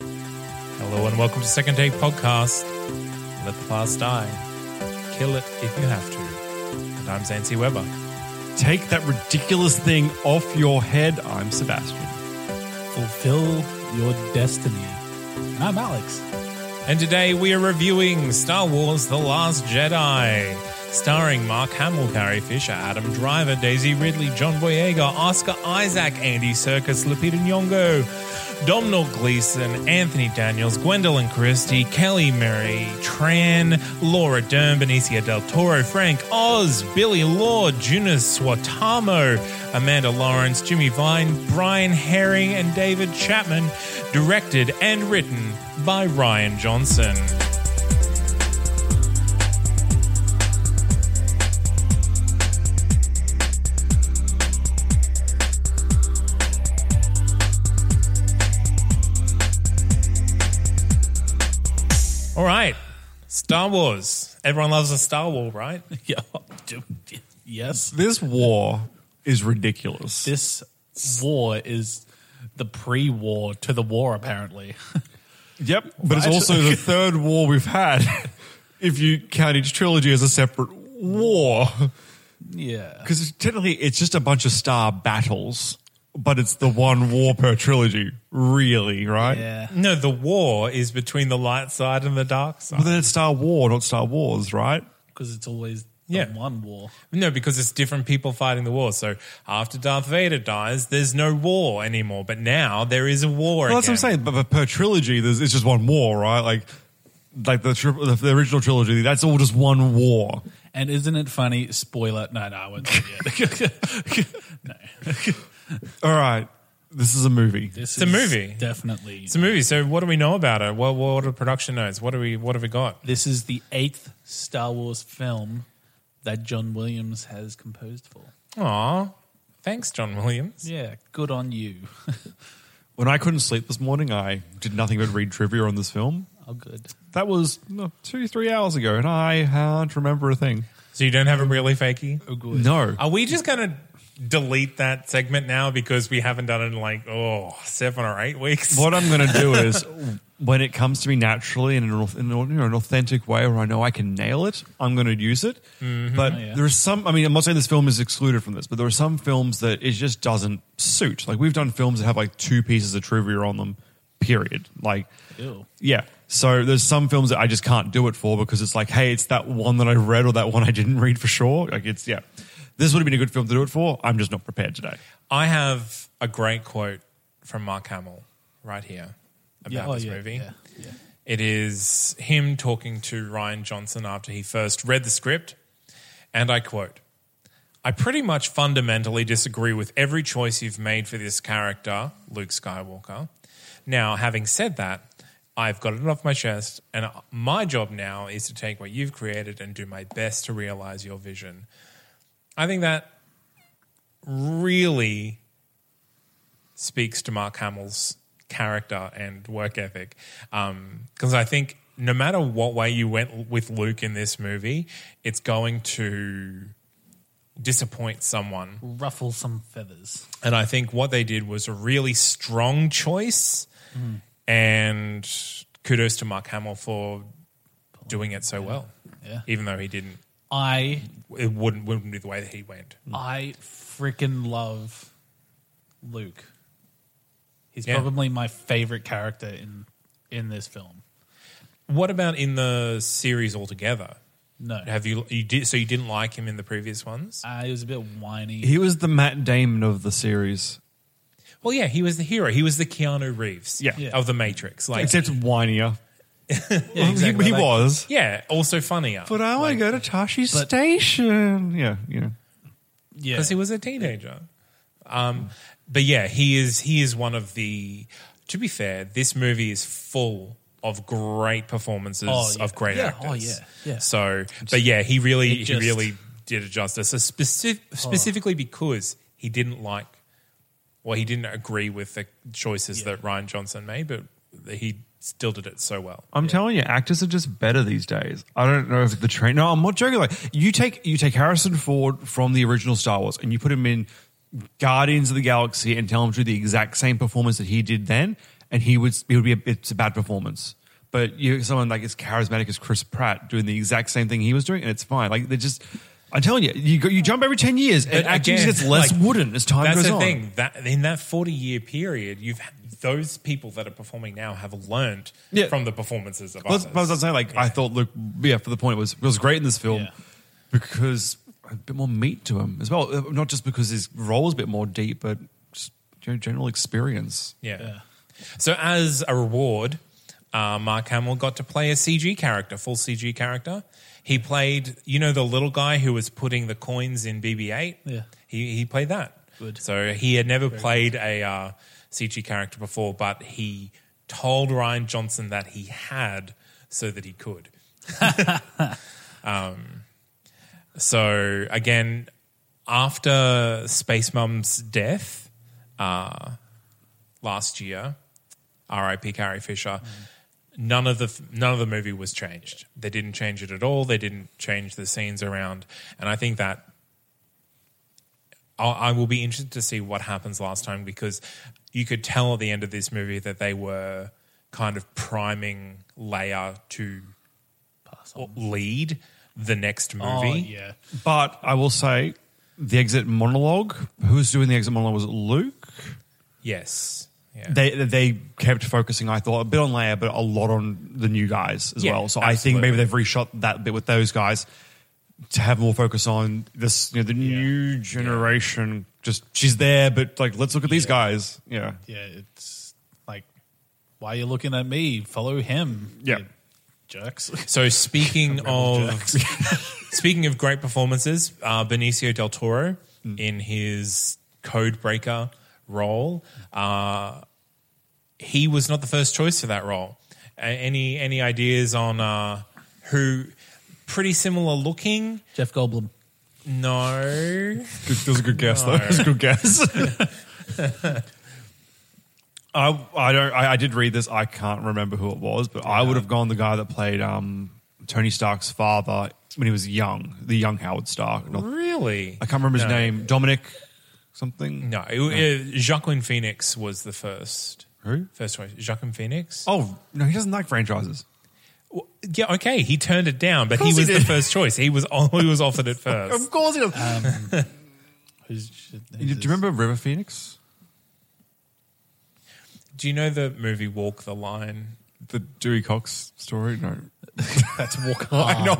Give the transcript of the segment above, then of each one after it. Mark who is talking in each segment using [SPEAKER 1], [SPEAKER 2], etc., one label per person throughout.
[SPEAKER 1] Hello and welcome to Second Take Podcast. Let the past die. Kill it if you have to. And I'm Zancy Weber.
[SPEAKER 2] Take that ridiculous thing off your head. I'm Sebastian.
[SPEAKER 3] Fulfill your destiny. And I'm Alex.
[SPEAKER 1] And today we are reviewing Star Wars The Last Jedi, starring Mark Hamill, Carrie Fisher, Adam Driver, Daisy Ridley, John Boyega, Oscar Isaac, Andy Serkis, Lupita Nyong'o, Domhnall Gleeson, Anthony Daniels, Gwendolyn Christie, Kelly Murray, Tran, Laura Dern, Benicio Del Toro, Frank Oz, Billy Law, Junis Swatamo, Amanda Lawrence, Jimmy Vine, Brian Herring, and David Chapman, directed and written by Ryan Johnson. All right, Star Wars. Everyone loves a Star War, right?
[SPEAKER 3] Yeah. do- yes.
[SPEAKER 2] This war is ridiculous.
[SPEAKER 3] This war is the pre war to the war, apparently.
[SPEAKER 2] yep, but it's
[SPEAKER 3] Right.
[SPEAKER 2] also the third war we've had. if you count each trilogy as a separate war,
[SPEAKER 3] yeah.
[SPEAKER 2] because technically it's just a bunch of star battles, but it's the one war per trilogy, really, right?
[SPEAKER 3] Yeah.
[SPEAKER 1] No, the war is between the light side and the dark
[SPEAKER 2] But
[SPEAKER 1] side.
[SPEAKER 2] then it's Star War, not Star Wars, right?
[SPEAKER 3] Because it's always the
[SPEAKER 1] Yeah.
[SPEAKER 3] one war.
[SPEAKER 1] No, because it's different people fighting the war. So after Darth Vader dies, there's no war anymore. But now there is a war.
[SPEAKER 2] Well, that's what I'm
[SPEAKER 1] again.
[SPEAKER 2] saying. But, but per trilogy, there's, it's just one war, right? Like, like the, tri- the, the original trilogy, that's all just one war.
[SPEAKER 3] And isn't it funny? Spoiler. No, no, I won't say it. no.
[SPEAKER 2] All right, this is a movie.
[SPEAKER 3] This
[SPEAKER 1] It's a
[SPEAKER 3] is
[SPEAKER 1] movie.
[SPEAKER 3] Definitely.
[SPEAKER 1] It's a movie. So what do we know about it? What what are the production notes? What do we what have we got?
[SPEAKER 3] this is the eighth Star Wars film that John Williams has composed for.
[SPEAKER 1] Aw. Thanks, John Williams.
[SPEAKER 3] Yeah. Good on you.
[SPEAKER 2] When I couldn't sleep this morning, I did nothing but read trivia on this film.
[SPEAKER 3] oh, good.
[SPEAKER 2] That was no, two, three hours ago, and I can't remember a thing.
[SPEAKER 1] So you don't have a really fakey?
[SPEAKER 3] Oh, good.
[SPEAKER 2] No.
[SPEAKER 1] Are we just gonna delete that segment now because we haven't done it in like oh seven or eight weeks?
[SPEAKER 2] What I'm going to do is, when it comes to me naturally in an, au- in an, you know, an authentic way where I know I can nail it, I'm going to use it. But
[SPEAKER 3] yeah.
[SPEAKER 2] there's some, I mean, I'm not saying this film is excluded from this, but there are some films that it just doesn't suit. Like, we've done films that have like two pieces of trivia on them, period. Like,
[SPEAKER 3] Ew.
[SPEAKER 2] Yeah. So there's some films that I just can't do it for because it's like, hey, it's that one that I read or that one I didn't read for sure. Like it's yeah. This would have been a good film to do it for. I'm just not prepared today.
[SPEAKER 1] I have a great quote from Mark Hamill right here about
[SPEAKER 3] Yeah, oh,
[SPEAKER 1] this
[SPEAKER 3] yeah,
[SPEAKER 1] movie.
[SPEAKER 3] yeah, yeah.
[SPEAKER 1] It is him talking to Ryan Johnson after he first read the script, and I quote I pretty much fundamentally disagree with every choice you've made for this character, Luke Skywalker. Now, having said that, I've got it off my chest, and my job now is to take what you've created and do my best to realize your vision. I think that really speaks to Mark Hamill's character and work ethic. Because I think no matter what way you went with Luke in this movie, it's going to disappoint someone.
[SPEAKER 3] Ruffle some feathers.
[SPEAKER 1] And I think what they did was a really strong choice.
[SPEAKER 3] Mm-hmm.
[SPEAKER 1] And kudos to Mark Hamill for doing it so well.
[SPEAKER 3] Yeah.
[SPEAKER 1] Even though he didn't,
[SPEAKER 3] I
[SPEAKER 1] it wouldn't, wouldn't be the way that he went.
[SPEAKER 3] I freaking love Luke. He's
[SPEAKER 1] Yeah.
[SPEAKER 3] probably my favorite character in in this film.
[SPEAKER 1] What about in the series altogether?
[SPEAKER 3] No,
[SPEAKER 1] Have you you did so you didn't like him in the previous ones?
[SPEAKER 3] I was a bit whiny.
[SPEAKER 2] He was the Matt Damon of the series.
[SPEAKER 1] Well, yeah, he was the hero. He was the Keanu Reeves
[SPEAKER 2] Yeah. Yeah.
[SPEAKER 1] of the Matrix. Like,
[SPEAKER 2] Except whinier.
[SPEAKER 3] Yeah, exactly.
[SPEAKER 2] he, he
[SPEAKER 3] Like,
[SPEAKER 2] was.
[SPEAKER 1] yeah, also funnier.
[SPEAKER 2] But I want to go to Tashi
[SPEAKER 3] But-
[SPEAKER 2] Station. Yeah, you know.
[SPEAKER 3] Yeah,
[SPEAKER 1] because he was a teenager. Um, but yeah, he is he is one of the. To be fair, this movie is full of great performances
[SPEAKER 3] Oh, yeah.
[SPEAKER 1] of great
[SPEAKER 3] Yeah,
[SPEAKER 1] actors.
[SPEAKER 3] oh, yeah, yeah.
[SPEAKER 1] So, but yeah, he really
[SPEAKER 3] It just- Oh.
[SPEAKER 1] he really did it justice, specific, specifically because he didn't like. Well, he didn't agree with the choices that Ryan Johnson made, but he still did it so well.
[SPEAKER 2] I'm telling you, actors are just better these days. I don't know if the train. No, I'm not joking. Like you take you take Harrison Ford from the original Star Wars and you put him in Guardians of the Galaxy and tell him to do the exact same performance that he did then, and he would it would be a, it's a bad performance. But you someone like as charismatic as Chris Pratt doing the exact same thing he was doing, and it's fine. Like they're just. I'm telling you, you go, you jump every ten years, and
[SPEAKER 1] But
[SPEAKER 2] acting
[SPEAKER 1] again,
[SPEAKER 2] just gets less
[SPEAKER 1] like,
[SPEAKER 2] wooden as time
[SPEAKER 1] that's
[SPEAKER 2] goes
[SPEAKER 1] the
[SPEAKER 2] on.
[SPEAKER 1] thing that in that 40 year period you've those people that are performing now have learned
[SPEAKER 2] Yeah.
[SPEAKER 1] from the performances of
[SPEAKER 2] Well,
[SPEAKER 1] others
[SPEAKER 2] that's what I was saying. Like I thought, Luke, yeah, for the point was was great in this film
[SPEAKER 3] Yeah.
[SPEAKER 2] because a bit more meat to him as well. Uh, Not just because his role is a bit more deep, but just gen- general experience.
[SPEAKER 1] yeah. so as a reward uh, mark hamill got to play a cg character full cg character he played you know the little guy who was putting the coins in bb8
[SPEAKER 3] Yeah.
[SPEAKER 1] he, he played that
[SPEAKER 3] Good.
[SPEAKER 1] so he had never played a uh, cg character before but he told ryan johnson that he had so that he could Um, So again, after Space Mum's death uh, last year, R.I.P. Carrie Fisher. None of the none of the movie was changed. They didn't change it at all. They didn't change the scenes around, and I think that I'll, I will be interested to see what happens last time because you could tell at the end of this movie that they were kind of priming Leia to lead the next movie.
[SPEAKER 3] Oh, yeah.
[SPEAKER 2] But I will say, the exit monologue. Who's doing the exit monologue? Was it Luke?
[SPEAKER 1] Yes. Yeah.
[SPEAKER 2] They they kept focusing. I thought a bit on Leia, but a lot on the new guys as
[SPEAKER 1] Yeah,
[SPEAKER 2] well. So I think maybe
[SPEAKER 1] absolutely.
[SPEAKER 2] they've reshot that bit with those guys to have more focus on this. You know, the new generation. Just she's there, but like let's look at these guys. Yeah.
[SPEAKER 3] Yeah, it's like, why are you looking at me? Follow him.
[SPEAKER 2] Yeah. Oh.
[SPEAKER 3] you Jerks.
[SPEAKER 1] so speaking of speaking of great performances, uh, Benicio del Toro
[SPEAKER 2] Hmm.
[SPEAKER 1] in his Codebreaker role, uh, he was not the first choice for that role. A- Any any ideas on uh, who? Pretty similar looking.
[SPEAKER 3] Jeff Goldblum.
[SPEAKER 1] No,
[SPEAKER 2] Good, that was a good guess, though. That was a good guess. I I don't I, I did read this. I can't remember who it was, but I would have gone the guy that played um, Tony Stark's father when he was young, the young Howard Stark. Not-
[SPEAKER 1] really.
[SPEAKER 2] I can't remember his
[SPEAKER 1] No.
[SPEAKER 2] name. Dominic something.
[SPEAKER 1] No, it, it, Joaquin Phoenix was the first.
[SPEAKER 2] Who?
[SPEAKER 1] First choice. Joaquin Phoenix.
[SPEAKER 2] Oh no, he doesn't like franchises.
[SPEAKER 1] Well, Yeah, okay, he turned it down, but
[SPEAKER 2] Of course
[SPEAKER 1] he was
[SPEAKER 2] he
[SPEAKER 1] the
[SPEAKER 2] did.
[SPEAKER 1] first choice. He was he was offered it first.
[SPEAKER 2] Of course he does. not
[SPEAKER 3] Who's, who's
[SPEAKER 2] do you
[SPEAKER 3] this?
[SPEAKER 2] remember River Phoenix?
[SPEAKER 1] Do you know the movie Walk the Line?
[SPEAKER 2] The Dewey Cox story? No.
[SPEAKER 3] That's Walk I know.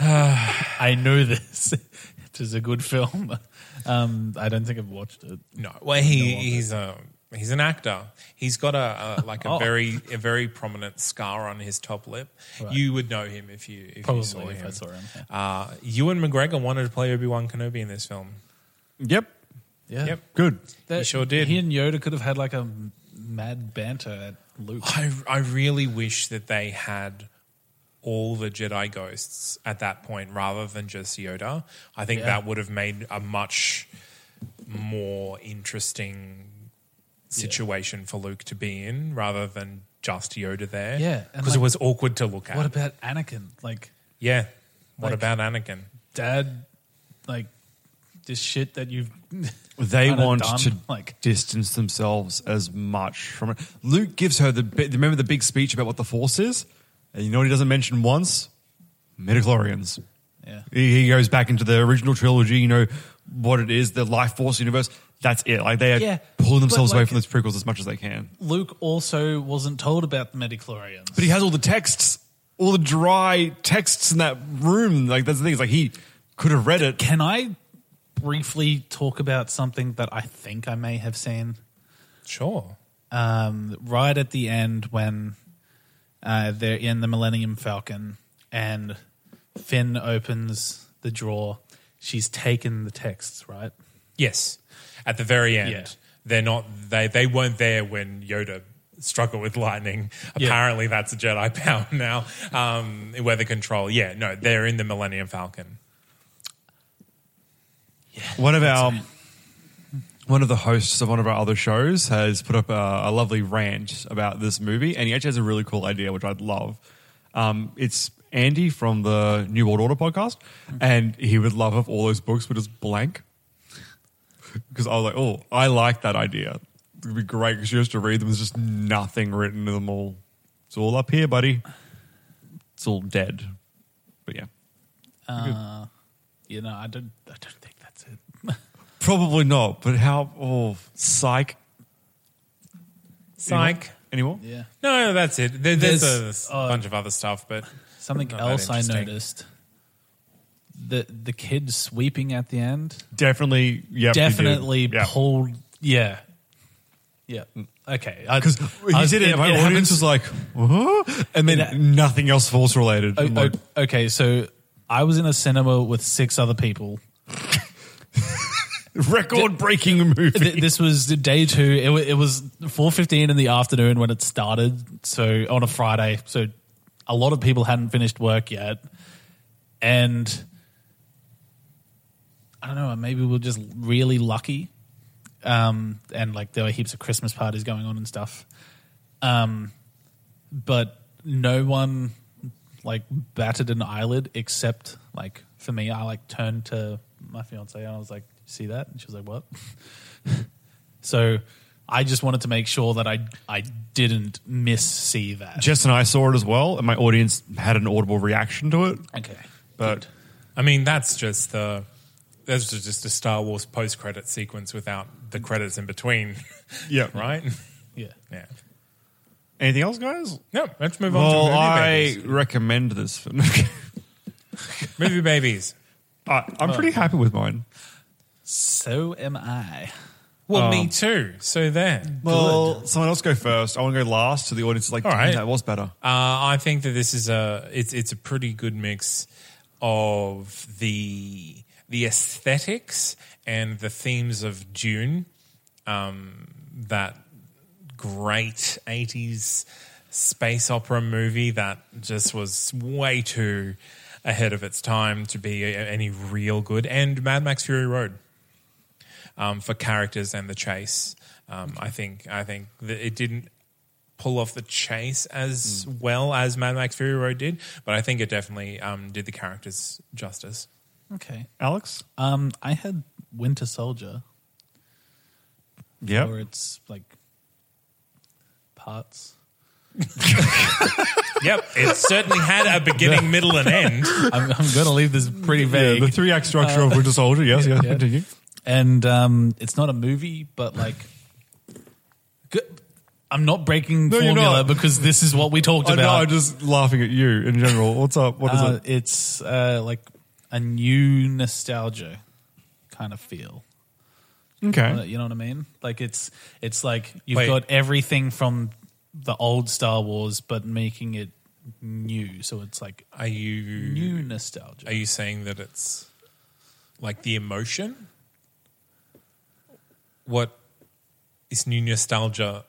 [SPEAKER 3] I know this. It is a good film. Um, I don't think I've watched it.
[SPEAKER 1] No. Well, he he's a he's an actor. He's got a, a like a
[SPEAKER 3] Oh.
[SPEAKER 1] very a very prominent scar on his top lip. You would know him if you if
[SPEAKER 3] Probably
[SPEAKER 1] you saw
[SPEAKER 3] if
[SPEAKER 1] him.
[SPEAKER 3] I saw him. yeah.
[SPEAKER 1] Uh, Ewan McGregor wanted to play Obi Wan Kenobi in this film.
[SPEAKER 2] Yep.
[SPEAKER 3] Yeah.
[SPEAKER 1] Yep.
[SPEAKER 2] Good.
[SPEAKER 3] That-
[SPEAKER 1] He sure did.
[SPEAKER 3] He and Yoda could have had like a mad banter at Luke.
[SPEAKER 2] Oh,
[SPEAKER 1] I I really wish that they had all the Jedi ghosts at that point rather than just Yoda. I think
[SPEAKER 3] Yeah.
[SPEAKER 1] that would have made a much more interesting situation for Luke to be in rather than just Yoda there.
[SPEAKER 3] Yeah, and
[SPEAKER 1] Because it
[SPEAKER 3] like-
[SPEAKER 1] was awkward to look at.
[SPEAKER 3] What about Anakin? Like,
[SPEAKER 1] yeah. What
[SPEAKER 3] like-
[SPEAKER 1] about Anakin?
[SPEAKER 3] dad, like this shit that you've.
[SPEAKER 2] They
[SPEAKER 3] kinda
[SPEAKER 2] want
[SPEAKER 3] done,
[SPEAKER 2] to
[SPEAKER 3] like
[SPEAKER 2] distance themselves as much from it. Luke gives her the bi- remember the big speech about what the Force is, and you know what he doesn't mention once? Midichlorians.
[SPEAKER 3] Yeah.
[SPEAKER 2] He, he goes back into the original trilogy. You know what it is, the life force universe. That's it. Like they are
[SPEAKER 3] Yeah,
[SPEAKER 2] pulling
[SPEAKER 3] but
[SPEAKER 2] themselves away
[SPEAKER 3] like-
[SPEAKER 2] from those prequels as much as they can.
[SPEAKER 3] Luke also wasn't told about the midichlorians.
[SPEAKER 2] But he has all the texts, all the dry texts in that room. Like that's the thing. It's like he could have read it.
[SPEAKER 3] Can I briefly talk about something that I think I may have seen?
[SPEAKER 1] Sure.
[SPEAKER 3] um, right at the end when uh, they're in the Millennium Falcon and Finn opens the drawer. She's taken the texts, right?
[SPEAKER 1] Yes, at the very end,
[SPEAKER 3] Yeah.
[SPEAKER 1] they're not they they weren't there when Yoda struggled with lightning. Apparently, that's a Jedi power now. Um, weather control. Yeah, no, they're in the Millennium Falcon.
[SPEAKER 2] One of our one of the hosts of one of our other shows has put up a, a lovely rant about this movie, and he actually has a really cool idea, which I'd love. Um, it's Andy from the New World Order podcast, and he would love if all those books were just blank. Because I was like, oh, I like that idea. It'd be great because you used to read them. There's just nothing written in them all. It's all up here, buddy. It's all dead. But yeah,
[SPEAKER 3] Uh, you know, I don't. I don't think that's it.
[SPEAKER 2] probably not. But how? Oh, psych.
[SPEAKER 1] Psych.
[SPEAKER 2] Anymore?
[SPEAKER 3] yeah.
[SPEAKER 1] No, that's it. There, there's,
[SPEAKER 3] There's,
[SPEAKER 1] a
[SPEAKER 3] uh,
[SPEAKER 1] bunch of other stuff, but
[SPEAKER 3] Something
[SPEAKER 1] Not Oh, that
[SPEAKER 3] else I
[SPEAKER 1] interesting.
[SPEAKER 3] noticed. The the kid sweeping at the end
[SPEAKER 2] Definitely. Yep, he did.
[SPEAKER 3] definitely
[SPEAKER 2] Yeah.
[SPEAKER 3] pulled. Yeah. Yeah. Okay. Because
[SPEAKER 2] He Uh, did it. and my audience was like, "Huh?" and then
[SPEAKER 3] It- Oh,
[SPEAKER 2] nothing else force related. I'm like,
[SPEAKER 3] okay, so I was in a cinema with six other people.
[SPEAKER 2] Record breaking movie.
[SPEAKER 3] Th- this was the day two. It, wa- it was four fifteen in the afternoon when it started. So on a Friday, so a lot of people hadn't finished work yet, and I don't know. Maybe we we're just really lucky, um, and like there were heaps of Christmas parties going on and stuff. Um, but no one like batted an eyelid except like for me. I like turned to my fiance and I was like, "See that?" And she was like, "What?" So I just wanted to make sure that I I didn't miss see that.
[SPEAKER 2] Jess and I saw it as well, and my audience had an audible reaction to it.
[SPEAKER 3] okay.
[SPEAKER 2] But
[SPEAKER 1] I mean, that's just the that's ju- just a Star Wars post credit sequence without the credits in between,
[SPEAKER 2] yeah,
[SPEAKER 1] right?
[SPEAKER 3] Yeah.
[SPEAKER 1] Yeah.
[SPEAKER 2] Anything else, guys?
[SPEAKER 1] No, let's move on
[SPEAKER 2] Well,
[SPEAKER 1] to movie
[SPEAKER 2] I
[SPEAKER 1] babies.
[SPEAKER 2] recommend this. film.
[SPEAKER 1] Movie babies.
[SPEAKER 2] I, I'm pretty happy with mine.
[SPEAKER 3] So am I.
[SPEAKER 1] Well, me too. Oh. So there.
[SPEAKER 2] Well, someone else go first. I want to go last. So the audience is like,
[SPEAKER 1] All
[SPEAKER 2] "Damn,
[SPEAKER 1] right.
[SPEAKER 2] that was better.
[SPEAKER 1] Uh, I think that this is a it's it's a pretty good mix of the the aesthetics and the themes of Dune, um, that great eighties space opera movie that just was way too ahead of its time to be a- any real good, and Mad Max Fury Road um, for characters and the chase. Um, I think I think that it didn't pull off the chase as
[SPEAKER 3] Hmm.
[SPEAKER 1] well as Mad Max Fury Road did, but I think it definitely um, did the characters justice.
[SPEAKER 3] Okay.
[SPEAKER 2] Alex?
[SPEAKER 3] Um, I had Winter Soldier
[SPEAKER 2] Yeah.
[SPEAKER 3] or its like parts.
[SPEAKER 1] Yep, it certainly had a beginning, middle, and end.
[SPEAKER 3] I'm, I'm gonna leave this pretty
[SPEAKER 2] Yeah,
[SPEAKER 3] vague. Uh,
[SPEAKER 2] the three act structure of Winter Soldier. Yes, yeah.
[SPEAKER 3] yeah.
[SPEAKER 2] Continue.
[SPEAKER 3] and um, it's not a movie, but like, good. I'm not breaking
[SPEAKER 2] No, you're
[SPEAKER 3] formula
[SPEAKER 2] not.
[SPEAKER 3] because this is what we talked
[SPEAKER 2] I know,
[SPEAKER 3] about.
[SPEAKER 2] I'm just laughing at you in general. What's up? What is
[SPEAKER 3] Uh,
[SPEAKER 2] it?
[SPEAKER 3] It's uh, like a new nostalgia kind of feel. Uh,
[SPEAKER 2] Okay.
[SPEAKER 3] You know what I mean? Like it's it's like you've
[SPEAKER 1] Wait.
[SPEAKER 3] got everything from the old Star Wars, but making it new. So it's like
[SPEAKER 1] Are you
[SPEAKER 3] new
[SPEAKER 1] are
[SPEAKER 3] nostalgia.
[SPEAKER 1] you saying that it's like the emotion? What is new nostalgia?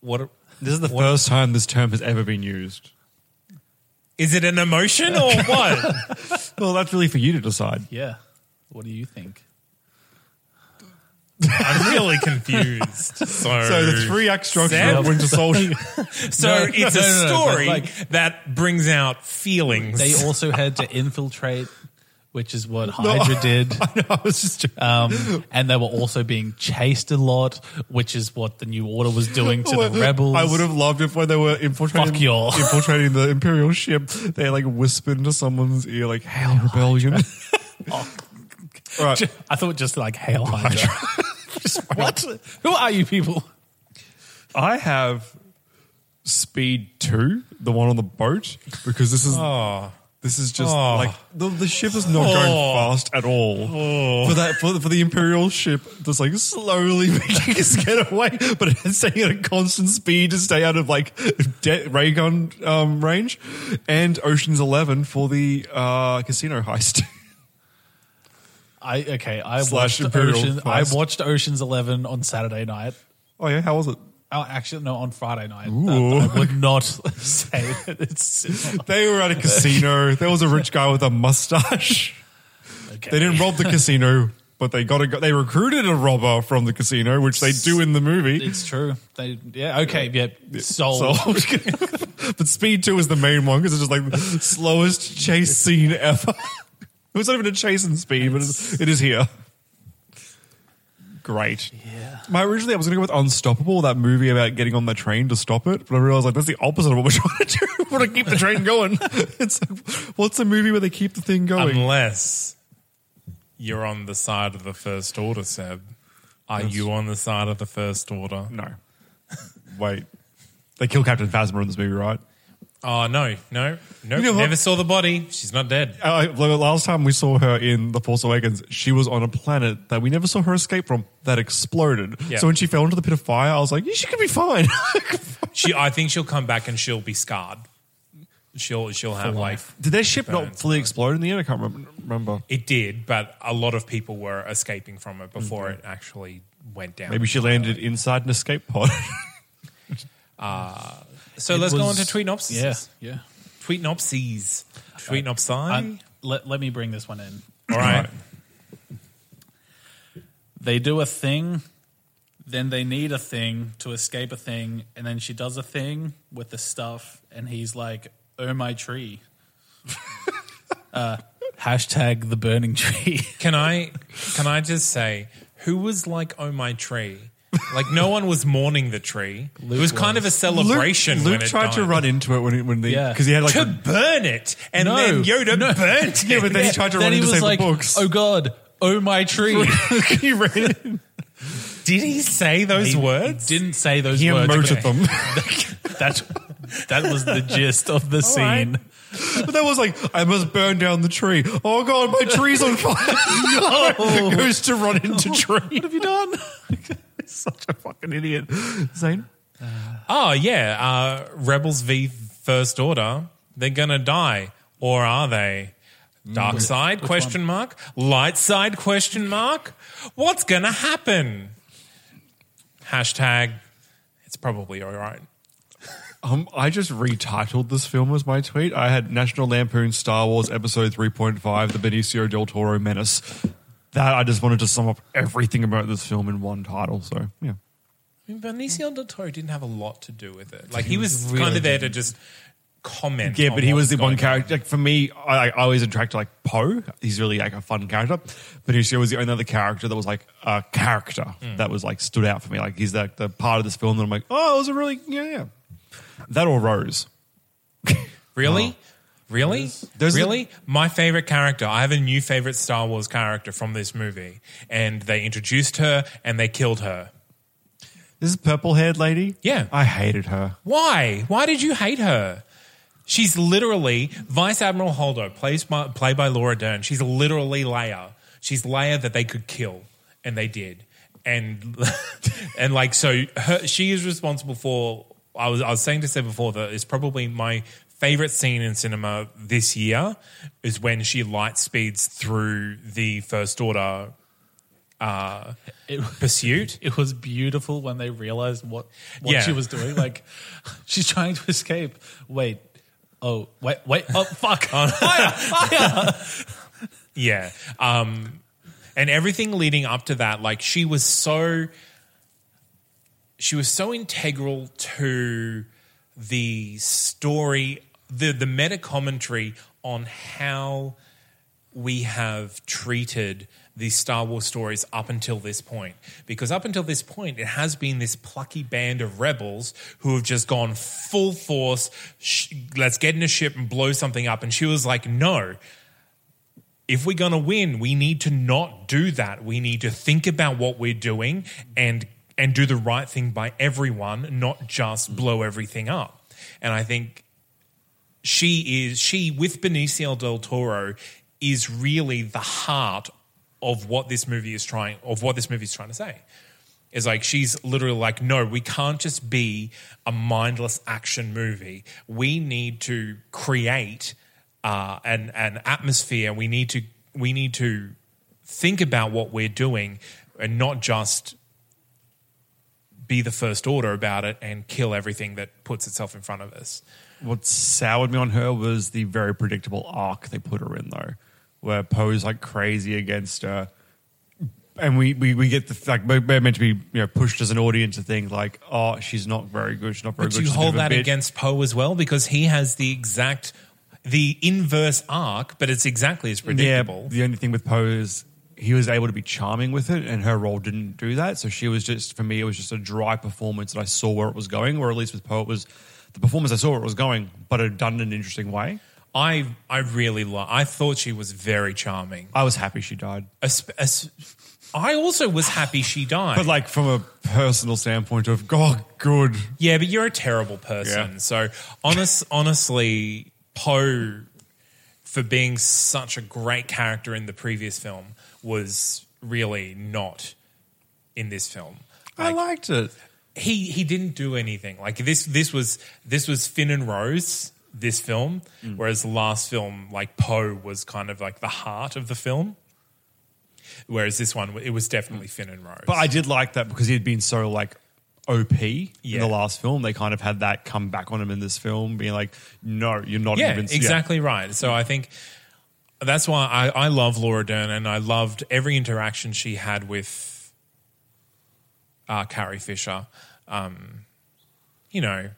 [SPEAKER 1] What
[SPEAKER 2] This is the first time this term has ever been used.
[SPEAKER 1] is it an emotion or what?
[SPEAKER 2] Well, that's really for you to decide.
[SPEAKER 3] Yeah. What do you think?
[SPEAKER 1] I'm really confused. So,
[SPEAKER 2] So the three act structure
[SPEAKER 1] Seb?
[SPEAKER 2] of Winter Soldier.
[SPEAKER 1] So
[SPEAKER 3] No,
[SPEAKER 1] it's a
[SPEAKER 3] no, no, no, but
[SPEAKER 1] story
[SPEAKER 3] like-
[SPEAKER 1] that brings out feelings.
[SPEAKER 3] They also had to infiltrate, which is what Hydra did.
[SPEAKER 2] no, I was just joking.
[SPEAKER 3] Um, and they were also being chased a lot, which is what the New Order was doing to the rebels.
[SPEAKER 2] I would have loved if when they were infiltrating,
[SPEAKER 3] Fuck y'all.
[SPEAKER 2] infiltrating the Imperial ship, they like whispered into someone's ear, like, Hail Rebellion. All right.
[SPEAKER 3] I thought Oh, just like Hail Hydra. what? Who are you people?
[SPEAKER 2] I have Speed 2, the one on the boat, because this is. This is just
[SPEAKER 1] Oh.
[SPEAKER 2] like the, the ship is not going fast at all. For that, for the, for the imperial ship, that's like slowly making its getaway, but it's staying at a constant speed to stay out of like de- ray gun um, range, and Ocean's Eleven for the uh, casino heist.
[SPEAKER 3] I okay. I watched
[SPEAKER 2] Slash Imperial
[SPEAKER 3] Ocean, I
[SPEAKER 2] Fast.
[SPEAKER 3] watched Ocean's Eleven on Saturday night.
[SPEAKER 2] Oh yeah, how was it?
[SPEAKER 3] Oh, actually, no, on Friday night. Uh, I would not say that it's similar.
[SPEAKER 2] They were at a casino. There was a rich guy with a mustache.
[SPEAKER 3] Okay.
[SPEAKER 2] They didn't rob the casino, but they got a, they recruited a robber from the casino, which they do in the movie.
[SPEAKER 3] It's true. They yeah. Okay. Yeah. Sold.
[SPEAKER 2] So, but Speed Two is the main one because it's just like the slowest chase scene ever. it was not even a chase in Speed, but it's, it is here. Great. Yeah. My originally I was going to go with Unstoppable, that movie about getting on the train to stop it, but I realized like that's the opposite of what we're trying to do. we want to keep the train going. it's like, what's the movie where they keep the thing going?
[SPEAKER 1] Unless you're on the side of the First Order, Seb. Are you on the side of the First Order?
[SPEAKER 2] No. Wait. They kill Captain Phasma in this movie, right?
[SPEAKER 1] Oh, no, no, no.
[SPEAKER 2] You know what?
[SPEAKER 1] Never saw the body. She's not dead.
[SPEAKER 2] Uh, the last time we saw her in The Force Awakens, she was on a planet that we never saw her escape from that exploded.
[SPEAKER 1] Yeah.
[SPEAKER 2] So when she fell into the pit of fire, I was like, yeah, she could be fine.
[SPEAKER 1] She, I think she'll come back and she'll be scarred. She'll, she'll have like
[SPEAKER 2] Did their ship not fully explode in the end? I can't remem- remember.
[SPEAKER 1] it did, but a lot of people were escaping from it before it actually went down.
[SPEAKER 2] Maybe she landed inside an escape pod.
[SPEAKER 1] So
[SPEAKER 3] It
[SPEAKER 1] let's go on
[SPEAKER 3] was-
[SPEAKER 1] to tweetnopsis.
[SPEAKER 3] Yeah. Yeah.
[SPEAKER 1] Tweetnopsies. Tweetnopsi.
[SPEAKER 3] I, let, let me bring this one in.
[SPEAKER 1] All right.
[SPEAKER 3] They do a thing, then they need a thing to escape a thing, and then she does a thing with the stuff, and he's like, "Oh my tree." uh, hashtag the burning tree.
[SPEAKER 1] Can I can I just say who was like oh my tree? Like no one was mourning the tree. it was kind of a celebration.
[SPEAKER 2] Luke,
[SPEAKER 1] when
[SPEAKER 2] Luke
[SPEAKER 1] it
[SPEAKER 2] tried to
[SPEAKER 1] died.
[SPEAKER 2] run into it when it, when the
[SPEAKER 3] Yeah.
[SPEAKER 2] because he had like
[SPEAKER 1] to
[SPEAKER 2] a-
[SPEAKER 1] burn it, and
[SPEAKER 3] No,
[SPEAKER 1] then Yoda burnt it.
[SPEAKER 2] yeah, but then he tried to run
[SPEAKER 3] he
[SPEAKER 2] into
[SPEAKER 3] was
[SPEAKER 2] save
[SPEAKER 3] like,
[SPEAKER 2] the books.
[SPEAKER 3] "Oh god, oh my tree."
[SPEAKER 2] he ran. in.
[SPEAKER 1] Did he say those words?
[SPEAKER 3] Didn't say those
[SPEAKER 2] He
[SPEAKER 3] words. but
[SPEAKER 2] emoted them.
[SPEAKER 3] That that was the gist of the
[SPEAKER 1] right.
[SPEAKER 3] scene.
[SPEAKER 2] But that was like, I must burn down the tree. Oh god, my tree's on fire. no. Goes to run into tree. What have you done? Such a fucking idiot. Zane?
[SPEAKER 1] Oh yeah, uh, Rebels v First Order. They're gonna die, or are they? Dark side question mark. Light side question mark. What's gonna happen? Hashtag. It's probably all right.
[SPEAKER 2] Um, I just retitled this film as my tweet. I had National Lampoon Star Wars Episode 3.5, The Benicio del Toro Menace. That I just wanted to sum up everything about this film in one title. So, yeah.
[SPEAKER 1] I mean, Benicio del Toro didn't have a lot to do with it. Like he was kind of there to just comment.
[SPEAKER 2] Yeah,
[SPEAKER 1] on
[SPEAKER 2] but he
[SPEAKER 1] what
[SPEAKER 2] was the
[SPEAKER 1] going
[SPEAKER 2] one character. Like for me, I, I always attract like Poe. He's really like a fun character. Benicio was the only other character that was like a character that was like stood out for me. Like he's like the part of this film that I'm like, oh, it was a really yeah, yeah. That or Rose.
[SPEAKER 1] Really? Really?
[SPEAKER 2] Oh. There's a-
[SPEAKER 1] really? My favorite character. I have a new favorite Star Wars character from this movie, and they introduced her and they killed her.
[SPEAKER 2] This is purple haired lady.
[SPEAKER 1] Yeah.
[SPEAKER 2] I hated her.
[SPEAKER 1] Why? Why did you hate her? She's literally Vice Admiral Holdo, placed by, played by Laura Dern. She's literally Leia. She's Leia that they could kill, and they did. And and like so, her, she is responsible for. I was I was saying to say before that it's probably my favorite scene in cinema this year is when she light speeds through the First Order uh, pursuit.
[SPEAKER 3] It was beautiful when they realized what what
[SPEAKER 1] Yeah.
[SPEAKER 3] she was doing. Like she's trying to escape. Wait. Oh wait wait oh fuck fire fire
[SPEAKER 1] Yeah. Um, and everything leading up to that, like she was so, she was so integral to the story, the the meta commentary on how we have treated these Star Wars stories up until this point. Because up until this point, it has been this plucky band of rebels who have just gone full force. Sh- let's get in a ship and blow something up. And she was like, no, if we're going to win, we need to not do that. We need to think about what we're doing and and do the right thing by everyone, not just blow everything up. And I think she is she with Benicio del Toro is really the heart of what this movie is trying of what this movie is trying to say. Is like she's literally like, no, we can't just be a mindless action movie. We need to create uh, an an atmosphere. We need to we need to think about what we're doing and not just be the first order about it and kill everything that puts itself in front of us.
[SPEAKER 2] What soured me on her was the very predictable arc they put her in, though, where Poe's like crazy against her. And we, we, we get the like we're we're meant to be you know pushed as an audience to think like oh she's not very good she's not very
[SPEAKER 1] But
[SPEAKER 2] good
[SPEAKER 1] you
[SPEAKER 2] she's a bit
[SPEAKER 1] hold
[SPEAKER 2] of a
[SPEAKER 1] that
[SPEAKER 2] bitch.
[SPEAKER 1] against Poe as well because he has the exact, the inverse arc, but it's exactly as predictable.
[SPEAKER 2] the only thing with Poe is he was able to be charming with it, and her role didn't do that. So she was just, for me, it was just a dry performance that I saw where it was going, or at least with Poe, it was the performance I saw where it was going, but it done in an interesting way.
[SPEAKER 1] I I really love. I thought she was very charming.
[SPEAKER 2] I was happy she died,
[SPEAKER 1] Asp- as- I also was happy she died.
[SPEAKER 2] but like from a personal standpoint of God, good.
[SPEAKER 1] Yeah, but you're a terrible person.
[SPEAKER 2] Yeah.
[SPEAKER 1] So honest, honestly, Poe, for being such a great character in the previous film, was really not in this film.
[SPEAKER 2] I liked it.
[SPEAKER 1] He he didn't do anything. Like this this was this was Finn and Rose. This film,
[SPEAKER 2] Mm.
[SPEAKER 1] whereas the last film, like Poe, was kind of like the heart of the film. Whereas this one, it was definitely Finn and Rose.
[SPEAKER 2] But I did like that because he had been so like OP in
[SPEAKER 1] Yeah.
[SPEAKER 2] the last film. They kind of had that come back on him in this film, being like, "No, you're not
[SPEAKER 1] yeah,
[SPEAKER 2] even
[SPEAKER 1] exactly right. So I think that's why I, I love Laura Dern and I loved every interaction she had with uh, Carrie Fisher. Um, you know,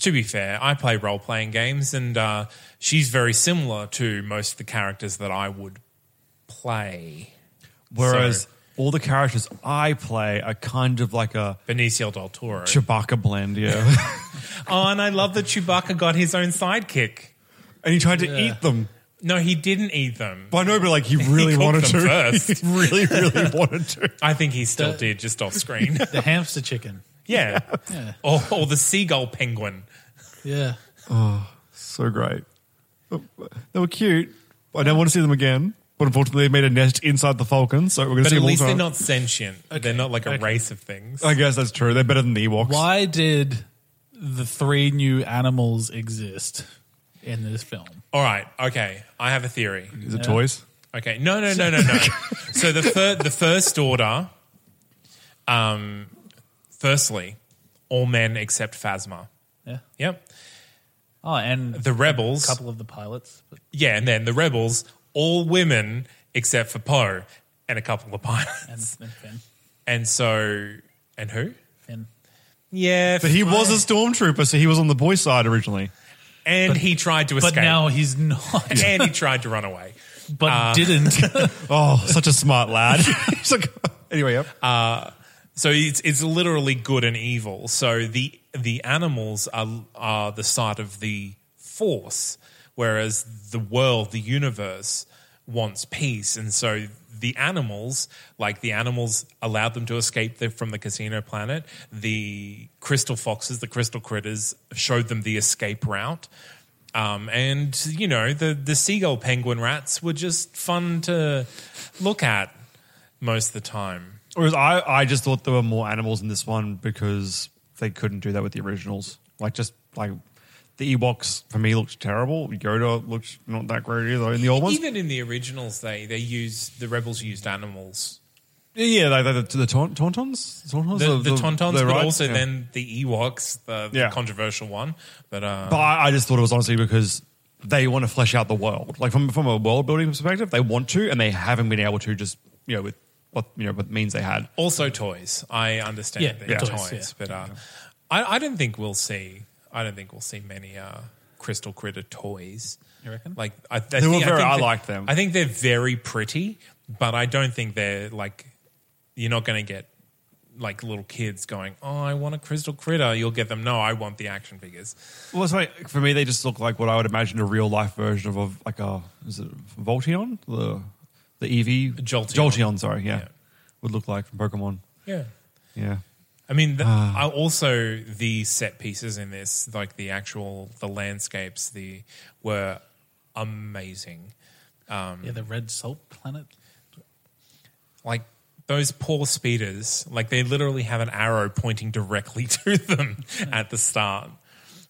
[SPEAKER 1] to be fair, I play role playing games and uh, she's very similar to most of the characters that I would play.
[SPEAKER 2] Whereas
[SPEAKER 1] So-
[SPEAKER 2] all the characters I play are kind of like a
[SPEAKER 1] Benicio del Toro.
[SPEAKER 2] Chewbacca blend, yeah.
[SPEAKER 1] oh, and I love that Chewbacca got his own sidekick.
[SPEAKER 2] and he tried to eat them.
[SPEAKER 1] No, he didn't eat them.
[SPEAKER 2] But I know, but like he really
[SPEAKER 1] cooked
[SPEAKER 2] wanted
[SPEAKER 1] them
[SPEAKER 2] to.
[SPEAKER 1] first.
[SPEAKER 2] he really, really wanted to.
[SPEAKER 1] I think he still did, just off screen.
[SPEAKER 3] The hamster chicken.
[SPEAKER 1] Yeah. Or, or the seagull penguin.
[SPEAKER 3] Yeah.
[SPEAKER 2] So great. They were cute. I don't want to see them again. But unfortunately, they made a nest inside the falcon, so we're going to
[SPEAKER 1] But
[SPEAKER 2] see
[SPEAKER 1] at
[SPEAKER 2] them
[SPEAKER 1] least
[SPEAKER 2] all
[SPEAKER 1] they're
[SPEAKER 2] time.
[SPEAKER 1] not sentient. They're not like a race of things.
[SPEAKER 2] I guess that's true. They're better than the Ewoks.
[SPEAKER 3] Why did the three new animals exist in this film?
[SPEAKER 1] All right. Okay. I have a theory.
[SPEAKER 2] Is it toys?
[SPEAKER 1] Okay. No, no, no, no, no. so the fir- the first order, um, firstly, all men except Phasma.
[SPEAKER 3] Yeah.
[SPEAKER 1] Yep.
[SPEAKER 3] Oh, and
[SPEAKER 1] The
[SPEAKER 3] a
[SPEAKER 1] rebels.
[SPEAKER 3] couple of the pilots. But
[SPEAKER 1] Yeah, and then the rebels, all women except for Poe and a couple of pilots.
[SPEAKER 3] and, and Finn.
[SPEAKER 1] And so, and who?
[SPEAKER 3] Finn.
[SPEAKER 1] Yeah,
[SPEAKER 2] But he was a stormtrooper, so he was on the boy side originally.
[SPEAKER 1] and he tried to
[SPEAKER 3] But
[SPEAKER 1] escape.
[SPEAKER 3] now he's not.
[SPEAKER 1] and he tried to run away.
[SPEAKER 3] But
[SPEAKER 1] Uh,
[SPEAKER 3] didn't.
[SPEAKER 2] Oh, such a smart lad. He's like, anyway, yep.
[SPEAKER 3] um,
[SPEAKER 1] So it's it's literally good and evil. So the the animals are are the side of the force, whereas the world, the universe, wants peace, and so the animals, like the animals, allowed them to escape the, from the casino planet. The crystal foxes, the crystal critters, showed them the escape route. Um, and you know the the seagull penguin rats were just fun to look at most of the time.
[SPEAKER 2] Whereas I, I just thought there were more animals in this one because they couldn't do that with the originals. Like just like the Ewoks for me looked terrible. Yoda looked not that great either in the old ones.
[SPEAKER 1] Even in the originals, they they use the rebels used animals,
[SPEAKER 2] yeah, they, they, the, the taun- Tauntauns, Tauntauns,
[SPEAKER 1] the, the, Tauntauns,
[SPEAKER 2] the
[SPEAKER 1] but
[SPEAKER 2] rides?
[SPEAKER 1] also
[SPEAKER 2] Yeah.
[SPEAKER 1] then the Ewoks, the, the
[SPEAKER 2] Yeah.
[SPEAKER 1] controversial one. But, uh,
[SPEAKER 2] But I, I just thought it was honestly because they want to flesh out the world. Like from from a world building perspective, they want to, and they haven't been able to. Just you know with what you know what means they had.
[SPEAKER 1] also toys. I understand
[SPEAKER 3] Yeah,
[SPEAKER 1] they're
[SPEAKER 3] yeah.
[SPEAKER 1] toys,
[SPEAKER 3] Toys, yeah.
[SPEAKER 1] but uh, I, I don't think we'll see. I don't think we'll see many uh, crystal critter toys.
[SPEAKER 3] You reckon?
[SPEAKER 1] Like I, I
[SPEAKER 2] were
[SPEAKER 1] think,
[SPEAKER 2] very-
[SPEAKER 1] I, think
[SPEAKER 2] I
[SPEAKER 1] that-
[SPEAKER 2] liked them.
[SPEAKER 1] I think they're very pretty, but I don't think they're like. You're not going to get like little kids going, "Oh, I want a crystal critter." You'll get them. No, I want the action figures.
[SPEAKER 2] Well, it's like for me, they just look like what I would imagine a real life version of, of like a is it Volteon the the EV
[SPEAKER 1] Jolteon.
[SPEAKER 2] Jolteon, sorry, yeah,
[SPEAKER 1] Yeah.
[SPEAKER 2] would look like from Pokemon.
[SPEAKER 1] Yeah.
[SPEAKER 2] Yeah,
[SPEAKER 1] I mean, the,
[SPEAKER 2] Ah.
[SPEAKER 1] I also the set pieces in this, like the actual the landscapes, the were amazing.
[SPEAKER 3] yeah, the red salt planet.
[SPEAKER 1] Like those poor speeders, like they literally have an arrow pointing directly to them
[SPEAKER 2] Hmm.
[SPEAKER 1] at the start.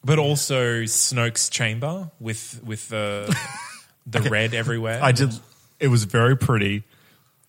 [SPEAKER 1] But also Snoke's chamber with with the the red everywhere.
[SPEAKER 2] I did. It was very pretty.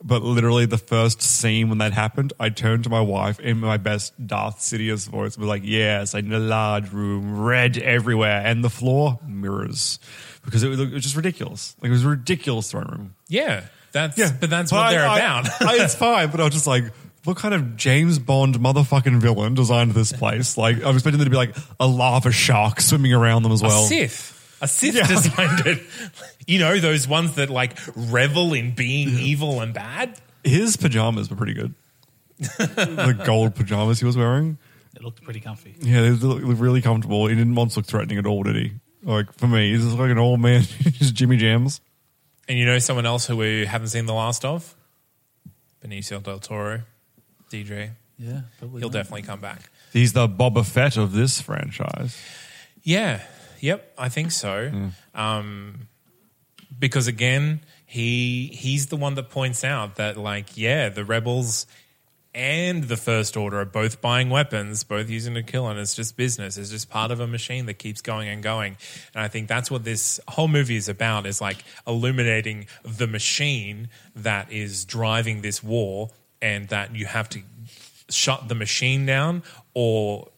[SPEAKER 2] But literally, the first scene when that happened, I turned to my wife in my best Darth Sidious voice and was like, Yes, I need a large room, red everywhere, and the floor, mirrors. Because it was, it was just ridiculous. Like, it was a ridiculous throne room.
[SPEAKER 1] Yeah, that's but that's what
[SPEAKER 2] I-
[SPEAKER 1] they're
[SPEAKER 2] I-
[SPEAKER 1] about.
[SPEAKER 2] I- it's fine, but I was just like, what kind of James Bond motherfucking villain designed this place? Like, I'm expecting there to be like a lava shark swimming around them as well.
[SPEAKER 1] a Sith. A Sith designed it. You know those ones that like revel in being evil and bad.
[SPEAKER 2] His pajamas were pretty good. the gold pajamas he was wearing.
[SPEAKER 3] It looked pretty comfy.
[SPEAKER 2] Yeah, they look look really comfortable. He didn't once look threatening at all, did he? Like, for me, he's just like an old man, just Jimmy Jams.
[SPEAKER 1] And you know someone else who we haven't seen the last of? Benicio del Toro, DJ.
[SPEAKER 3] Yeah, probably.
[SPEAKER 1] He'll
[SPEAKER 3] not.
[SPEAKER 1] definitely come back.
[SPEAKER 2] He's the Boba Fett of this franchise.
[SPEAKER 1] Yeah. Yep. I think so. Um, because again, he he's the one that points out that like, yeah, the rebels and the First Order are both buying weapons, both using to kill, and it's just business. It's just part of a machine that keeps going and going. And I think that's what this whole movie is about: is like illuminating the machine that is driving this war, and that you have to shut the machine down or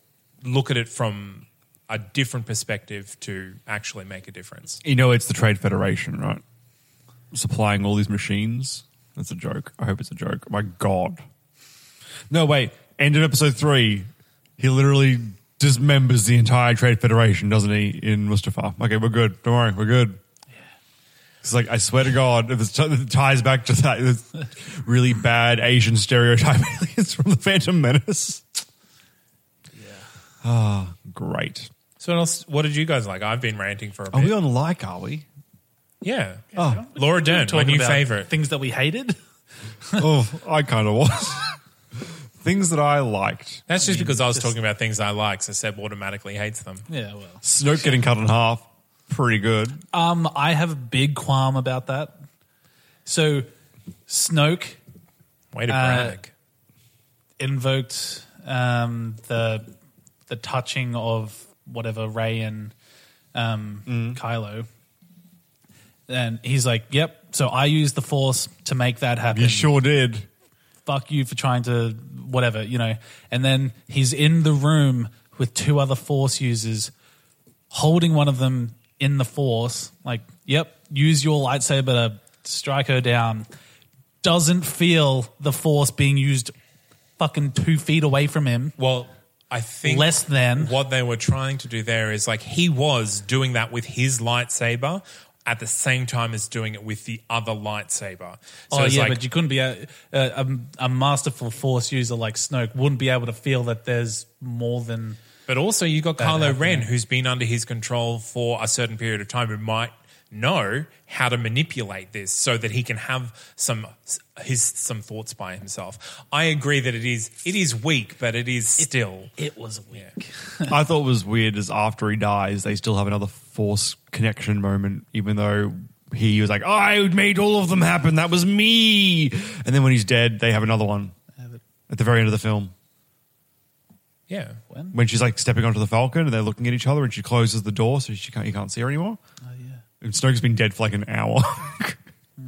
[SPEAKER 1] look at it from a different perspective to actually make a difference.
[SPEAKER 2] You know, it's the Trade Federation, right? Supplying all these machines. That's a joke. I hope it's a joke. My God. No, wait. End of episode three. He literally dismembers the entire Trade Federation, doesn't he, in Mustafar? Okay, we're good. Don't worry. We're good. It's like, I swear to God, if it's- it ties back to that this really bad Asian stereotype aliens from the Phantom Menace. Yeah. Ah, great.
[SPEAKER 1] So, what else? What did you guys like? I've been ranting for a
[SPEAKER 3] Oh,
[SPEAKER 2] Are
[SPEAKER 1] bit.
[SPEAKER 2] we on like, are we?
[SPEAKER 1] yeah.
[SPEAKER 2] Oh.
[SPEAKER 1] Laura Dern, my
[SPEAKER 3] Talking
[SPEAKER 1] new
[SPEAKER 3] about
[SPEAKER 1] favorite.
[SPEAKER 3] Things that we hated.
[SPEAKER 2] oh, I kind of was. Things that I liked.
[SPEAKER 1] That's just because I was talking about things I like, so Seb automatically hates them.
[SPEAKER 3] Yeah, well.
[SPEAKER 2] Snoke getting cut in half. Pretty good.
[SPEAKER 3] Um, I have a big qualm about that. So, Snoke
[SPEAKER 1] Way to
[SPEAKER 3] Uh,
[SPEAKER 1] brag.
[SPEAKER 3] invoked um, the the touching of whatever Ray and um, Kylo, and he's like, "Yep." So I used the Force to make that happen.
[SPEAKER 2] You sure did.
[SPEAKER 3] fuck you for trying to whatever, you know. And then he's in the room with two other force users, holding one of them in the force, like, yep, use your lightsaber to strike her down. Doesn't feel the force being used fucking two feet away from him.
[SPEAKER 1] Well, I think
[SPEAKER 3] Less than.
[SPEAKER 1] what they were trying to do there is like he was doing that with his lightsaber at the same time as doing it with the other lightsaber. So
[SPEAKER 3] oh
[SPEAKER 1] it's
[SPEAKER 3] yeah,
[SPEAKER 1] like
[SPEAKER 3] but you couldn't be a, a a a masterful force user like Snoke wouldn't be able to feel that there's more than
[SPEAKER 1] But also, you got Carlo Ren, who's been under his control for a certain period of time, who might know how to manipulate this so that he can have some his some thoughts by himself. I agree that it is it is weak, but it is still
[SPEAKER 3] it was weird.
[SPEAKER 2] I thought was weird is after he dies, they still have another force connection moment, even though he was like, I made all of them happen. That was me. And then when he's dead, they have another one at the very end of the film.
[SPEAKER 1] yeah.
[SPEAKER 3] When?
[SPEAKER 2] When she's like stepping onto the Falcon and they're looking at each other and she closes the door so she can't, you can't see her anymore.
[SPEAKER 3] Oh, yeah.
[SPEAKER 2] And Snoke's been dead for like an hour.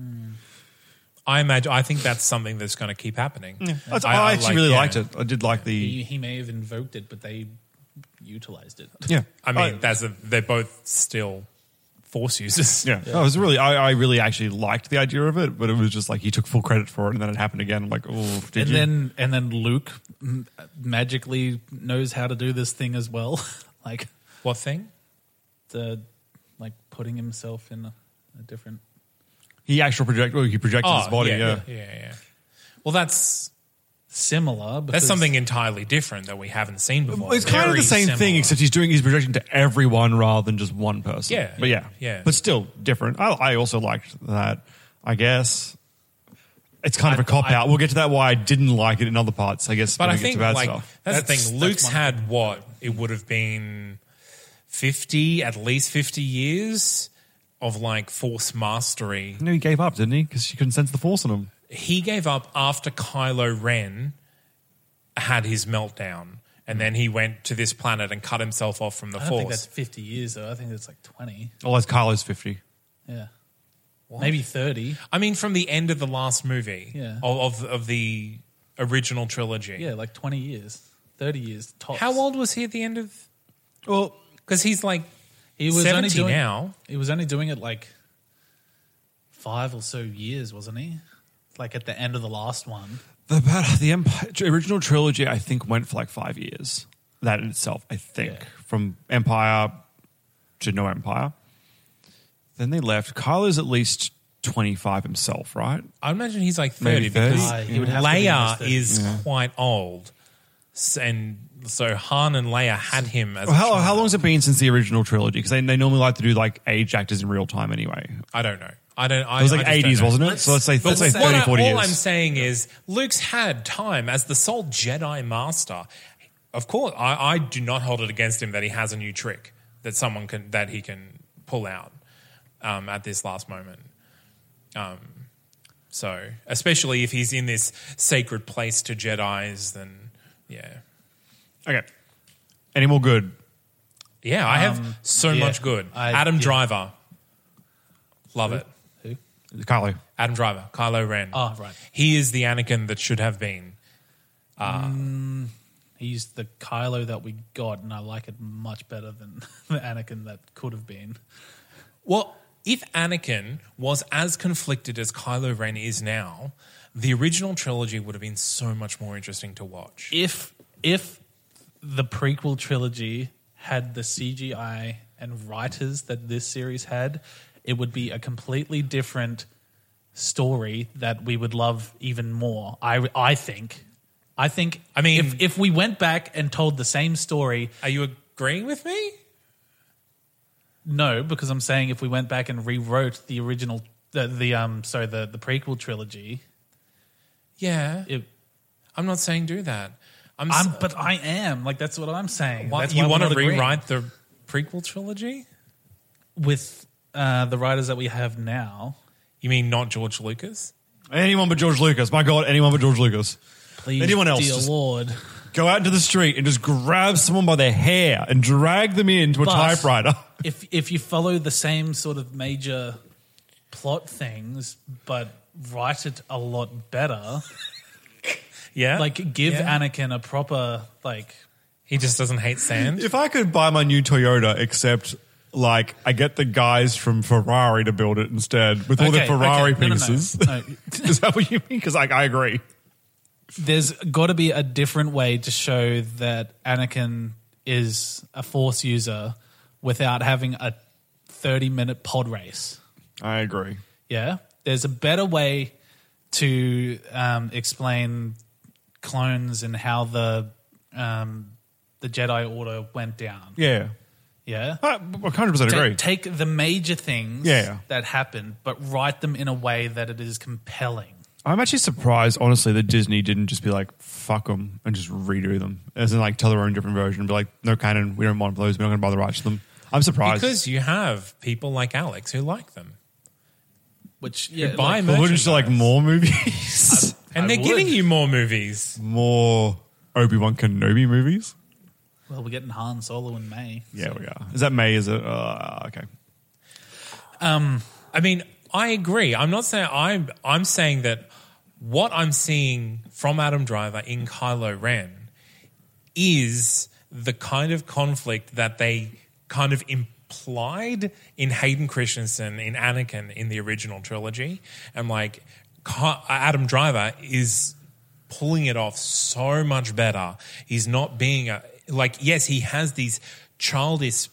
[SPEAKER 1] I imagine I think that's something that's going to keep happening.
[SPEAKER 2] I, I actually
[SPEAKER 1] like-
[SPEAKER 2] really
[SPEAKER 1] yeah.
[SPEAKER 2] liked it. I did like the
[SPEAKER 3] He, he may have invoked it, but they utilized it.
[SPEAKER 2] yeah.
[SPEAKER 1] I mean, that's a, they're both still force users.
[SPEAKER 2] yeah. I was really, I, I really actually liked the idea of it, but it was just like he took full credit for it, and then it happened again. I'm like, oh, did
[SPEAKER 3] and
[SPEAKER 2] you?
[SPEAKER 3] then and then Luke m- magically knows how to do this thing as well, like
[SPEAKER 1] What thing?
[SPEAKER 3] the like putting himself in a, a different.
[SPEAKER 2] he actual project, well, he projected his body. Yeah,
[SPEAKER 1] Oh, yeah, yeah, yeah. Well, that's
[SPEAKER 3] Similar, because
[SPEAKER 1] that's something entirely different that we haven't seen before.
[SPEAKER 2] It's kind of
[SPEAKER 1] Very
[SPEAKER 2] the same thing,
[SPEAKER 1] similar.
[SPEAKER 2] except he's doing he's projecting to everyone rather than just one person.
[SPEAKER 1] Yeah.
[SPEAKER 2] but yeah,
[SPEAKER 1] Yeah.
[SPEAKER 2] but still different. I, I also liked that. I guess it's kind of a cop out. We'll get to that. Why I didn't like it in other parts. I guess.
[SPEAKER 1] But
[SPEAKER 2] when
[SPEAKER 1] I
[SPEAKER 2] we get
[SPEAKER 1] think
[SPEAKER 2] to bad
[SPEAKER 1] like
[SPEAKER 2] stuff.
[SPEAKER 1] that's, the
[SPEAKER 3] That's-
[SPEAKER 1] thing.
[SPEAKER 3] that's
[SPEAKER 1] Luke's
[SPEAKER 3] one
[SPEAKER 1] had what it would have been fifty, at least fifty years of like force mastery.
[SPEAKER 2] no, he gave up, didn't he? Because she couldn't sense the force in him.
[SPEAKER 1] He gave up after Kylo Ren had his meltdown, and then he went to this planet and cut himself off from the
[SPEAKER 3] I don't think that's
[SPEAKER 1] force.
[SPEAKER 3] fifty years though. I think it's like twenty.
[SPEAKER 2] Oh, that's Kylo's fifty.
[SPEAKER 3] Yeah, maybe thirty.
[SPEAKER 1] I mean, from the end of the last movie
[SPEAKER 3] Yeah.
[SPEAKER 1] of, of of the original trilogy.
[SPEAKER 3] Yeah, like twenty years, thirty years tops.
[SPEAKER 1] How old was he at the end of?
[SPEAKER 3] Well,
[SPEAKER 1] Because he's like
[SPEAKER 3] he was only
[SPEAKER 1] seventy
[SPEAKER 3] doing,
[SPEAKER 1] now.
[SPEAKER 3] He was only doing it like five or so years, wasn't he? Like at the end of the last one.
[SPEAKER 2] The Bat- the Empire original trilogy, I think, went for like five years. That in itself, I think,
[SPEAKER 3] Yeah.
[SPEAKER 2] from Empire to No Empire. Then they left. Kylo's at least twenty five himself, right?
[SPEAKER 1] I imagine he's like
[SPEAKER 2] Maybe
[SPEAKER 1] thirty because
[SPEAKER 3] 30. Ah, he would have to be in his
[SPEAKER 1] Leia
[SPEAKER 3] 30s.
[SPEAKER 1] is quite old, S- and so Han and Leia had him as. a
[SPEAKER 2] Well, how, how
[SPEAKER 1] child.
[SPEAKER 2] long's it been since the original trilogy? Because they, they normally like to do like age actors in real time anyway.
[SPEAKER 1] I don't know. I don't. I,
[SPEAKER 2] It was like
[SPEAKER 1] I just don't
[SPEAKER 2] eighties,
[SPEAKER 1] know.
[SPEAKER 2] wasn't it? So let's say let's say
[SPEAKER 1] what
[SPEAKER 2] 30,
[SPEAKER 1] I-
[SPEAKER 2] 40
[SPEAKER 1] all
[SPEAKER 2] years.
[SPEAKER 1] I'm saying is Luke's had time as the sole Jedi Master. Of course, I, I do not hold it against him that he has a new trick that someone can that he can pull out um, at this last moment. Um, so, especially if he's in this sacred place to Jedi's, then yeah,
[SPEAKER 2] okay. Any more good?
[SPEAKER 1] yeah. I
[SPEAKER 2] Um,
[SPEAKER 1] have so
[SPEAKER 3] yeah,
[SPEAKER 1] much good.
[SPEAKER 3] I-
[SPEAKER 1] Adam
[SPEAKER 3] yeah.
[SPEAKER 1] Driver, love it.
[SPEAKER 3] Who?
[SPEAKER 2] Kylo.
[SPEAKER 1] Adam Driver, Kylo Ren.
[SPEAKER 3] Oh, right.
[SPEAKER 1] He is the Anakin that should have been.
[SPEAKER 3] He's the Kylo that we got, and I like it much better than the Anakin that could have been.
[SPEAKER 1] Well, if Anakin was as conflicted as Kylo Ren is now, the original trilogy would have been so much more interesting to watch.
[SPEAKER 3] If if the prequel trilogy had the CGI and writers that this series had, it would be a completely different story that we would love even more. I I think. I think.
[SPEAKER 1] I mean-
[SPEAKER 3] if if we went back and told the same story
[SPEAKER 1] Are you agreeing with me?
[SPEAKER 3] No, because I'm saying if we went back and rewrote the original, the, the um, sorry, the the prequel trilogy,
[SPEAKER 1] Yeah.
[SPEAKER 3] it,
[SPEAKER 1] I'm not saying do that. I'm, s-
[SPEAKER 3] I'm, but I am like that's what I'm saying.
[SPEAKER 1] why-
[SPEAKER 3] That's why
[SPEAKER 1] you
[SPEAKER 3] I'm
[SPEAKER 1] want
[SPEAKER 3] not
[SPEAKER 1] to
[SPEAKER 3] agreeing.
[SPEAKER 1] rewrite the prequel trilogy?
[SPEAKER 3] with uh, the writers that we have now?
[SPEAKER 1] You mean not George Lucas?
[SPEAKER 2] Anyone but George Lucas. My God, anyone but George Lucas.
[SPEAKER 3] Please,
[SPEAKER 2] Anyone else?
[SPEAKER 3] dear
[SPEAKER 2] Just-
[SPEAKER 3] Lord,
[SPEAKER 2] Go out into the street and just grab someone by their hair and drag them into a
[SPEAKER 3] But-
[SPEAKER 2] typewriter.
[SPEAKER 3] if if you follow the same sort of major plot things, but write it a lot better,
[SPEAKER 1] Yeah.
[SPEAKER 3] like give
[SPEAKER 1] Yeah.
[SPEAKER 3] Anakin a proper like.
[SPEAKER 1] He just doesn't hate sand.
[SPEAKER 2] If I could buy my new Toyota, except like I get the guys from Ferrari to build it instead with all the
[SPEAKER 3] Okay, okay,
[SPEAKER 2] Ferrari
[SPEAKER 3] no, no, no,
[SPEAKER 2] pieces.
[SPEAKER 3] no.
[SPEAKER 2] Is that what you mean? Because like I agree.
[SPEAKER 3] there's got to be a different way to show that Anakin is a Force user without having a 30 minute pod race.
[SPEAKER 2] I agree.
[SPEAKER 3] Yeah. There's a better way to um, explain clones and how the um, the Jedi Order went down.
[SPEAKER 2] Yeah,
[SPEAKER 3] Yeah.
[SPEAKER 2] I one hundred percent
[SPEAKER 3] Ta-
[SPEAKER 2] agree.
[SPEAKER 3] take the major things
[SPEAKER 2] Yeah, yeah.
[SPEAKER 3] that happened, but write them in a way that it is compelling.
[SPEAKER 2] I'm actually surprised, honestly, that Disney didn't just be like fuck them and just redo them, as in like tell their own different version and be like, no canon, we don't want those, we're not going to bother rights to them. I'm surprised.
[SPEAKER 1] Because you have people like Alex who like them.
[SPEAKER 3] Which yeah,
[SPEAKER 1] buy
[SPEAKER 3] like-
[SPEAKER 2] Well, wouldn't you like more movies,
[SPEAKER 1] And
[SPEAKER 3] I
[SPEAKER 1] they're
[SPEAKER 3] would.
[SPEAKER 1] giving you more movies.
[SPEAKER 2] more Obi Wan Kenobi movies?
[SPEAKER 3] well, we're getting Han Solo in May.
[SPEAKER 2] Yeah, we are. Is that May? Is it? Uh, okay.
[SPEAKER 1] I mean, I agree. I'm not saying I'm. I'm saying that what I'm seeing from Adam Driver in Kylo Ren is the kind of conflict that they kind of implied in Hayden Christensen in Anakin in the original trilogy, and like Ky- Adam Driver is pulling it off so much better. He's not being a like yes, he has these childish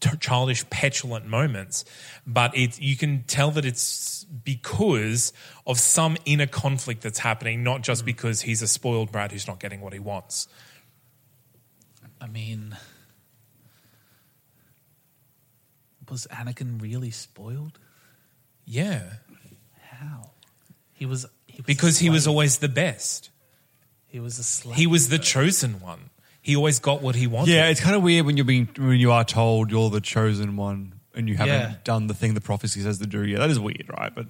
[SPEAKER 1] t- childish petulant moments, but it you can tell that it's because of some inner conflict that's happening, not just because he's a spoiled brat who's not getting what he wants.
[SPEAKER 3] I mean, was Anakin really spoiled?
[SPEAKER 1] Yeah,
[SPEAKER 3] How? He was, he was
[SPEAKER 1] because he was
[SPEAKER 3] a slave.
[SPEAKER 1] always the best.
[SPEAKER 3] he was a slave.
[SPEAKER 1] He was the chosen one. He always got what he wanted.
[SPEAKER 2] Yeah, it's kind of weird when you're being when you are told you're the chosen one and you haven't
[SPEAKER 3] Yeah.
[SPEAKER 2] done the thing the prophecy says to do. Yeah, that is weird, right? But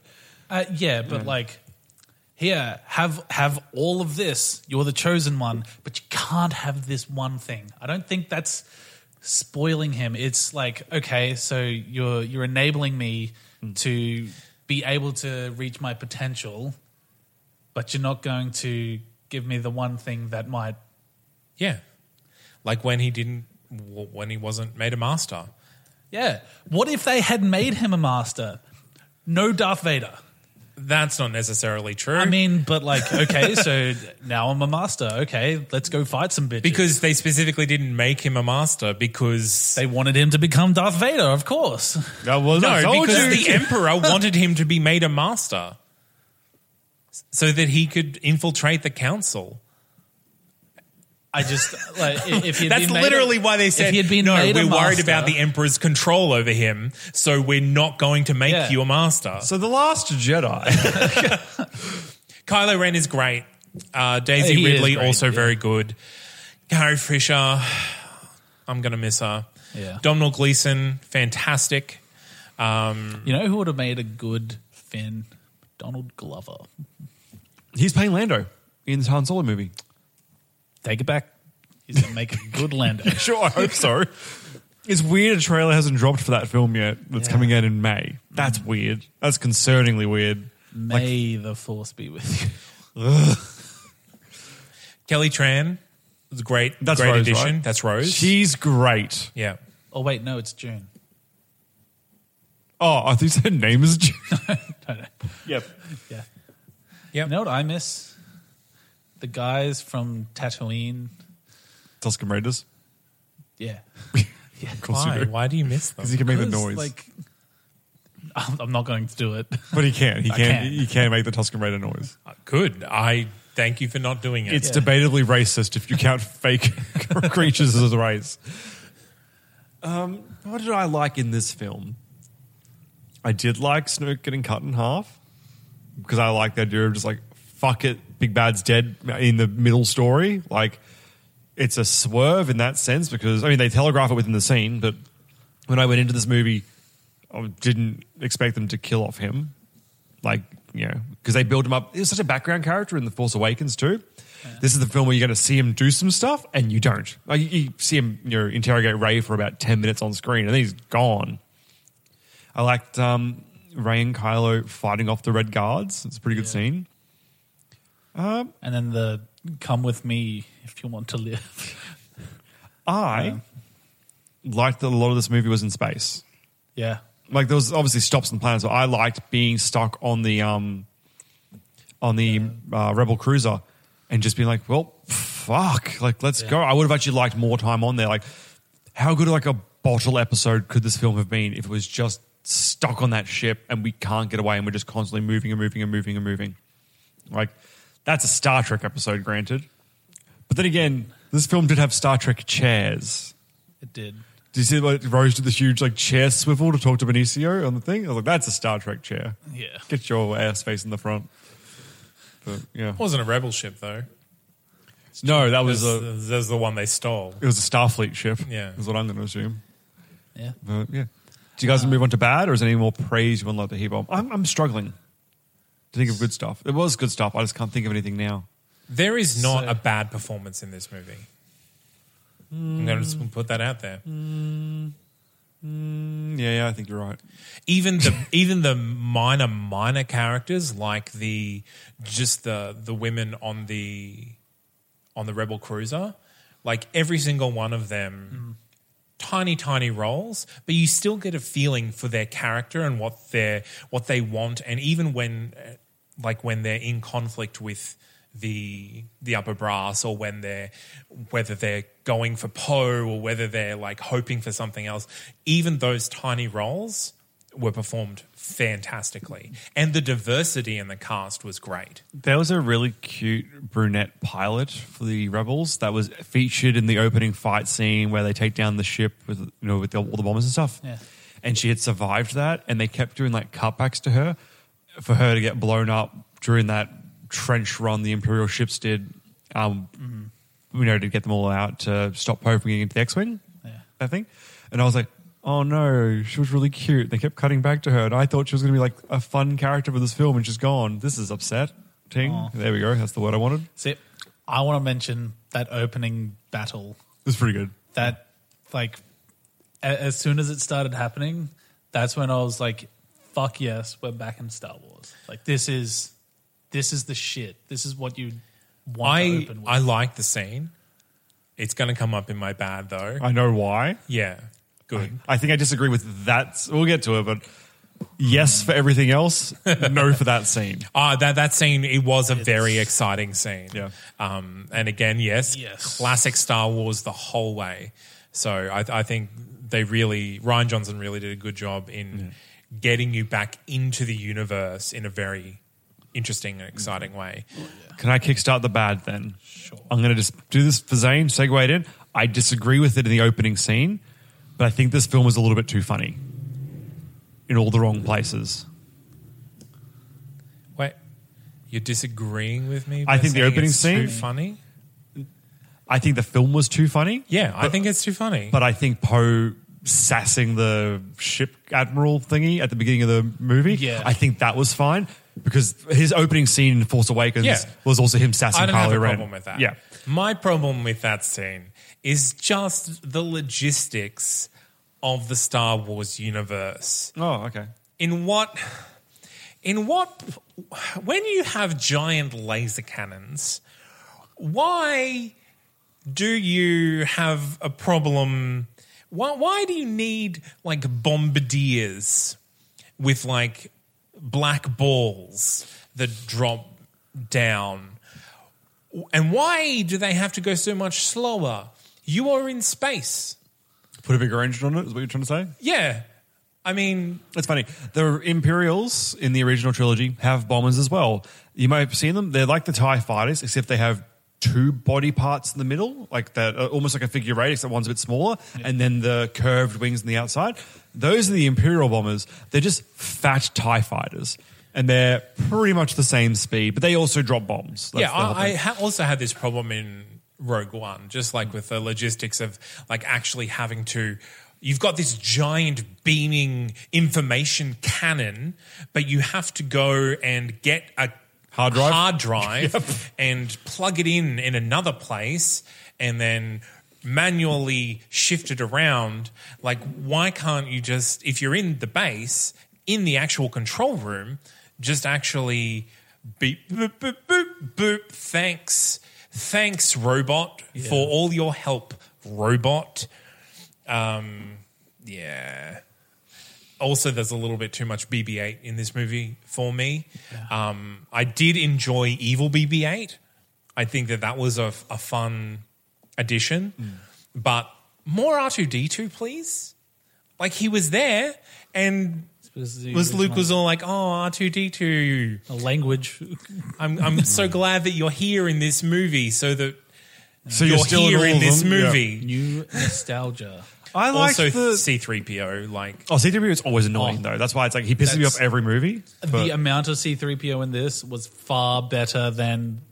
[SPEAKER 3] uh, yeah, but like here, have have all of this. You're the chosen one, but you can't have this one thing. I don't think that's
[SPEAKER 1] Hmm.
[SPEAKER 3] spoiling him. It's like okay, so you're you're enabling me to be able to reach my potential, but you're not going to give me the one thing that might.
[SPEAKER 1] Yeah. Like when he didn't, w- when he wasn't made a master.
[SPEAKER 3] Yeah. What if they had made him a master? No Darth Vader.
[SPEAKER 1] That's not necessarily true.
[SPEAKER 3] I mean, but like, okay, so now I'm a master. Okay, let's go fight some bitches.
[SPEAKER 1] because they specifically didn't make him a master because.
[SPEAKER 3] they wanted him to become Darth Vader, of course.
[SPEAKER 2] That was I
[SPEAKER 1] no,
[SPEAKER 2] told
[SPEAKER 1] because
[SPEAKER 2] you.
[SPEAKER 1] the emperor wanted him to be made a master so that he could infiltrate the council.
[SPEAKER 3] I just like i- if he'd
[SPEAKER 1] That's
[SPEAKER 3] been made
[SPEAKER 1] literally
[SPEAKER 3] a-
[SPEAKER 1] why they
[SPEAKER 3] if
[SPEAKER 1] said,
[SPEAKER 3] he'd been
[SPEAKER 1] no,
[SPEAKER 3] made a
[SPEAKER 1] we're worried
[SPEAKER 3] master-
[SPEAKER 1] about the emperor's control over him, so we're not going to make
[SPEAKER 3] Yeah.
[SPEAKER 1] you a master.
[SPEAKER 2] So the Last Jedi.
[SPEAKER 1] Kylo Ren is great. Uh, Daisy
[SPEAKER 3] He is
[SPEAKER 1] Ridley
[SPEAKER 3] great,
[SPEAKER 1] also
[SPEAKER 3] yeah.
[SPEAKER 1] very good. Carrie Fisher, I'm gonna miss her.
[SPEAKER 3] Yeah.
[SPEAKER 1] Domhnall Gleeson, fantastic. Um,
[SPEAKER 3] You know who would have made a good Finn? Donald Glover.
[SPEAKER 2] He's playing Lando in the Han Solo movie.
[SPEAKER 3] Take it back. He's gonna make a good Lando.
[SPEAKER 2] Sure, I hope so. It's weird a trailer hasn't dropped for that film yet. That's
[SPEAKER 3] Yeah.
[SPEAKER 2] coming out in May. That's weird. That's concerningly weird.
[SPEAKER 3] May the force be with you.
[SPEAKER 1] Kelly Tran, is a great,
[SPEAKER 2] That's
[SPEAKER 1] great
[SPEAKER 2] Rose,
[SPEAKER 1] addition.
[SPEAKER 2] right?
[SPEAKER 1] That's Rose.
[SPEAKER 2] She's great.
[SPEAKER 1] yeah.
[SPEAKER 3] Oh wait, no, it's June.
[SPEAKER 2] Oh, I think her name is June. yep.
[SPEAKER 3] Yeah.
[SPEAKER 1] Yep.
[SPEAKER 3] You know what I miss? The guys from Tatooine.
[SPEAKER 2] Tuscan Raiders.
[SPEAKER 3] Yeah.
[SPEAKER 2] Of course you
[SPEAKER 1] Why?
[SPEAKER 2] do.
[SPEAKER 1] Why do you miss them?
[SPEAKER 2] Because he can make the
[SPEAKER 3] 'Cause,
[SPEAKER 2] noise.
[SPEAKER 3] Like, I'm I'm not going to do it.
[SPEAKER 2] but he can. He
[SPEAKER 3] I
[SPEAKER 2] can,
[SPEAKER 3] can.
[SPEAKER 2] He can make the Tuscan Raider noise.
[SPEAKER 1] Uh, Good. I thank you for not doing it.
[SPEAKER 2] It's debatively racist if you count fake creatures as a race. Um, what did I like in this film? I did like Snoke getting cut in half because I like the idea of just like fuck it, Big Bad's dead in the middle story. Like it's a swerve in that sense because I mean they telegraph it within the scene, but when I went into this movie, I didn't expect them to kill off him. Like you know, because they build him up. He was such a background character in The Force Awakens too. This is the film where you're going to see him do some stuff, and you don't. Like you- you see him, you know, interrogate Ray for about ten minutes on screen, and then he's gone. I liked um, Ray and Kylo fighting off the Red Guards. It's a pretty good scene.
[SPEAKER 3] And then the come with me if you want to live.
[SPEAKER 2] I liked that a lot of this movie was in space.
[SPEAKER 3] Yeah.
[SPEAKER 2] Like there was obviously stops and planets, but I liked being stuck on the um, on the uh, Rebel cruiser and just being like, well, fuck, like let's go. I would have actually liked more time on there. Like, how good like a bottle episode could this film have been if it was just stuck on that ship and we can't get away and we're just constantly moving and moving and moving and moving. Like, that's a Star Trek episode, granted. But then again, this film did have Star Trek chairs.
[SPEAKER 3] It did.
[SPEAKER 2] Do you see like Rose did the huge like chair swivel to talk to Benicio on the thing? I was like, that's a Star Trek chair.
[SPEAKER 3] Yeah.
[SPEAKER 2] Get your ass face in the front. But yeah.
[SPEAKER 1] it wasn't a rebel ship though.
[SPEAKER 2] No, that
[SPEAKER 1] There's,
[SPEAKER 2] was a
[SPEAKER 1] the, there's the one they stole.
[SPEAKER 2] it was a Starfleet ship.
[SPEAKER 1] Yeah.
[SPEAKER 2] Is what I'm gonna assume.
[SPEAKER 3] Yeah.
[SPEAKER 2] But yeah. Do you guys want to move on to bad or is there any more praise you want to let the heap on? I'm I'm struggling to think of good stuff. It was good stuff. I just can't think of anything now.
[SPEAKER 1] There is not
[SPEAKER 3] So-
[SPEAKER 1] a bad performance in this movie. I'm going to just put that out there.
[SPEAKER 2] Mm, yeah, yeah, I think you're right.
[SPEAKER 1] even the even the minor minor characters like the just the the women on the on the rebel cruiser like every single one of them tiny tiny roles but you still get a feeling for their character and what they what they want and even when uh, like when they're in conflict with the the upper brass or when they're whether they're going for Poe or whether they're like hoping for something else even those tiny roles were performed fantastically and the diversity in the cast was great
[SPEAKER 2] There was a really cute brunette pilot for the rebels that was featured in the opening fight scene where they take down the ship with you know with the, all the bombers and stuff.
[SPEAKER 3] Yeah.
[SPEAKER 2] And she had survived that, and they kept doing like cutbacks to her for her to get blown up during that trench run the Imperial ships did. Um, You know, to get them all out to stop Poe from getting into the X-wing.
[SPEAKER 3] Yeah.
[SPEAKER 2] I think. And I was like, oh no, she was really cute. They kept cutting back to her, and I thought she was going to be like a fun character for this film, and she's gone. This is upset. Ting. There we go. That's the word I wanted.
[SPEAKER 3] See, I want to mention that opening battle.
[SPEAKER 2] It's pretty good.
[SPEAKER 3] That, like, a- as soon as it started happening, that's when I was like, fuck yes, we're back in Star Wars. Like this is this is the shit. This is what you want to
[SPEAKER 1] I
[SPEAKER 3] open with.
[SPEAKER 1] I like the scene. It's going to come up in my bad though.
[SPEAKER 2] I know why.
[SPEAKER 1] yeah, good.
[SPEAKER 2] I think I disagree with that. We'll get to it, but yes for everything else, no for that scene.
[SPEAKER 1] Ah, that that scene it was a very exciting scene.
[SPEAKER 2] Yeah.
[SPEAKER 1] Um, and again, yes,
[SPEAKER 3] Yes.
[SPEAKER 1] classic Star Wars the whole way. So I, I think they really Ryan Johnson really did a good job in getting you back into the universe in a very interesting and exciting
[SPEAKER 2] Mm-hmm.
[SPEAKER 1] way.
[SPEAKER 2] Can I kickstart the bad then? Sure. I'm going to just do this for Zane, segue it in. I disagree with it in the opening scene, but I think this film was a little bit too funny in all the wrong places.
[SPEAKER 1] Wait, you're disagreeing with me?
[SPEAKER 2] I
[SPEAKER 1] by
[SPEAKER 2] think the
[SPEAKER 1] saying
[SPEAKER 2] opening
[SPEAKER 1] it's too
[SPEAKER 2] scene-
[SPEAKER 1] funny.
[SPEAKER 2] I think the film was too funny.
[SPEAKER 1] Yeah, I think it's too funny.
[SPEAKER 2] But I think Poe sassing the ship admiral thingy at the beginning of the movie,
[SPEAKER 3] Yeah.
[SPEAKER 2] I think that was fine because his opening scene in Force Awakens
[SPEAKER 1] Yeah.
[SPEAKER 2] was also him sassing
[SPEAKER 1] I don't
[SPEAKER 2] Kylo
[SPEAKER 1] have a
[SPEAKER 2] Ren.
[SPEAKER 1] problem with that.
[SPEAKER 2] Yeah.
[SPEAKER 1] My problem with that scene is just the logistics of the Star Wars universe.
[SPEAKER 2] Oh, okay.
[SPEAKER 1] In what in what when you have giant laser cannons, why do you have a problem? Why, why do you need like bombardiers with like black balls that drop down? And why do they have to go so much slower? You are in space.
[SPEAKER 2] Put a bigger engine on it, is what you're trying to say?
[SPEAKER 1] Yeah. I mean,
[SPEAKER 2] It's funny. The Imperials in the original trilogy have bombers as well. You may have seen them. They're like the TIE fighters, except they have two body parts in the middle, like that, uh, almost like a figure eight, except one's a bit smaller, and then the curved wings on the outside. Those are the Imperial bombers. They're just fat TIE fighters, and they're pretty much the same speed, but they also drop bombs. That's
[SPEAKER 1] yeah,
[SPEAKER 2] the whole
[SPEAKER 1] I, I
[SPEAKER 2] thing.
[SPEAKER 1] ha- also had this problem in Rogue One, just like with the logistics of like actually having to. You've got this giant beaming information cannon, but you have to go and get a
[SPEAKER 2] Hard drive?
[SPEAKER 1] hard drive and plug it in in another place, and then manually shift it around. Like, why can't you just if you're in the base in the actual control room, just actually beep, boop, boop, boop, boop. Thanks. Thanks, robot, for all your help, robot. Um, yeah. Also, there's a little bit too much BB 8 in this movie for me. Um, I did enjoy Evil BB 8. I think that that was a, a fun addition.
[SPEAKER 2] Hmm.
[SPEAKER 1] But more R2 D2, please. Like, he was there, and
[SPEAKER 3] was the
[SPEAKER 1] was Luke
[SPEAKER 3] original-
[SPEAKER 1] was all like, oh, R2 D2.
[SPEAKER 3] a language.
[SPEAKER 1] I'm
[SPEAKER 2] Hmm.
[SPEAKER 1] I'm so glad that you're here in this movie, so that
[SPEAKER 2] so
[SPEAKER 1] you're,
[SPEAKER 2] in
[SPEAKER 1] here
[SPEAKER 2] all
[SPEAKER 1] in,
[SPEAKER 2] of
[SPEAKER 1] this
[SPEAKER 2] them. Yeah.
[SPEAKER 1] movie.
[SPEAKER 3] New nostalgia.
[SPEAKER 2] I like
[SPEAKER 1] also,
[SPEAKER 2] the.
[SPEAKER 1] C three PO like
[SPEAKER 2] Oh, C-3PO is always annoying though. That's why it's like he pisses me
[SPEAKER 3] That's-
[SPEAKER 2] off every movie. but-
[SPEAKER 3] the amount of C3PO in this was far better than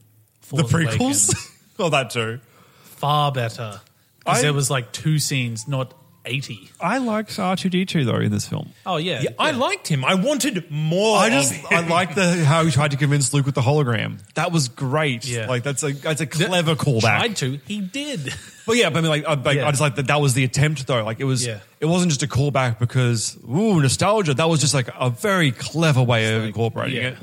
[SPEAKER 3] Force Awakens.
[SPEAKER 2] oh, that too.
[SPEAKER 3] Far better.
[SPEAKER 2] I-
[SPEAKER 3] Because there was like two scenes, not 80.
[SPEAKER 2] I liked R two D two though in this film.
[SPEAKER 3] Oh, yeah.
[SPEAKER 1] Yeah, I liked him. I wanted more.
[SPEAKER 2] I
[SPEAKER 1] of
[SPEAKER 2] just
[SPEAKER 1] him.
[SPEAKER 2] I like the how he tried to convince Luke with the hologram. That was great.
[SPEAKER 3] Yeah.
[SPEAKER 2] like that's a that's a clever callback.
[SPEAKER 3] Tried to. He did.
[SPEAKER 2] But yeah, but I mean, like, I, like,
[SPEAKER 3] Yeah.
[SPEAKER 2] I just like that. That was the attempt, though. Like, it was,
[SPEAKER 3] Yeah.
[SPEAKER 2] it wasn't just a callback because ooh, nostalgia. That was just like a very clever way of incorporating
[SPEAKER 3] yeah.
[SPEAKER 2] it.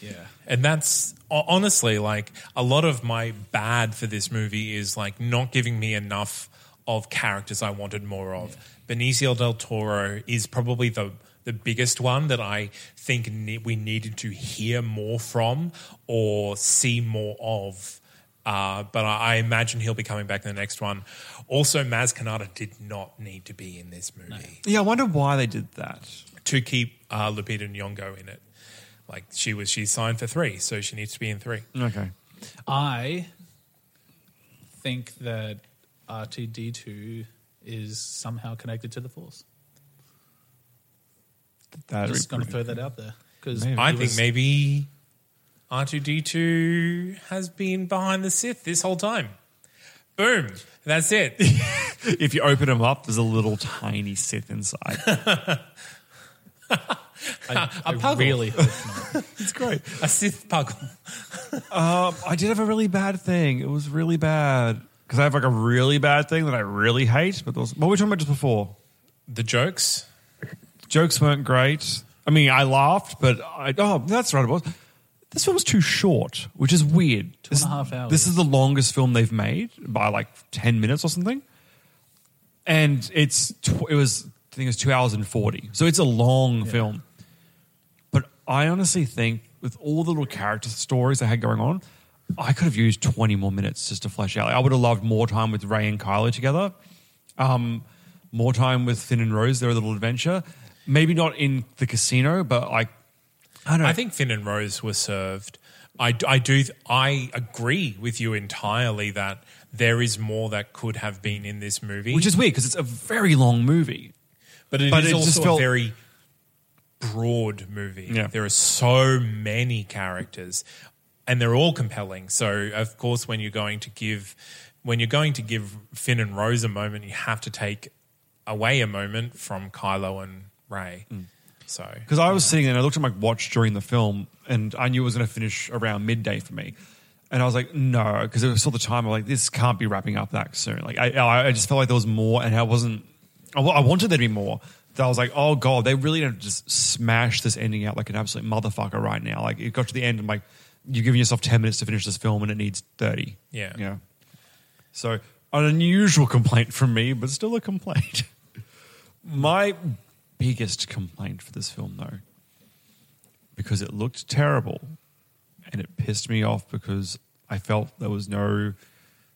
[SPEAKER 3] Yeah.
[SPEAKER 1] and that's ho- honestly like a lot of my bad for this movie is like not giving me enough of characters I wanted more of. Benicio del Toro is probably the the biggest one that I think ne- we needed to hear more from or see more of. Uh, but I, I imagine he'll be coming back in the next one. Also, Maz Kanata did not need to be in this movie
[SPEAKER 2] Yeah, I wonder why they did that.
[SPEAKER 1] to keep uh, Lupita Nyong'o in it. Like she was, she signed for three, so she needs to be in three.
[SPEAKER 2] Okay,
[SPEAKER 3] I think that R2D2 is somehow connected to the Force.
[SPEAKER 2] that
[SPEAKER 3] I'm just going to throw that out there. Because
[SPEAKER 1] I think maybe R two D two has been behind the Sith this whole time. Boom, that's it.
[SPEAKER 2] if you open them up, there's a little tiny Sith inside.
[SPEAKER 3] I, I
[SPEAKER 1] puggle.
[SPEAKER 3] really hope not.
[SPEAKER 2] it's great.
[SPEAKER 1] A Sith puggle.
[SPEAKER 2] Um, I did have a really bad thing. It was really bad because I have like a really bad thing that I really hate. But those, what were we talking about just before?
[SPEAKER 1] The jokes.
[SPEAKER 2] Jokes weren't great. I mean, I laughed, but I, oh, that's right. It was. This film's too short, which is weird. Two
[SPEAKER 3] and a half hours.
[SPEAKER 2] This is the longest film they've made by like ten minutes or something, and it's tw- it was I think it was two hours and forty, so it's a long film. But I honestly think with all the little character stories I had going on, I could have used 20 more minutes just to flesh out. Like, I would have loved more time with Ray and Kylo together, um, more time with Finn and Rose, their little adventure. Maybe not in the casino, but like, I don't know.
[SPEAKER 1] I think Finn and Rose were served. I, I do. I agree with you entirely that there is more that could have been in this movie,
[SPEAKER 2] which is weird because it's a very long movie.
[SPEAKER 1] but it is
[SPEAKER 2] but it just
[SPEAKER 1] also
[SPEAKER 2] felt-
[SPEAKER 1] a very broad movie.
[SPEAKER 2] Yeah.
[SPEAKER 1] There are so many characters, and they're all compelling. So of course, when you're going to give when you're going to give Finn and Rose a moment, you have to take away a moment from Kylo and Ray.
[SPEAKER 2] Mm.
[SPEAKER 1] So
[SPEAKER 2] Because I was sitting there and I looked at my watch during the film and I knew it was going to finish around midday for me. And I was like, no, because it was still the time. I'm like, this can't be wrapping up that soon. Like, I- I, I just felt like there was more and I wasn't, I, wa- I wanted there to be more. That I was like, oh God, they really don't just smash this ending out like an absolute motherfucker right now. Like, it got to the end and like, you're giving yourself 10 minutes to finish this film and it needs 30.
[SPEAKER 1] Yeah.
[SPEAKER 2] Yeah. So, an unusual complaint from me, but still a complaint. My biggest complaint for this film, though, because it looked terrible and it pissed me off because I felt there was no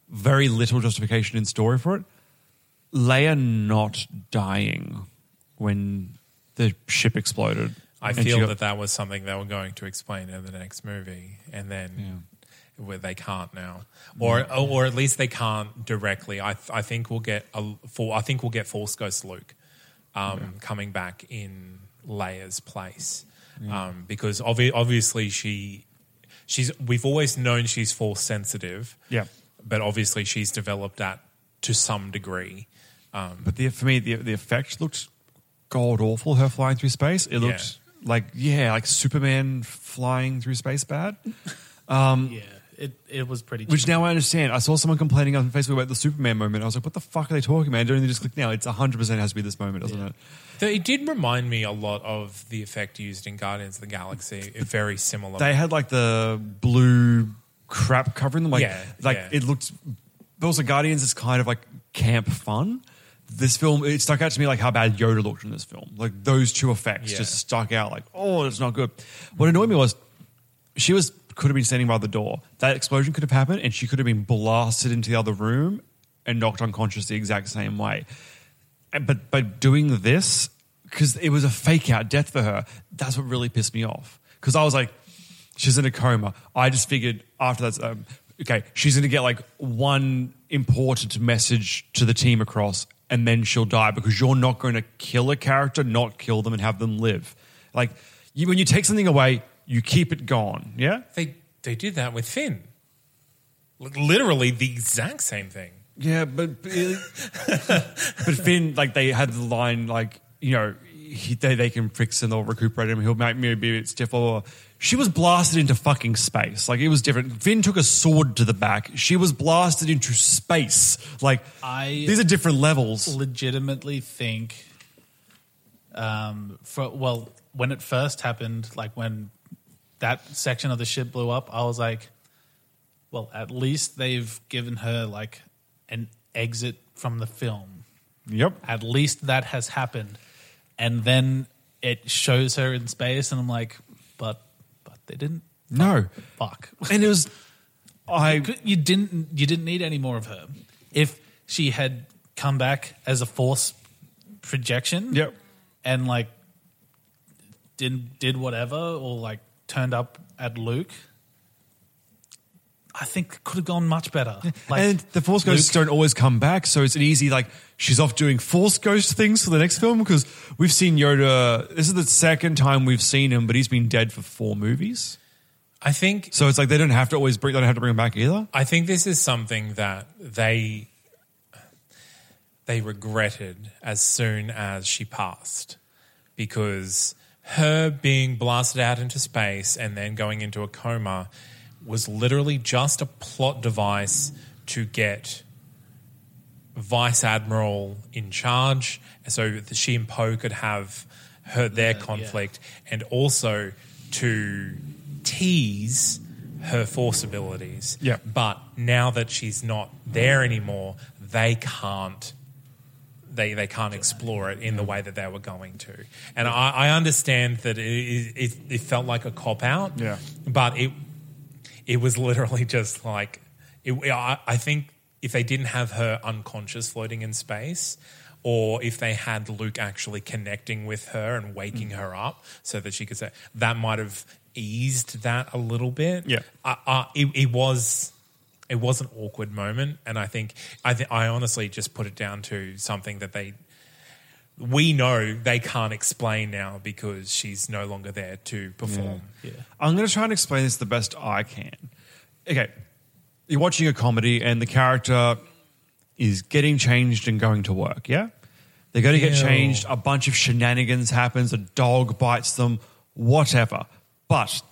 [SPEAKER 2] very little justification in story for it. Leia not dying when the ship exploded.
[SPEAKER 1] I
[SPEAKER 2] And she
[SPEAKER 1] feel
[SPEAKER 2] got-
[SPEAKER 1] that that was something they were going to explain in the next movie, and then where they can't now, or or at least they can't directly. I I think we'll get a for I think we'll get Force Ghost Luke um, coming back in Leia's place um, because obvi- obviously she she's we've always known she's force sensitive,
[SPEAKER 2] Yeah.
[SPEAKER 1] but obviously she's developed that to some degree.
[SPEAKER 2] But the, for me, the the effect looked god awful. Her flying through space, it looked like yeah, like Superman flying through space bad.
[SPEAKER 3] yeah, it it was pretty.
[SPEAKER 2] Which
[SPEAKER 3] cheap.
[SPEAKER 2] now I understand. I saw someone complaining on Facebook about the Superman moment. I was like, what the fuck are they talking about? Don't they just click now? It's hundred percent has to be this moment, doesn't it?
[SPEAKER 1] Though it did remind me a lot of the effect used in Guardians of the Galaxy, very similar.
[SPEAKER 2] They had like the blue crap covering them. Like,
[SPEAKER 1] Yeah,
[SPEAKER 2] like
[SPEAKER 1] yeah.
[SPEAKER 2] it looked. Also, Guardians is kind of like camp fun. This film, it stuck out to me like how bad Yoda looked in this film. Like those two effects
[SPEAKER 1] Yeah.
[SPEAKER 2] just stuck out. Like, oh, it's not good. What annoyed me was she was could have been standing by the door. That explosion could have happened, and she could have been blasted into the other room and knocked unconscious the exact same way. And- But but doing this because it was a fake out death for her. That's what really pissed me off because I was like, she's in a coma. I just figured after that, um, okay, she's going to get like one important message to the team across, and then she'll die because you're not going to kill a character, not kill them, and have them live. Like you, when you take something away, you keep it gone. Yeah,
[SPEAKER 1] They they did that with Finn. Like, literally the exact same thing.
[SPEAKER 2] yeah, but but Finn, like they had the line, like you know, he, they they can fix and they'll recuperate him. He'll make me a bit stiff. Blah, blah, blah. She was blasted into fucking space. Like it was different. Finn took a sword to the back. She was blasted into space. Like
[SPEAKER 3] I-
[SPEAKER 2] these are different levels.
[SPEAKER 3] legitimately think um for well when it first happened like when that section of the ship blew up i was like well at least they've given her like an exit from the film
[SPEAKER 2] Yep.
[SPEAKER 3] at least that has happened and then it shows her in space and i'm like but but they didn't
[SPEAKER 2] No.
[SPEAKER 3] fuck
[SPEAKER 2] And it was. I
[SPEAKER 3] could- you didn't you didn't need any more of her. If she had come back as a force projection,
[SPEAKER 2] Yep.
[SPEAKER 3] and like did did whatever or like turned up at Luke, I think it could have gone much better. Like,
[SPEAKER 2] and the Force Ghosts don't always come back, so it's an easy like she's off doing Force Ghost things for the next film because we've seen Yoda. This is the second time we've seen him, but he's been dead for four movies.
[SPEAKER 1] I think
[SPEAKER 2] So it's like they don't have to always bring. They don't have to bring him back either.
[SPEAKER 1] I think this is something that they they regretted as soon as she passed because her being blasted out into space and then going into a coma was literally just a plot device to get vice admiral in charge so that she and Poe could have her their conflict and also to tease her force abilities.
[SPEAKER 2] Yeah.
[SPEAKER 1] But now that she's not there anymore, they can't they, they can't explore it in the way that they were going to. And I, I understand that it, it, it felt like a cop out,
[SPEAKER 2] Yeah.
[SPEAKER 1] but it it was literally just like it, I, I think if they didn't have her unconscious floating in space, or if they had Luke actually connecting with her and waking her up so that she could say that might have eased that a little bit.
[SPEAKER 2] Yeah.
[SPEAKER 1] uh, uh, it, it was it was an awkward moment, and I think I th- I honestly just put it down to something that they we know they can't explain now because she's no longer there to perform.
[SPEAKER 2] I'm going to try and explain this the best I can. Okay, you're watching a comedy and the character is getting changed and going to work, yeah? They go to get
[SPEAKER 1] Ew.
[SPEAKER 2] changed, a bunch of shenanigans happens, a dog bites them, whatever. But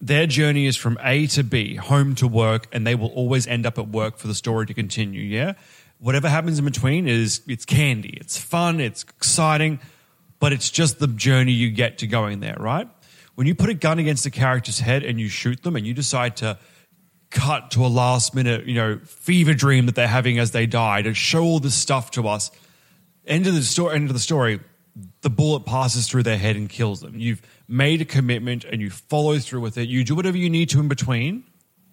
[SPEAKER 2] their journey is from A to B, home to work, and they will always end up at work for the story to continue, yeah? Whatever happens in between is it's candy, it's fun, it's exciting, but it's just the journey you get to going there, right? When you put a gun against a character's head and you shoot them and you decide to cut to a last minute, you know, fever dream that they're having as they die to show all this stuff to us. End of the story. End of the story. The bullet passes through their head and kills them. You've made a commitment and you follow through with it. You do whatever you need to in between,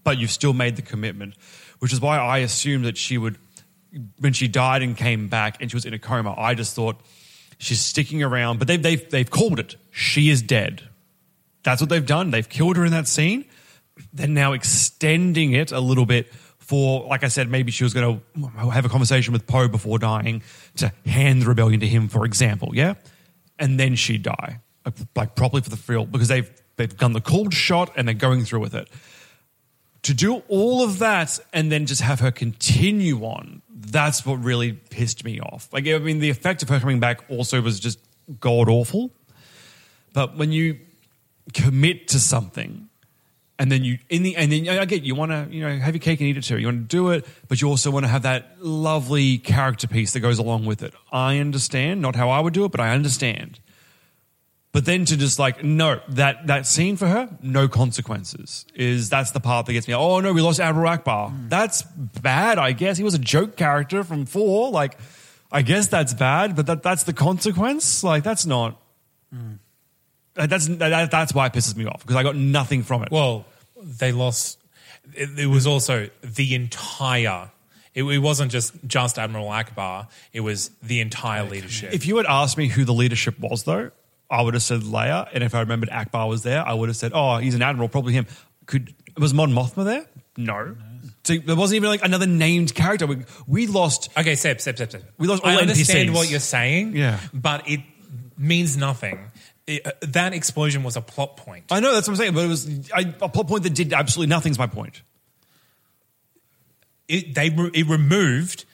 [SPEAKER 2] but you've still made the commitment, which is why I assumed that she would, when she died and came back and she was in a coma. I just thought she's sticking around, but they've they've, they've called it. She is dead. That's what they've done. They've killed her in that scene. They're now extending it a little bit for, like I said, maybe she was going to have a conversation with Poe before dying to hand the rebellion to him, for example. Yeah, and then she would die like, like properly for the thrill because they've they've done the cold shot and they're going through with it to do all of that and then just have her continue on that's what really pissed me off like i mean the effect of her coming back also was just god awful but when you commit to something and then you in the and then i get you want to you know have your cake and eat it too you want to do it but you also want to have that lovely character piece that goes along with it i understand not how i would do it but i understand but then to just like no that that scene for her no consequences is that's the part that gets me oh no we lost Admiral Akbar that's bad I guess he was a joke character from four like I guess that's bad but that that's the consequence like that's not that- that's that, that's why it pisses me off because I got nothing from it
[SPEAKER 1] Well, they lost. It, it was also the entire. It, it wasn't just just Admiral Akbar. It was the entire leadership.
[SPEAKER 2] If you had asked me who the leadership was, though, I would have said Leia. And if I remembered Akbar was there, I would have said, "Oh, he's an admiral, probably him." Could was Mon Mothma there? No. So there wasn't even like another named character. We, we lost.
[SPEAKER 1] okay, Seb, Seb, Seb, Seb.
[SPEAKER 2] We lost
[SPEAKER 1] I
[SPEAKER 2] all
[SPEAKER 1] understand
[SPEAKER 2] NPCs.
[SPEAKER 1] what you're saying.
[SPEAKER 2] Yeah.
[SPEAKER 1] but it means nothing. It- uh, that explosion was a plot point.
[SPEAKER 2] I know that's what I'm saying, but it was I, a plot point that did absolutely nothing's my point.
[SPEAKER 1] It, they re- it removed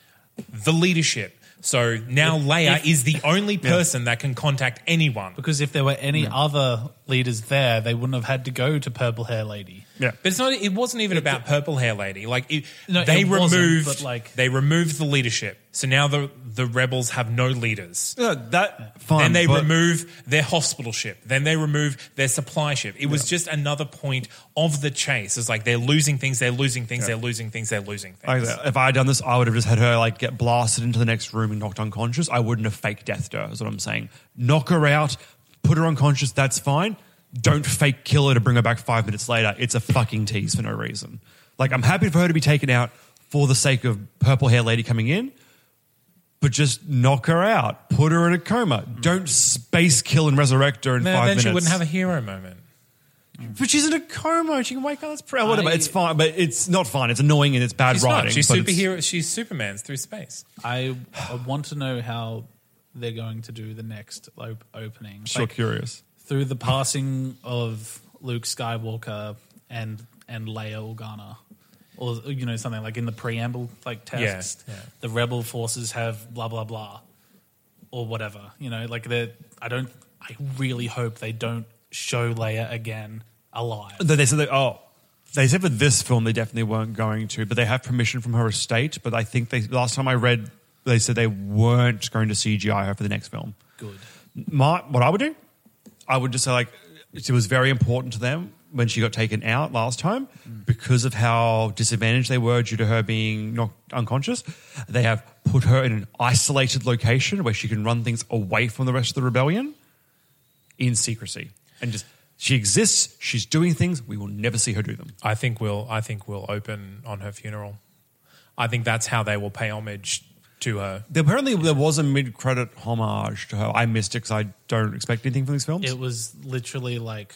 [SPEAKER 1] the leadership. So now Leia is the only person that can contact anyone.
[SPEAKER 3] Because if there were any other leaders there, they wouldn't have had to go to Purple Hair Lady.
[SPEAKER 2] Yeah.
[SPEAKER 1] But it's not. It wasn't even about purple hair lady. Like it,
[SPEAKER 3] No,
[SPEAKER 1] they
[SPEAKER 3] it
[SPEAKER 1] removed.
[SPEAKER 3] wasn't, but, like-
[SPEAKER 1] they removed the leadership. So now the the rebels have no leaders.
[SPEAKER 2] Yeah, Uh, that fine.
[SPEAKER 1] then they
[SPEAKER 2] but-
[SPEAKER 1] remove their hospital ship. Then they remove their supply ship. It was just another point of the chase. It's like they're losing things. They're losing things. They're losing things. They're losing things.
[SPEAKER 2] Like that. If I had done this, I would have just had her like get blasted into the next room and knocked unconscious. I wouldn't have fake deathed her. Is what I'm saying. Knock her out, put her unconscious. That's fine. Don't fake kill her to bring her back five minutes later. It's a fucking tease for no reason. Like I'm happy for her to be taken out for the sake of purple hair lady coming in, but just knock her out, put her in a coma. Don't space kill and resurrect her in
[SPEAKER 1] Then,
[SPEAKER 2] five
[SPEAKER 1] Mm. then
[SPEAKER 2] minutes.
[SPEAKER 1] she wouldn't have a hero moment.
[SPEAKER 2] but she's in a coma. She can wake up. That's pr- whatever.
[SPEAKER 3] I-
[SPEAKER 2] it's fine, but it's not fine. It's annoying and it's bad
[SPEAKER 1] She's
[SPEAKER 2] writing.
[SPEAKER 1] not. She's
[SPEAKER 2] but it's-
[SPEAKER 1] superhero. She's Superman's through space.
[SPEAKER 3] I, I want to know how they're going to do the next op- opening.
[SPEAKER 2] Sure,
[SPEAKER 3] Like,
[SPEAKER 2] curious.
[SPEAKER 3] through the passing of Luke Skywalker and and Leia Organa, or you know something like in the preamble, like text,
[SPEAKER 1] Yeah, yeah.
[SPEAKER 3] the rebel forces have blah blah blah, or whatever. You know, like they I don't. I really hope they don't show Leia again alive.
[SPEAKER 2] They they said that, oh, they said for this film they definitely weren't going to, but they have permission from her estate. But I think they last time I read, they said they weren't going to CGI her for the next film.
[SPEAKER 3] Good.
[SPEAKER 2] My what I would do, I would just say like it was very important to them when she got taken out last time because of how disadvantaged they were due to her being not unconscious. They have put her in an isolated location where she can run things away from the rest of the rebellion in secrecy and just she exists. She's doing things. We will never see her do them.
[SPEAKER 1] I think we'll I think we'll open on her funeral. I think that's how they will pay homage to her.
[SPEAKER 2] Apparently, there was a mid-credit homage to her. I missed it because I don't expect anything from these films.
[SPEAKER 3] It was literally like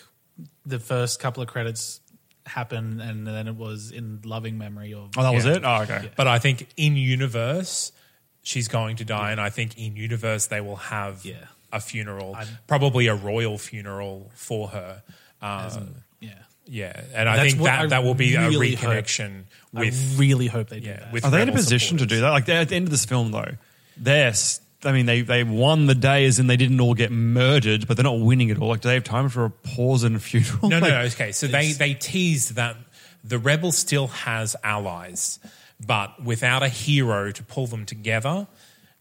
[SPEAKER 3] the first couple of credits happened, and then it was in loving memory of.
[SPEAKER 2] oh, that was
[SPEAKER 1] Yeah.
[SPEAKER 2] it. Oh, okay.
[SPEAKER 1] But I think in universe she's going to die and I think in universe they will have
[SPEAKER 3] Yeah.
[SPEAKER 1] a funeral, probably a royal funeral for her. Um,
[SPEAKER 3] yeah.
[SPEAKER 1] yeah, and I
[SPEAKER 3] That's
[SPEAKER 1] think
[SPEAKER 3] what
[SPEAKER 1] that
[SPEAKER 3] I
[SPEAKER 1] that will be
[SPEAKER 3] really
[SPEAKER 1] a
[SPEAKER 3] hope.
[SPEAKER 1] reconnection with
[SPEAKER 3] I really hope they do
[SPEAKER 1] yeah,
[SPEAKER 3] that.
[SPEAKER 1] with
[SPEAKER 2] Are they in a
[SPEAKER 1] rebel
[SPEAKER 2] position to
[SPEAKER 1] supporters.
[SPEAKER 2] do that? Like they're at the end of this film, though, they're. s- I mean, they they won the day, as in they didn't all get murdered, but they're not winning it all. Like, do they have time for a pause and funeral?
[SPEAKER 1] No,
[SPEAKER 2] Like,
[SPEAKER 1] no, no. Okay, so they they teased that the rebel still has allies, but without a hero to pull them together,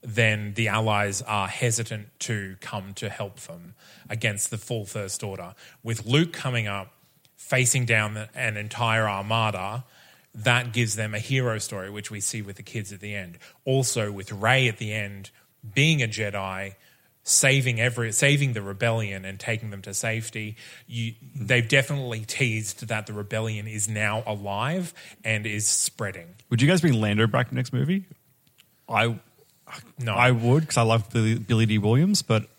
[SPEAKER 1] then the allies are hesitant to come to help them against the full first order. With Luke coming up, facing down the- an entire armada. That gives them a hero story, which we see with the kids at the end. Also, with Ray at the end being a Jedi, saving every saving the rebellion and taking them to safety. You, they've definitely teased that the rebellion is now alive and is spreading.
[SPEAKER 2] Would you guys bring Lando back next movie? I
[SPEAKER 1] No.
[SPEAKER 2] I would because I love Billy, Billy D. Williams, but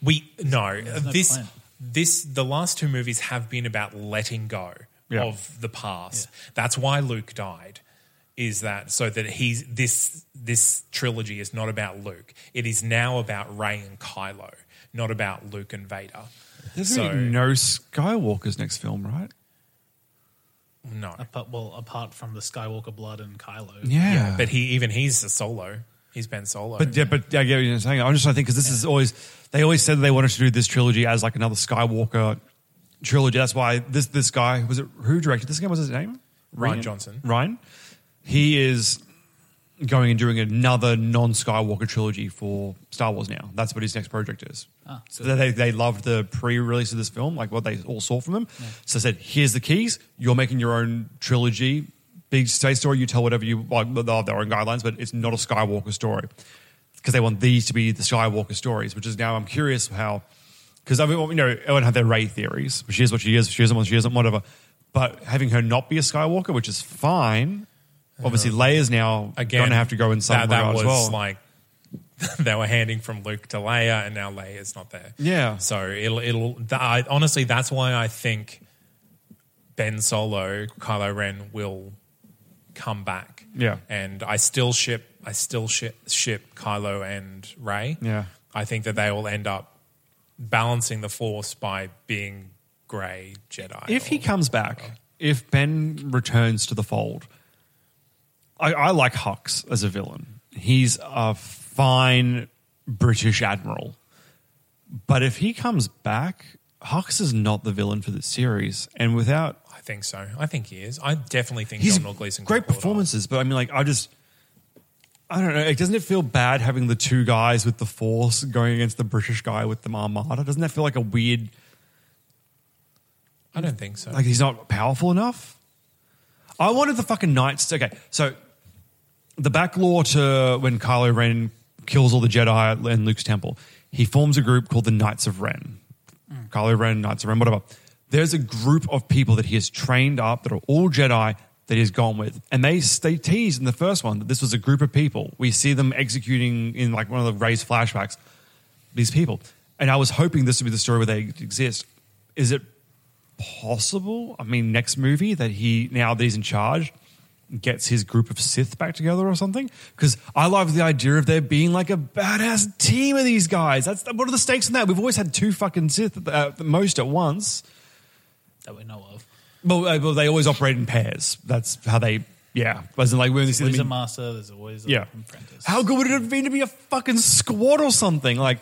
[SPEAKER 1] We no, uh, this
[SPEAKER 3] plan.
[SPEAKER 1] this the last two movies have been about letting go
[SPEAKER 2] Yeah.
[SPEAKER 1] of the past. That's why Luke died. Is that so that he's this this trilogy is not about Luke. It is now about Ray and Kylo, not about Luke and Vader.
[SPEAKER 2] there's
[SPEAKER 1] So-
[SPEAKER 2] gonna be no Skywalker's next film, right?
[SPEAKER 1] No.
[SPEAKER 2] Uh,
[SPEAKER 3] Apart, well, apart from the Skywalker blood and Kylo.
[SPEAKER 2] Yeah,
[SPEAKER 1] But he even he's a solo. He's been solo.
[SPEAKER 2] But yeah, but yeah, I get what you're saying. I'm just trying to think because this is always they always said that they wanted to do this trilogy as like another Skywalker trilogy. That's why this this guy was it who directed this again? What was his name?
[SPEAKER 1] Ryan Johnson.
[SPEAKER 2] Ryan. He is going and doing another non Skywalker trilogy for Star Wars now. That's what his next project is. so they, they loved the pre release of this film, like what they all saw from them. So they said, here's the keys. You're making your own trilogy, big space story. You tell whatever you like. They have their own guidelines, but it's not a Skywalker story because they want these to be the Skywalker stories, which is now I'm curious how. Because I mean, you know, everyone have their Ray theories. She is what she is. She isn't what she isn't. Whatever. But having her not be a Skywalker, which is fine. Obviously, Leia's now
[SPEAKER 1] again,
[SPEAKER 2] going to have to go in some
[SPEAKER 1] that,
[SPEAKER 2] regard
[SPEAKER 1] that was
[SPEAKER 2] as well.
[SPEAKER 1] like they were handing from Luke to Leia, and now Leia's not there.
[SPEAKER 2] Yeah.
[SPEAKER 1] So it'll it'll th- I, honestly that's why I think Ben Solo Kylo Ren will come back.
[SPEAKER 2] Yeah.
[SPEAKER 1] And I still ship I still ship ship Kylo and Ray.
[SPEAKER 2] Yeah.
[SPEAKER 1] I think that they will end up balancing the force by being gray Jedi.
[SPEAKER 2] if he
[SPEAKER 1] or-
[SPEAKER 2] comes back, if Ben returns to the fold, I, I like Hux as a villain. He's a fine British admiral. But if he comes back, Hux is not the villain for this series. And without
[SPEAKER 1] I think so. I think he is. I definitely think
[SPEAKER 2] he's
[SPEAKER 1] Domhnall Gleeson. could
[SPEAKER 2] great
[SPEAKER 1] pull it off.
[SPEAKER 2] performances, but I mean, like, I just, I don't know. Like, doesn't it feel bad having the two guys with the force going against the British guy with the Armada? Doesn't that feel like a weird,
[SPEAKER 1] I don't think so.
[SPEAKER 2] like he's not powerful enough? I wanted the fucking knights. To, okay, so the back law to when Kylo Ren kills all the Jedi in Luke's temple, he forms a group called the Knights of Ren. Kylo Ren, Knights of Ren, whatever. There's a group of people that he has trained up that are all Jedi that he's gone with. And they, they teased in the first one that this was a group of people. We see them executing in like one of the Ray's flashbacks, these people. And I was hoping this would be the story where they exist. Is it possible? I mean, next movie that he, now that he's in charge, gets his group of Sith back together or something? Because I love the idea of there being like a badass team of these guys. That's what are the stakes in that? We've always had two fucking Sith at the, at the most at once.
[SPEAKER 3] That we know of.
[SPEAKER 2] Well, uh, well, they always operate in pairs. That's how they, yeah. As in, like we only see them
[SPEAKER 3] There's a
[SPEAKER 2] in
[SPEAKER 3] master. There's always a
[SPEAKER 2] yeah.
[SPEAKER 3] apprentice.
[SPEAKER 2] How good would it have been to be a fucking squad or something? Like,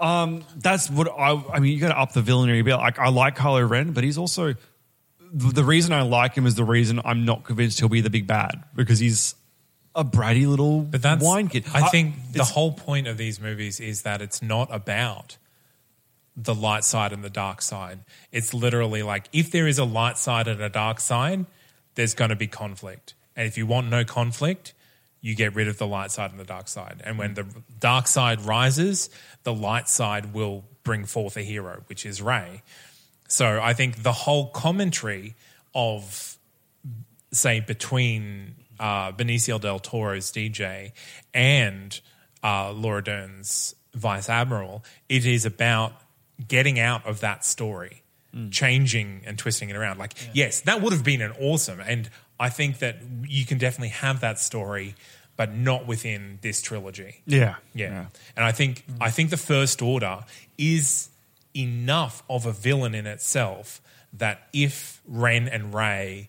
[SPEAKER 2] um, that's what I. I mean, you got to up the villainy a bit. Like, I like Kylo Ren, but he's also the, the reason I like him is the reason I'm not convinced he'll be the big bad because he's a bratty little
[SPEAKER 1] But that's
[SPEAKER 2] wine kid.
[SPEAKER 1] I think the
[SPEAKER 2] it's-
[SPEAKER 1] whole point of these movies is that it's not about the light side and the dark side. It's literally like if there is a light side and a dark side, there's going to be conflict. And if you want no conflict, you get rid of the light side and the dark side. And when the dark side rises, the light side will bring forth a hero, which is Ray. So I think the whole commentary of, say, between uh, Benicio del Toro's DJ and uh, Laura Dern's Vice Admiral, it is about getting out of that story, changing and twisting it around. Like, yes, that would have been an awesome. And I think that you can definitely have that story, but not within this trilogy.
[SPEAKER 2] Yeah.
[SPEAKER 1] Yeah. And I think I think the First Order is enough of a villain in itself that if Ren and Ray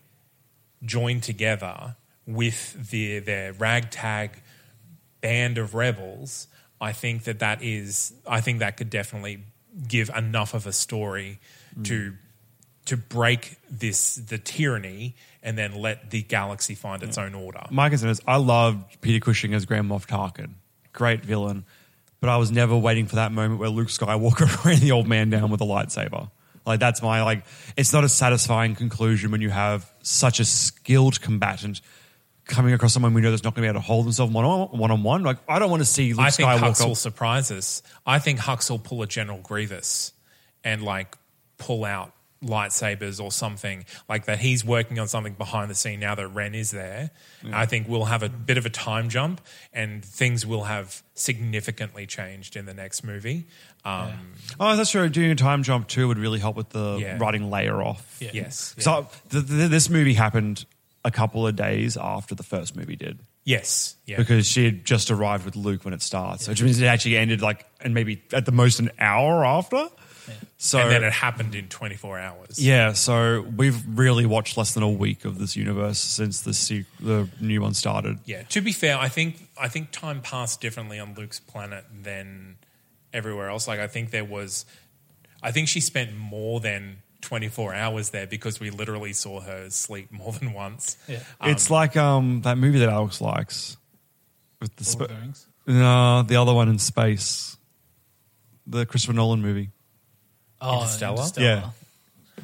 [SPEAKER 1] join together with the, their ragtag band of rebels, I think that that is I think that could definitely give enough of a story to to break this the tyranny and then let the galaxy find its own order.
[SPEAKER 2] My concern is I loved Peter Cushing as Grand Moff Tarkin. Great villain. But I was never waiting for that moment where Luke Skywalker ran the old man down with a lightsaber. Like that's my like it's not a satisfying conclusion when you have such a skilled combatant coming across someone we know that's not going to be able to hold themselves one on one. On one. Like I don't want to see Luke
[SPEAKER 1] I think
[SPEAKER 2] Skywalker.
[SPEAKER 1] Hux will surprise us. I think Hux will pull a General Grievous and like pull out lightsabers or something like that. He's working on something behind the scene now that Ren is there.
[SPEAKER 2] Mm.
[SPEAKER 1] I think we'll have a bit of a time jump and things will have significantly changed in the next movie. Um,
[SPEAKER 2] Oh, that's true. Doing a time jump too would really help with the
[SPEAKER 1] Yeah.
[SPEAKER 2] writing layer off.
[SPEAKER 3] Yeah.
[SPEAKER 1] Yes.
[SPEAKER 2] So th- th- this movie happened a couple of days after the first movie did.
[SPEAKER 1] Yes. Yeah.
[SPEAKER 2] because she had just arrived with Luke when it starts, which means it actually ended like, and maybe at the most an hour after. So,
[SPEAKER 1] and then it happened in 24 hours.
[SPEAKER 2] yeah, so we've really watched less than a week of this universe since the, se- the new one started.
[SPEAKER 1] Yeah. To be fair, I think I think time passed differently on Luke's planet than everywhere else. Like I think there was, I think she spent more than twenty four hours there because we literally saw her sleep more than once.
[SPEAKER 3] Yeah.
[SPEAKER 2] it's like um, that movie that Alex likes with the,
[SPEAKER 3] Lord of
[SPEAKER 2] sp-
[SPEAKER 3] the Rings?
[SPEAKER 2] no, the other one in space, the Christopher Nolan movie,
[SPEAKER 3] Oh,
[SPEAKER 1] Interstellar?
[SPEAKER 2] Yeah.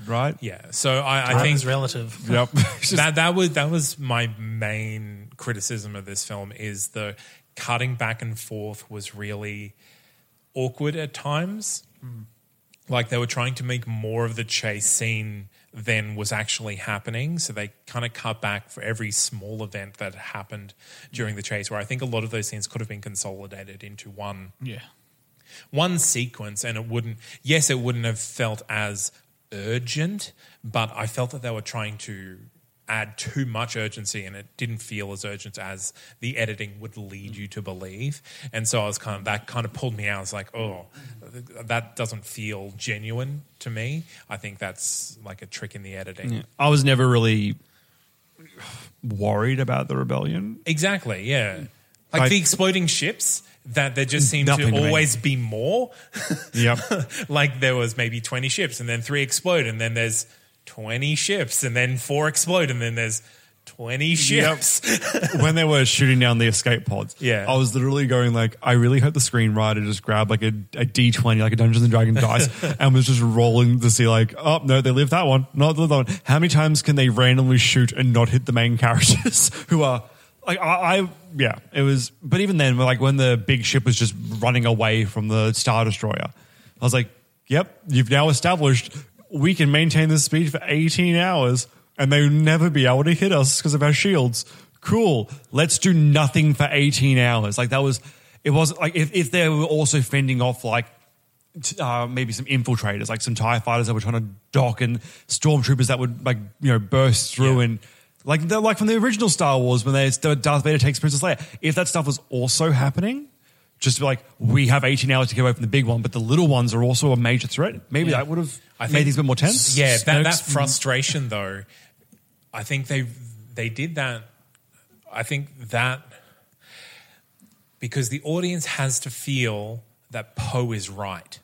[SPEAKER 2] right?
[SPEAKER 1] Yeah. So I, I
[SPEAKER 3] I think
[SPEAKER 1] think
[SPEAKER 3] is relative.
[SPEAKER 2] Yep. It's just-
[SPEAKER 1] that that was that was my main criticism of this film is the cutting back and forth was really awkward at times.
[SPEAKER 2] Hmm.
[SPEAKER 1] Like they were trying to make more of the chase scene than was actually happening, so they kind of cut back for every small event that happened during the chase. Where I think a lot of those scenes could have been consolidated into one
[SPEAKER 3] Yeah.
[SPEAKER 1] one sequence and it wouldn't yes it wouldn't have felt as urgent but i felt that they were trying to add too much urgency and it didn't feel as urgent as the editing would lead you to believe and so i was kind of that kind of pulled me out i was like oh that doesn't feel genuine to me i think that's like a trick in the editing
[SPEAKER 2] I was never really worried about the rebellion.
[SPEAKER 1] exactly yeah like
[SPEAKER 2] I-
[SPEAKER 1] the exploding ships that there just seemed
[SPEAKER 2] Nothing
[SPEAKER 1] to
[SPEAKER 2] to me.
[SPEAKER 1] always be more
[SPEAKER 2] Yep.
[SPEAKER 1] like there was maybe 20 ships and then three explode and then there's 20 ships and then four explode and then there's 20 ships
[SPEAKER 2] when they were shooting down the escape pods,
[SPEAKER 1] Yeah.
[SPEAKER 2] I was literally going like, I really hope the screenwriter just grabbed like a, a D twenty, like a Dungeons and Dragons dice, and was just rolling to see like, oh no, they lived that one, not the other one. How many times can they randomly shoot and not hit the main characters who are like, I, I yeah, it was. But even then, like when the big ship was just running away from the star destroyer, I was like, yep, you've now established we can maintain this speed for eighteen hours. And they would never be able to hit us because of our shields cool let's do nothing for 18 hours like that was it was like if, if they were also fending off like t- uh, maybe some infiltrators like some tie fighters that were trying to dock and stormtroopers that would like you know burst through
[SPEAKER 1] Yeah.
[SPEAKER 2] and like they're like from the original star wars when they darth vader takes princess leia if that stuff was also happening just be like we have 18 hours to get away from the big one but the little ones are also a major threat maybe that would have made things a bit more tense
[SPEAKER 1] yeah that, that
[SPEAKER 3] Snoke's-
[SPEAKER 1] frustration though i think they they did that i think that because the audience has to feel that poe is right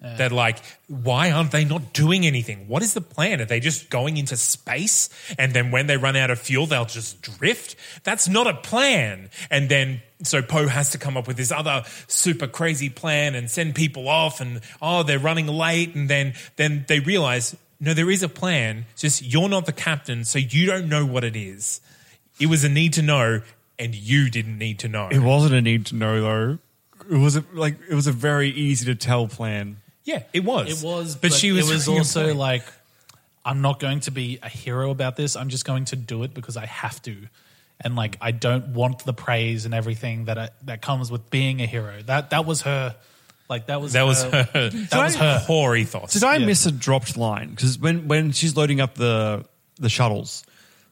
[SPEAKER 1] That like, why aren't they not doing anything? What is the plan? Are they just going into space and then when they run out of fuel, they'll just drift? That's not a plan. And then so Poe has to come up with this other super crazy plan and send people off and oh they're running late and then then they realize no there is a plan. It's just you're not the captain, so you don't know what it is. It was a need to know, and you didn't need to know.
[SPEAKER 2] It wasn't a need to know though. It was a, like it was a very easy to tell plan.
[SPEAKER 1] yeah, it was.
[SPEAKER 3] It was, but, she was. It was also like, I'm not going to be a hero about this. I'm just going to do it because I have to, and like I don't want the praise and everything that I, that comes with being a hero. That that was her. Like that was
[SPEAKER 1] that was her.
[SPEAKER 3] That was her.
[SPEAKER 1] whore ethos.
[SPEAKER 2] Did I miss a dropped line? Because when when she's loading up the the shuttles,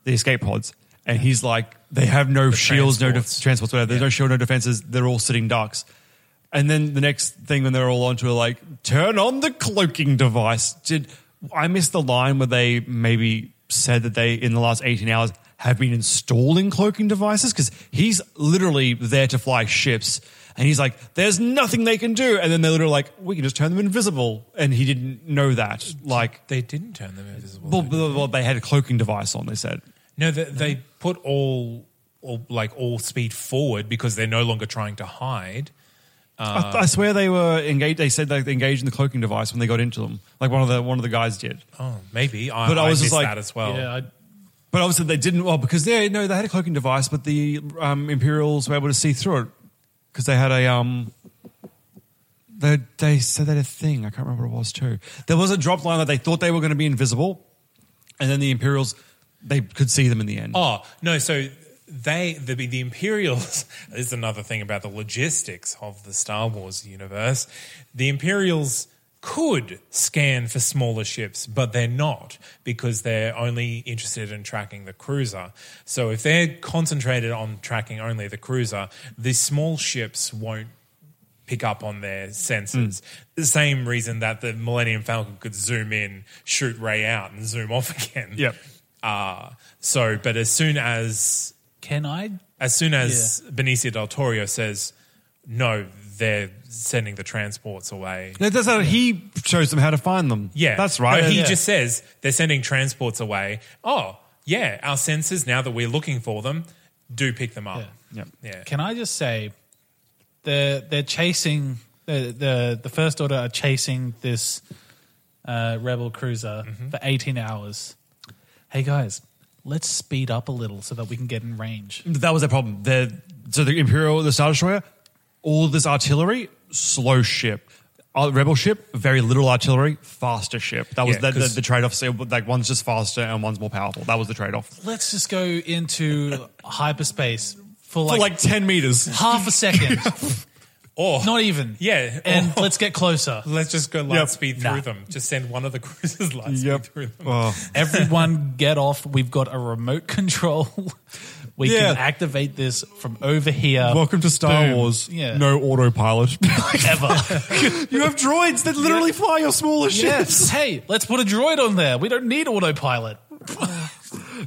[SPEAKER 2] the escape pods, and he's like, they have no shields, no def-
[SPEAKER 1] transports.
[SPEAKER 2] transports, whatever. There's no shield, no defenses. They're all sitting ducks. And then the next thing when they're all onto it, like, turn on the cloaking device. Did I miss the line where they maybe said that they in the last 18 hours have been installing cloaking devices? Because he's literally there to fly ships. And he's like, there's nothing they can do. And then they're literally like, we can just turn them invisible. And he didn't know that. Like,
[SPEAKER 1] They didn't turn them invisible.
[SPEAKER 2] well, well, well, they had a cloaking device on, they said.
[SPEAKER 1] no, they, they put all, all like all speed forward because they're no longer trying to hide.
[SPEAKER 2] I, I swear they were engaged. They said like they engaged in the cloaking device when they got into them. Like one of the one of the guys did.
[SPEAKER 1] Oh, maybe. I,
[SPEAKER 2] But
[SPEAKER 1] I,
[SPEAKER 2] I was just
[SPEAKER 1] missed
[SPEAKER 2] like-
[SPEAKER 1] that as well.
[SPEAKER 3] Yeah, I,
[SPEAKER 2] But obviously they didn't. Well, because they no, they had a cloaking device, but the um, Imperials were able to see through it because they had a um. They they said that a thing. I can't remember what it was too. There was a drop line that they thought they were going to be invisible, and then the Imperials they could see them in the end.
[SPEAKER 1] Oh no, so they the the Imperials this is another thing about the logistics of the Star Wars universe. The Imperials could scan for smaller ships, but they're not because they're only interested in tracking the cruiser. So if they're concentrated on tracking only the cruiser, the small ships won't pick up on their senses. The same reason that the Millennium Falcon could zoom in, shoot Ray out, and zoom off again.
[SPEAKER 2] Yep.
[SPEAKER 1] Uh, so, but as soon as
[SPEAKER 3] can I?
[SPEAKER 1] as soon as Benicio del Toro says no, they're sending the transports away.
[SPEAKER 2] No, that's how he shows them how to find them.
[SPEAKER 1] Yeah,
[SPEAKER 2] that's right.
[SPEAKER 1] No, he
[SPEAKER 2] Yeah.
[SPEAKER 1] just says they're sending transports away. Oh, yeah, our senses now that we're looking for them do pick them up.
[SPEAKER 2] Yeah.
[SPEAKER 1] Yeah.
[SPEAKER 3] Can I just say, they're they're chasing the the the first order are chasing this uh, rebel cruiser
[SPEAKER 1] Mm-hmm.
[SPEAKER 3] for eighteen hours. Hey guys, let's speed up a little so that we can get in range.
[SPEAKER 2] that was their problem. The so the Imperial, the Star Destroyer, all this artillery, slow ship. Uh, Rebel ship, very little artillery, faster ship. That was
[SPEAKER 1] Yeah,
[SPEAKER 2] the, the,
[SPEAKER 1] 'cause-
[SPEAKER 2] the trade off. So like one's just faster and one's more powerful. That was the trade off.
[SPEAKER 3] Let's just go into hyperspace for
[SPEAKER 2] For
[SPEAKER 3] like,
[SPEAKER 2] like ten meters.
[SPEAKER 3] half a second,
[SPEAKER 1] Or
[SPEAKER 3] not even.
[SPEAKER 1] Yeah.
[SPEAKER 3] and
[SPEAKER 1] Or-
[SPEAKER 3] let's get closer.
[SPEAKER 1] Let's just go light
[SPEAKER 2] Yep.
[SPEAKER 1] speed through
[SPEAKER 3] Nah.
[SPEAKER 1] them. Just send one of the cruisers light speed through them.
[SPEAKER 2] Oh,
[SPEAKER 3] Everyone get off. We've got a remote control. We
[SPEAKER 2] Yeah.
[SPEAKER 3] can activate this from over here.
[SPEAKER 2] Welcome to Star
[SPEAKER 3] Boom.
[SPEAKER 2] Wars.
[SPEAKER 3] Yeah.
[SPEAKER 2] No autopilot.
[SPEAKER 3] Ever.
[SPEAKER 2] you have droids that literally fly your smaller
[SPEAKER 3] Yes. Hey, let's put a droid on there. We don't need autopilot.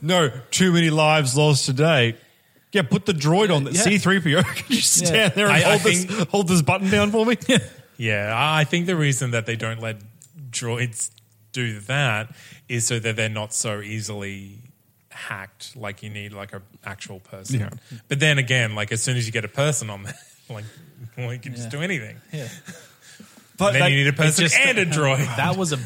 [SPEAKER 2] No, too many lives lost today. Yeah, put the droid on.
[SPEAKER 3] Yeah.
[SPEAKER 2] C3PO, can you stand
[SPEAKER 3] Yeah.
[SPEAKER 2] there and
[SPEAKER 1] I- I
[SPEAKER 2] hold, this,
[SPEAKER 1] think-
[SPEAKER 2] hold this button down for me?
[SPEAKER 1] Yeah, I I think the reason that they don't let droids do that is so that they're not so easily hacked. Like you need like a actual person.
[SPEAKER 2] Yeah.
[SPEAKER 1] But then again, like as soon as you get a person on there, like well, you can just do anything.
[SPEAKER 2] But
[SPEAKER 1] Then
[SPEAKER 2] like-
[SPEAKER 1] you need a person
[SPEAKER 3] just-
[SPEAKER 1] and a droid.
[SPEAKER 3] That was a,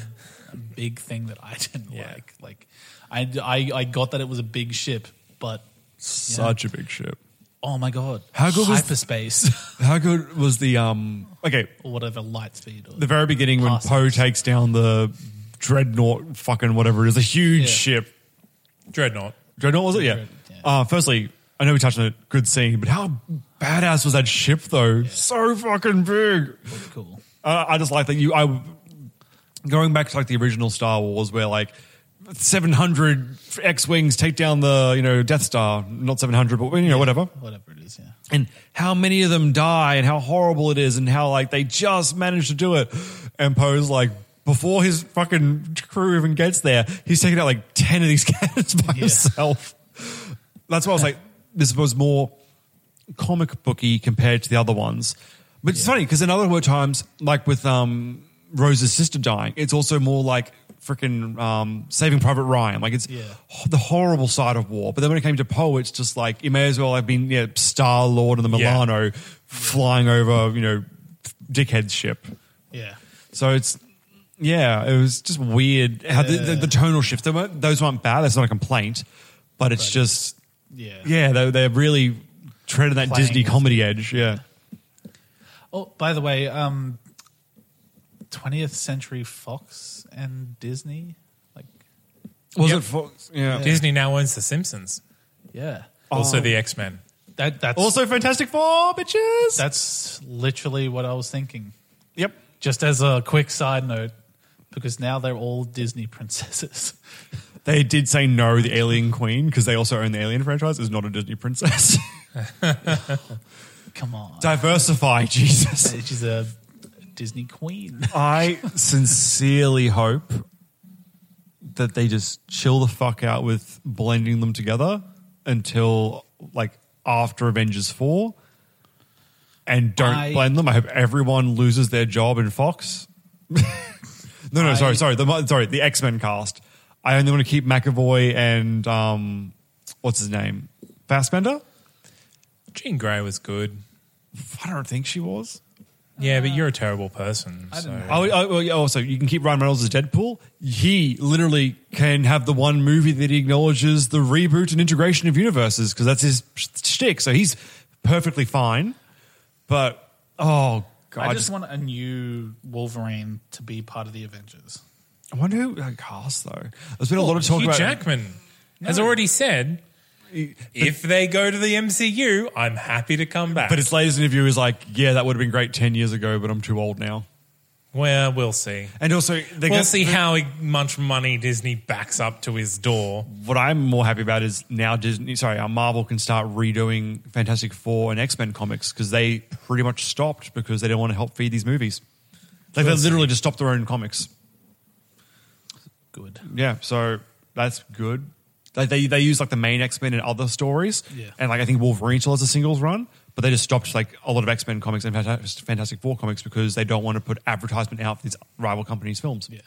[SPEAKER 3] a big thing that I didn't
[SPEAKER 1] Yeah.
[SPEAKER 3] like. Like, I, I I got that it was a big ship, but
[SPEAKER 2] Such a big ship.
[SPEAKER 3] oh my god,
[SPEAKER 2] How good was-
[SPEAKER 3] hyperspace
[SPEAKER 2] How good was the um? Okay,
[SPEAKER 3] or whatever light speed? Or,
[SPEAKER 2] the very beginning when
[SPEAKER 3] Awesome.
[SPEAKER 2] Poe takes down the dreadnought, fucking whatever it is, a huge
[SPEAKER 3] Yeah.
[SPEAKER 2] ship.
[SPEAKER 1] Dreadnought.
[SPEAKER 2] Dreadnought was it? Yeah.
[SPEAKER 3] Dread- yeah.
[SPEAKER 2] Uh, firstly, I know we touched on a good scene, but how badass was that ship though? So fucking big.
[SPEAKER 3] cool.
[SPEAKER 2] Uh, I just like that you. I going back to like the original Star Wars, where like seven hundred X wings take down the you know Death Star, not seven hundred, but you know whatever
[SPEAKER 3] Whatever it is, yeah.
[SPEAKER 2] and how many of them die and how horrible it is and how like they just managed to do it. And Poe's like, before his fucking crew even gets there, he's taking out like 10 of these cannons by himself. That's why I was like, this was more comic booky compared to the other ones. But it's funny because in other word times, like with um, Rose's sister dying. It's also more like freaking um, Saving Private Ryan. Like it's
[SPEAKER 3] Yeah.
[SPEAKER 2] ho- the horrible side of war. But then when it came to Poe, it's just like it may as well have been yeah, Star Lord and the
[SPEAKER 1] Yeah.
[SPEAKER 2] Milano flying over you know dickhead's ship.
[SPEAKER 3] Yeah.
[SPEAKER 2] So it's yeah, it was just weird how the, the, the tonal shift. They weren't, those weren't bad. That's not a complaint, but it's just
[SPEAKER 3] Yeah.
[SPEAKER 2] yeah, they, they're really treading that
[SPEAKER 3] Playing
[SPEAKER 2] Disney
[SPEAKER 3] with
[SPEAKER 2] comedy edge. Yeah,
[SPEAKER 3] Oh, by the way, um, 20th Century Fox and Disney, like,
[SPEAKER 2] was
[SPEAKER 1] Yep.
[SPEAKER 2] it? For, yeah.
[SPEAKER 1] Disney now owns The Simpsons,
[SPEAKER 3] yeah,
[SPEAKER 1] also the X Men.
[SPEAKER 3] that that's
[SPEAKER 2] Also, Fantastic Four bitches.
[SPEAKER 3] that's literally what I was thinking.
[SPEAKER 2] yep.
[SPEAKER 3] Just as a quick side note, because now they're all Disney princesses.
[SPEAKER 2] They did say no. The Alien Queen, because they also own the Alien franchise, is not a Disney princess.
[SPEAKER 3] Come on,
[SPEAKER 2] Diversify, Jesus.
[SPEAKER 3] she's a Disney queen.
[SPEAKER 2] I sincerely hope that they just chill the fuck out with blending them together until like after Avengers 4 and don't
[SPEAKER 3] I-
[SPEAKER 2] blend them. I hope everyone loses their job in Fox. no, no, sorry, sorry. The mo- sorry, the X-Men cast. I only want to keep McAvoy and um what's his name? Fassbender?
[SPEAKER 1] Jean Grey was good.
[SPEAKER 2] I don't think she was.
[SPEAKER 1] Yeah, but you're a terrible person. so-
[SPEAKER 2] Oh, oh, oh, yeah, also, you can keep Ryan Reynolds as Deadpool. He literally can have the one movie that he acknowledges the reboot and integration of universes because that's his sh- shtick. So he's perfectly fine. But oh god,
[SPEAKER 3] I just want a new Wolverine to be part of the Avengers.
[SPEAKER 2] I wonder who uh, cast though. There's been a lot of talk
[SPEAKER 1] Hugh
[SPEAKER 2] about
[SPEAKER 1] Jackman has already said if they go to the MCU, I'm happy to come back.
[SPEAKER 2] But his latest interview is like, yeah, that would have been great ten years ago, but I'm too old now.
[SPEAKER 1] well, we'll see.
[SPEAKER 2] And also, they're
[SPEAKER 1] We'll
[SPEAKER 2] gonna-
[SPEAKER 1] see how much money Disney backs up to his door.
[SPEAKER 2] what I'm more happy about is now Disney, sorry, uh, Marvel can start redoing Fantastic Four and X Men comics because they pretty much stopped because they didn't want to help feed these movies. Like they literally just stopped their own comics.
[SPEAKER 3] Good.
[SPEAKER 2] Yeah, so that's good. They they, they use like the main X Men in other stories,
[SPEAKER 3] Yeah.
[SPEAKER 2] and like I think Wolverine still has a singles run, but they just stopped like a lot of X Men comics and Fantas- Fantastic Four comics because they don't want to put advertisement out for these rival companies' films.
[SPEAKER 3] Yeah.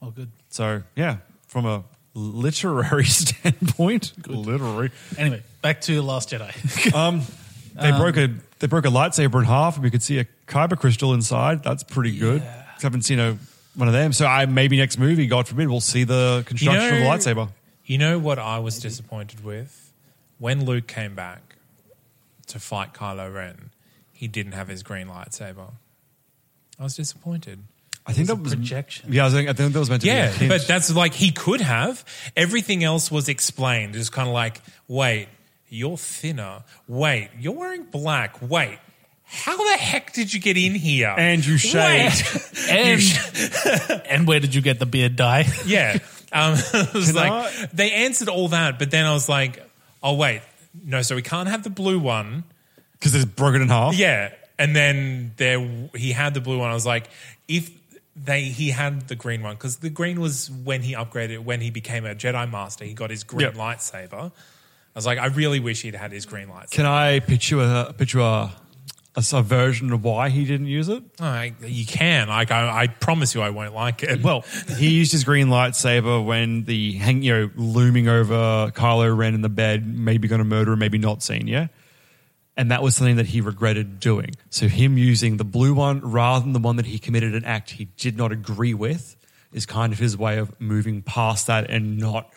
[SPEAKER 3] Oh, good.
[SPEAKER 2] So yeah, from a literary standpoint, literary.
[SPEAKER 3] Anyway, back to Last Jedi.
[SPEAKER 2] Um, they broke a they broke a lightsaber in half, and we could see a kyber crystal inside. That's pretty good.
[SPEAKER 3] Yeah.
[SPEAKER 2] Haven't seen a one of them, so I maybe next movie, God forbid, we'll see the construction
[SPEAKER 1] know-
[SPEAKER 2] of the lightsaber.
[SPEAKER 1] You know what I was disappointed with? When Luke came back to fight Kylo Ren, he didn't have his green lightsaber. I was disappointed.
[SPEAKER 2] I think
[SPEAKER 3] was a
[SPEAKER 2] that was
[SPEAKER 3] projection.
[SPEAKER 2] Yeah, I think, I think that was meant to
[SPEAKER 1] Yeah,
[SPEAKER 2] be. a hint.
[SPEAKER 1] but that's like he could have. Everything else was explained. It's kind of like, wait, you're thinner. Wait, you're wearing black. Wait, how the heck did you get in here?
[SPEAKER 2] And you shaved.
[SPEAKER 1] Wait.
[SPEAKER 3] and, and where did you get the beard dye?
[SPEAKER 1] yeah. Um, it was
[SPEAKER 2] Can
[SPEAKER 1] like,
[SPEAKER 2] I-
[SPEAKER 1] they answered all that, but then I was like, oh, wait, no, so we can't have the blue one.
[SPEAKER 2] because it's broken in half.
[SPEAKER 1] Yeah, and then there he had the blue one. I was like, if they he had the green one because the green was when he upgraded when he became a Jedi Master. He got his green
[SPEAKER 2] Yep.
[SPEAKER 1] lightsaber. I was like, I really wish he'd had his green lightsaber.
[SPEAKER 2] Can I picture a picture a, a, a version of why he didn't use it?
[SPEAKER 1] Oh, I- you can. Like, I, I promise you, I won't like it.
[SPEAKER 2] Well, he used his green lightsaber when the hang, you know, looming over Kylo Ren in the bed, maybe going to murder him, maybe not scene, yeah? And that was something that he regretted doing. So, him using the blue one rather than the one that he committed an act he did not agree with is kind of his way of moving past that and not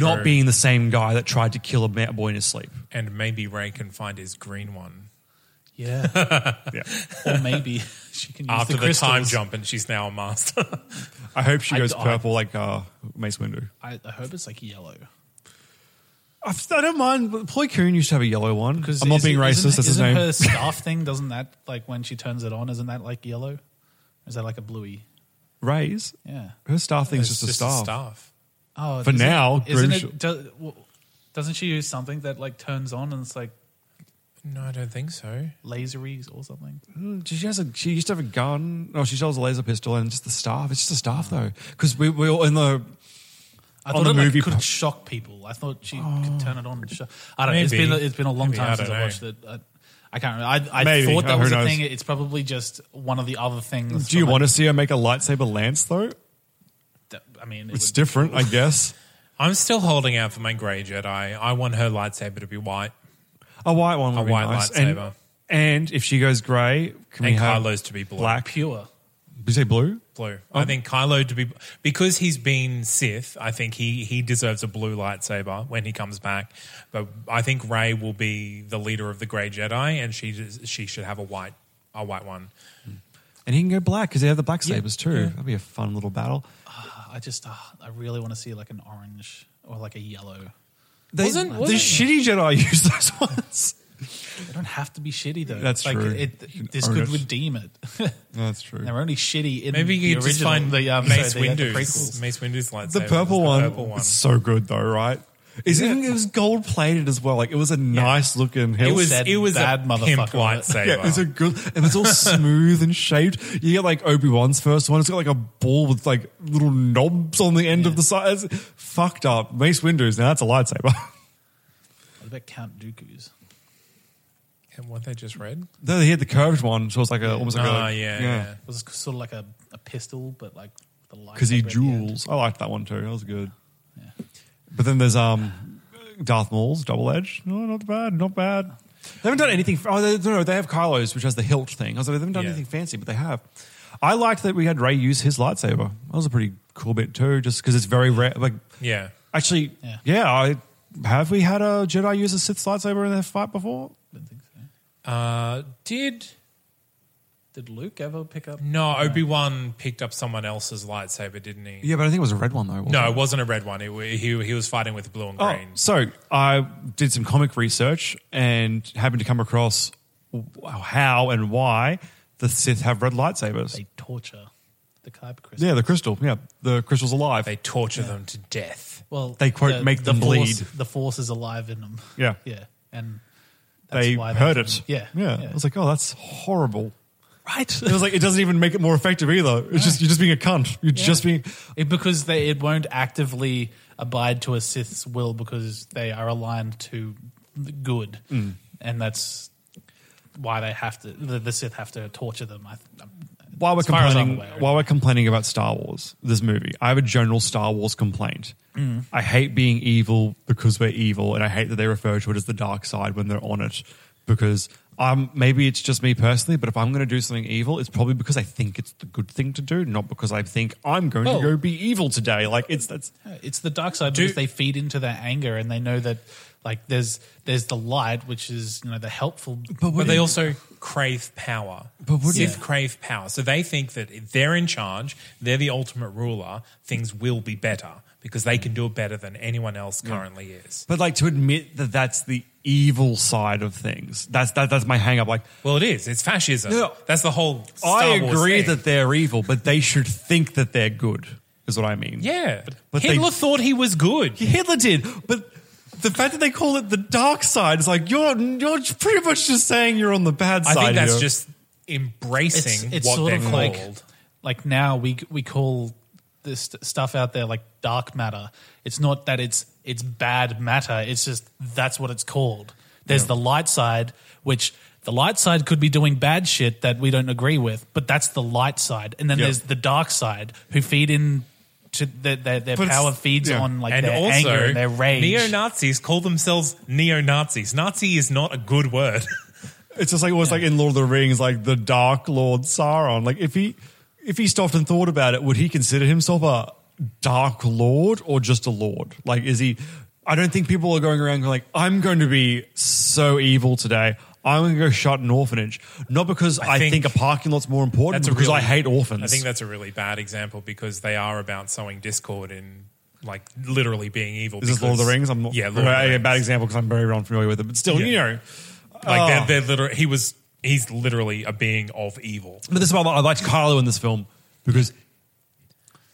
[SPEAKER 2] not being the same guy that tried to kill a man- boy in his sleep.
[SPEAKER 1] and maybe Ray can find his green one
[SPEAKER 3] Yeah.
[SPEAKER 2] Yeah.
[SPEAKER 3] or maybe she can use
[SPEAKER 1] after
[SPEAKER 3] the,
[SPEAKER 1] the, time
[SPEAKER 3] crystals.
[SPEAKER 1] jump, and she's now a master.
[SPEAKER 2] I hope she
[SPEAKER 3] I-
[SPEAKER 2] goes
[SPEAKER 3] I-
[SPEAKER 2] purple like uh, Mace Windu.
[SPEAKER 3] I, I hope it's like yellow.
[SPEAKER 2] I I don't mind. but Ploy Koon used to have a yellow one. I'm not
[SPEAKER 3] isn't-
[SPEAKER 2] being
[SPEAKER 3] isn't-
[SPEAKER 2] racist. That's his
[SPEAKER 3] isn't
[SPEAKER 2] name.
[SPEAKER 3] her staff thing, doesn't that, like when she turns it on, isn't that like yellow? Is that like a bluey?
[SPEAKER 2] Rays.
[SPEAKER 3] Yeah.
[SPEAKER 2] Her staff thing's just, a staff.
[SPEAKER 1] staff.
[SPEAKER 3] Oh,
[SPEAKER 2] For
[SPEAKER 3] doesn't-
[SPEAKER 2] now,
[SPEAKER 3] isn't
[SPEAKER 2] Grimshaw-
[SPEAKER 3] it, do, well, doesn't she use something that like turns on and it's like
[SPEAKER 1] No, I don't think so.
[SPEAKER 3] laseries or something?
[SPEAKER 2] She has a. She used to have a gun. Oh, she sells a laser pistol and just the staff. It's just a staff though, because we we all in the.
[SPEAKER 3] I
[SPEAKER 2] On
[SPEAKER 3] thought
[SPEAKER 2] the
[SPEAKER 3] it like,
[SPEAKER 2] movie Oh.
[SPEAKER 3] could
[SPEAKER 2] pro-
[SPEAKER 3] shock people. I thought she could turn it on. And shock. I don't. know. It's
[SPEAKER 1] Maybe.
[SPEAKER 3] been a- it's been a long
[SPEAKER 1] Maybe, I
[SPEAKER 3] time since
[SPEAKER 1] don't
[SPEAKER 3] I
[SPEAKER 1] know.
[SPEAKER 3] watched it. I, I can't remember. I, I
[SPEAKER 2] Maybe.
[SPEAKER 3] thought that
[SPEAKER 2] Oh,
[SPEAKER 3] was
[SPEAKER 2] who
[SPEAKER 3] a
[SPEAKER 2] knows?
[SPEAKER 3] thing. It's probably just one of the other things.
[SPEAKER 2] Do you want to see her make a lightsaber lance though?
[SPEAKER 3] to? I mean, it
[SPEAKER 2] It's
[SPEAKER 3] would-
[SPEAKER 2] different, I guess.
[SPEAKER 1] I'm still holding out for my grey Jedi. I want her lightsaber to be white
[SPEAKER 2] A white one, would
[SPEAKER 1] A
[SPEAKER 2] be
[SPEAKER 1] white
[SPEAKER 2] nice.
[SPEAKER 1] lightsaber.
[SPEAKER 2] And, and if she goes grey, can
[SPEAKER 1] and
[SPEAKER 2] we have
[SPEAKER 1] Kylo's to be blue.
[SPEAKER 2] black? Did
[SPEAKER 3] pure.
[SPEAKER 2] you say blue?
[SPEAKER 1] Blue.
[SPEAKER 2] Um,
[SPEAKER 1] I think Kylo to be because he's been Sith. I think he he deserves a blue lightsaber when he comes back. But I think Ray will be the leader of the Grey Jedi, and she just- she should have a white a white one.
[SPEAKER 2] And he can go black because they have the black sabers too. That'd be a fun little battle.
[SPEAKER 3] I just, uh, I really want to see like an orange or like a yellow.
[SPEAKER 2] They,
[SPEAKER 1] Wasn't-
[SPEAKER 2] the
[SPEAKER 1] wasn't-
[SPEAKER 2] shitty Jedi use those ones.
[SPEAKER 3] They don't have to be shitty though.
[SPEAKER 2] That's
[SPEAKER 3] like,
[SPEAKER 2] true.
[SPEAKER 3] It, this
[SPEAKER 2] Own
[SPEAKER 3] could
[SPEAKER 2] it.
[SPEAKER 3] redeem it.
[SPEAKER 2] That's true.
[SPEAKER 3] They're only shitty in
[SPEAKER 1] Maybe
[SPEAKER 3] the
[SPEAKER 1] you could
[SPEAKER 3] original.
[SPEAKER 1] just find
[SPEAKER 3] the um,
[SPEAKER 1] Mace
[SPEAKER 3] so they had the
[SPEAKER 1] Windu's
[SPEAKER 3] prequels.
[SPEAKER 1] Mace Windu's lightsaber.
[SPEAKER 2] uh, the
[SPEAKER 1] was
[SPEAKER 2] purple one,
[SPEAKER 1] Purple one.
[SPEAKER 2] It's so good though, right? Is it, it was gold plated as well. Like it was a nice looking.
[SPEAKER 1] It
[SPEAKER 2] hill
[SPEAKER 1] was
[SPEAKER 3] said
[SPEAKER 1] it was a
[SPEAKER 3] bad
[SPEAKER 1] pimp
[SPEAKER 3] motherfucker.
[SPEAKER 1] lightsaber.
[SPEAKER 2] Yeah, it's a good. And it's all smooth and shaped. You get like Obi Wan's first one. It's got like a ball with like little knobs on the end of the side. It's fucked up. Mace Windu's now that's a lightsaber.
[SPEAKER 3] What about Count Dooku's?
[SPEAKER 1] And what they just read?
[SPEAKER 2] no, he had the curved one, so it's like a almost like a.
[SPEAKER 1] Ah, yeah, yeah.
[SPEAKER 3] It was sort of like a, a pistol, but like the light.
[SPEAKER 2] because he jewels. I liked that one too. That was good. But then there's um, Darth Maul's double edge. No, not bad, not bad. They haven't done anything. Oh, they, no, no, they have Kylo's, which has the hilt thing. I was like, they haven't done
[SPEAKER 1] Yeah.
[SPEAKER 2] anything fancy, but they have. I liked that we had Ray use his lightsaber. That was a pretty cool bit too, just because it's very rare. Like,
[SPEAKER 1] Yeah.
[SPEAKER 2] actually, yeah.
[SPEAKER 3] Yeah.
[SPEAKER 2] I have we had a Jedi use a Sith lightsaber in their fight before?
[SPEAKER 1] Uh, did
[SPEAKER 3] Did Luke ever pick up?
[SPEAKER 1] no Obi Wan picked up someone else's lightsaber, didn't he?
[SPEAKER 2] Yeah, but I think it was a red one though. wasn't
[SPEAKER 1] No,
[SPEAKER 2] it?
[SPEAKER 1] it wasn't a red one. It, wa- he he was fighting with blue and
[SPEAKER 2] Oh,
[SPEAKER 1] green.
[SPEAKER 2] so I did some comic research and happened to come across w- how and why the Sith have red lightsabers.
[SPEAKER 3] They torture the Kyber crystal.
[SPEAKER 2] yeah, the crystal. Yeah, the crystal's alive.
[SPEAKER 1] They torture them to death.
[SPEAKER 3] Well,
[SPEAKER 2] They, quote, make them
[SPEAKER 3] force,
[SPEAKER 2] bleed.
[SPEAKER 3] The force is alive in them.
[SPEAKER 2] Yeah.
[SPEAKER 3] yeah, and that's
[SPEAKER 2] they
[SPEAKER 3] why
[SPEAKER 2] heard
[SPEAKER 3] can-
[SPEAKER 2] it.
[SPEAKER 3] Yeah,
[SPEAKER 2] yeah, I was like, oh, that's horrible.
[SPEAKER 3] right.
[SPEAKER 2] It was like it doesn't even make it more effective either. It's just you're just being a cunt. You're just being.
[SPEAKER 3] It- because they it won't actively abide to a Sith's will because they are aligned to the good,
[SPEAKER 2] Mm.
[SPEAKER 3] and that's why they have to. The, the Sith have to torture them. I, th- um,
[SPEAKER 2] While we're
[SPEAKER 3] As far as I'm
[SPEAKER 2] complaining,
[SPEAKER 3] aware.
[SPEAKER 2] while we're complaining about Star Wars, this movie, I have a general Star Wars complaint.
[SPEAKER 3] Mm.
[SPEAKER 2] I hate being evil because we're evil, and I hate that they refer to it as the dark side when they're on it. Because um, maybe it's just me personally, but if I'm going to do something evil, it's probably because I think it's the good thing to do, not because I think I'm going
[SPEAKER 3] Well-
[SPEAKER 2] to go be evil today. Like it's that's
[SPEAKER 3] It's the dark side because they feed into their anger and they know that like there's there's the light which is you know the helpful.
[SPEAKER 1] But they also crave power. But
[SPEAKER 3] wouldn't-
[SPEAKER 1] Sith
[SPEAKER 3] Yeah.
[SPEAKER 1] crave power. So they think that if they're in charge, they're the ultimate ruler, things will be better because they can do it better than anyone else currently is.
[SPEAKER 2] but like to admit that that's the evil side of things. That's that, that's my hang up. Like
[SPEAKER 1] Well, it is. It's fascism.
[SPEAKER 2] No, no.
[SPEAKER 1] That's the whole Star
[SPEAKER 2] I
[SPEAKER 1] Wars
[SPEAKER 2] agree
[SPEAKER 1] thing.
[SPEAKER 2] that they're evil, but they should think that they're good. Is what I mean.
[SPEAKER 1] Yeah.
[SPEAKER 2] but they-
[SPEAKER 1] Hitler thought he was good.
[SPEAKER 2] Hitler did, but the fact that they call it the dark side is like you're you're pretty much just saying you're on the bad
[SPEAKER 1] I
[SPEAKER 2] side.
[SPEAKER 1] think that's
[SPEAKER 2] here.
[SPEAKER 1] just embracing what they're
[SPEAKER 3] like
[SPEAKER 1] called.
[SPEAKER 3] like now we we call this st- stuff out there like dark matter. It's not that it's it's bad matter. It's just that's what it's called. There's the light side, which the light side could be doing bad shit that we don't agree with, but that's the light side. And then
[SPEAKER 2] Yeah.
[SPEAKER 3] there's the dark side who feed in to their their, their
[SPEAKER 2] But it's-
[SPEAKER 3] power feeds
[SPEAKER 2] yeah.
[SPEAKER 3] on like
[SPEAKER 1] and
[SPEAKER 3] their
[SPEAKER 1] also,
[SPEAKER 3] anger and their rage.
[SPEAKER 1] neo Nazis call themselves neo Nazis. Nazi is not a good word.
[SPEAKER 2] it's just like it was like in Lord of the Rings, like the Dark Lord Sauron. Like if he if he stopped and thought about it, would he consider himself a Dark Lord or just a Lord? Like is he? I don't think people are going around going like I'm going to be so evil today. I'm going to go shut an orphanage, not because I, think,
[SPEAKER 1] think-
[SPEAKER 2] a parking lot's more important,
[SPEAKER 1] That's a
[SPEAKER 2] because
[SPEAKER 1] really-
[SPEAKER 2] I hate orphans.
[SPEAKER 1] I think that's a really bad example because they are about sowing discord and like literally being evil.
[SPEAKER 2] Is this Lord of the
[SPEAKER 1] because-
[SPEAKER 2] Rings? I'm not.
[SPEAKER 1] yeah, Lord of the
[SPEAKER 2] a
[SPEAKER 1] Rings.
[SPEAKER 2] bad example because I'm very unfamiliar with it, but still,
[SPEAKER 1] Yeah.
[SPEAKER 2] you know.
[SPEAKER 1] Like
[SPEAKER 2] Ah.
[SPEAKER 1] they're, they're literally he was he's literally a being of evil.
[SPEAKER 2] But this is why I liked Kylo in this film because,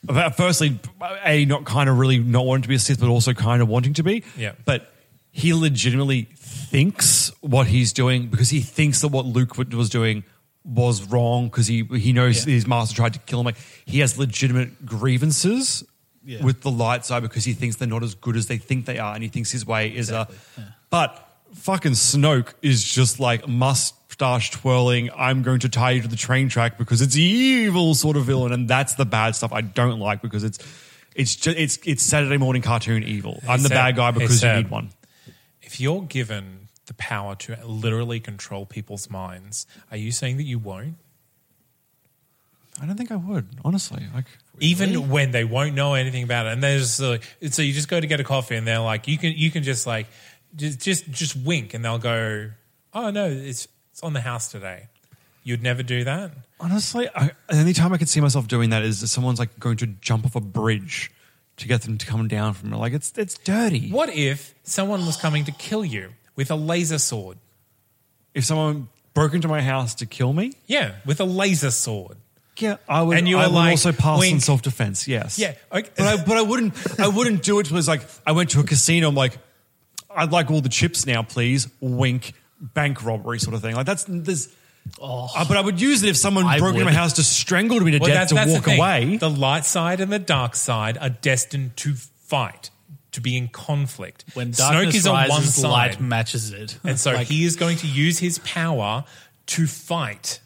[SPEAKER 2] uh, firstly, a not kind of really not wanting to be a Sith, but also kind of wanting to be.
[SPEAKER 1] Yeah.
[SPEAKER 2] But he legitimately thinks what he's doing because he thinks that what Luke w- was doing was wrong because he he knows
[SPEAKER 3] Yeah.
[SPEAKER 2] his master tried to kill him. Like he has legitimate grievances.
[SPEAKER 3] Yeah.
[SPEAKER 2] With the light side because he thinks they're not as good as they think they are, and he thinks his way is a. But fucking Snoke is just like mustache twirling. I'm going to tie you to the train track because it's evil sort of villain, and that's the bad stuff I don't like because it's it's just it's it's Saturday morning cartoon evil. I'm the
[SPEAKER 1] Seb,
[SPEAKER 2] bad guy
[SPEAKER 1] hey,
[SPEAKER 2] because you
[SPEAKER 1] Seb.
[SPEAKER 2] need one.
[SPEAKER 1] If you're given the power to literally control people's minds, are you saying that you won't?
[SPEAKER 2] I don't think I would honestly. Like
[SPEAKER 1] Even when they won't know anything about it, and they're just like, so you just go to get a coffee, and they're like, you can you can just like just just just wink, and they'll go, oh no, it's it's on the house today. You'd never do that.
[SPEAKER 2] honestly, I, the only time I could see myself doing that is if someone's like going to jump off a bridge to get them to come down from it. Like it's it's dirty.
[SPEAKER 1] What if someone was coming to kill you with a laser sword?
[SPEAKER 2] If someone broke into my house to kill me,
[SPEAKER 1] Yeah, with a laser sword.
[SPEAKER 2] yeah, I would.
[SPEAKER 1] And you
[SPEAKER 2] I
[SPEAKER 1] were
[SPEAKER 2] would
[SPEAKER 1] like,
[SPEAKER 2] also pass in
[SPEAKER 1] wink.
[SPEAKER 2] self defense. Yes,
[SPEAKER 1] Yeah, okay.
[SPEAKER 2] but I but I wouldn't I wouldn't do it because like I went to a casino. I'm like, I'd like all the chips now, please. Wink, bank robbery sort of thing. Like that's there's. Uh, but I would use it if someone
[SPEAKER 3] I
[SPEAKER 2] broke into my
[SPEAKER 3] would.
[SPEAKER 2] house to strangle me to death to
[SPEAKER 1] the
[SPEAKER 2] walk
[SPEAKER 1] thing.
[SPEAKER 2] away.
[SPEAKER 1] The light side and the dark side are destined to fight, to be in conflict.
[SPEAKER 3] When darkness rises, light matches it.
[SPEAKER 1] and so
[SPEAKER 3] Like,
[SPEAKER 1] he is going to use his power to fight,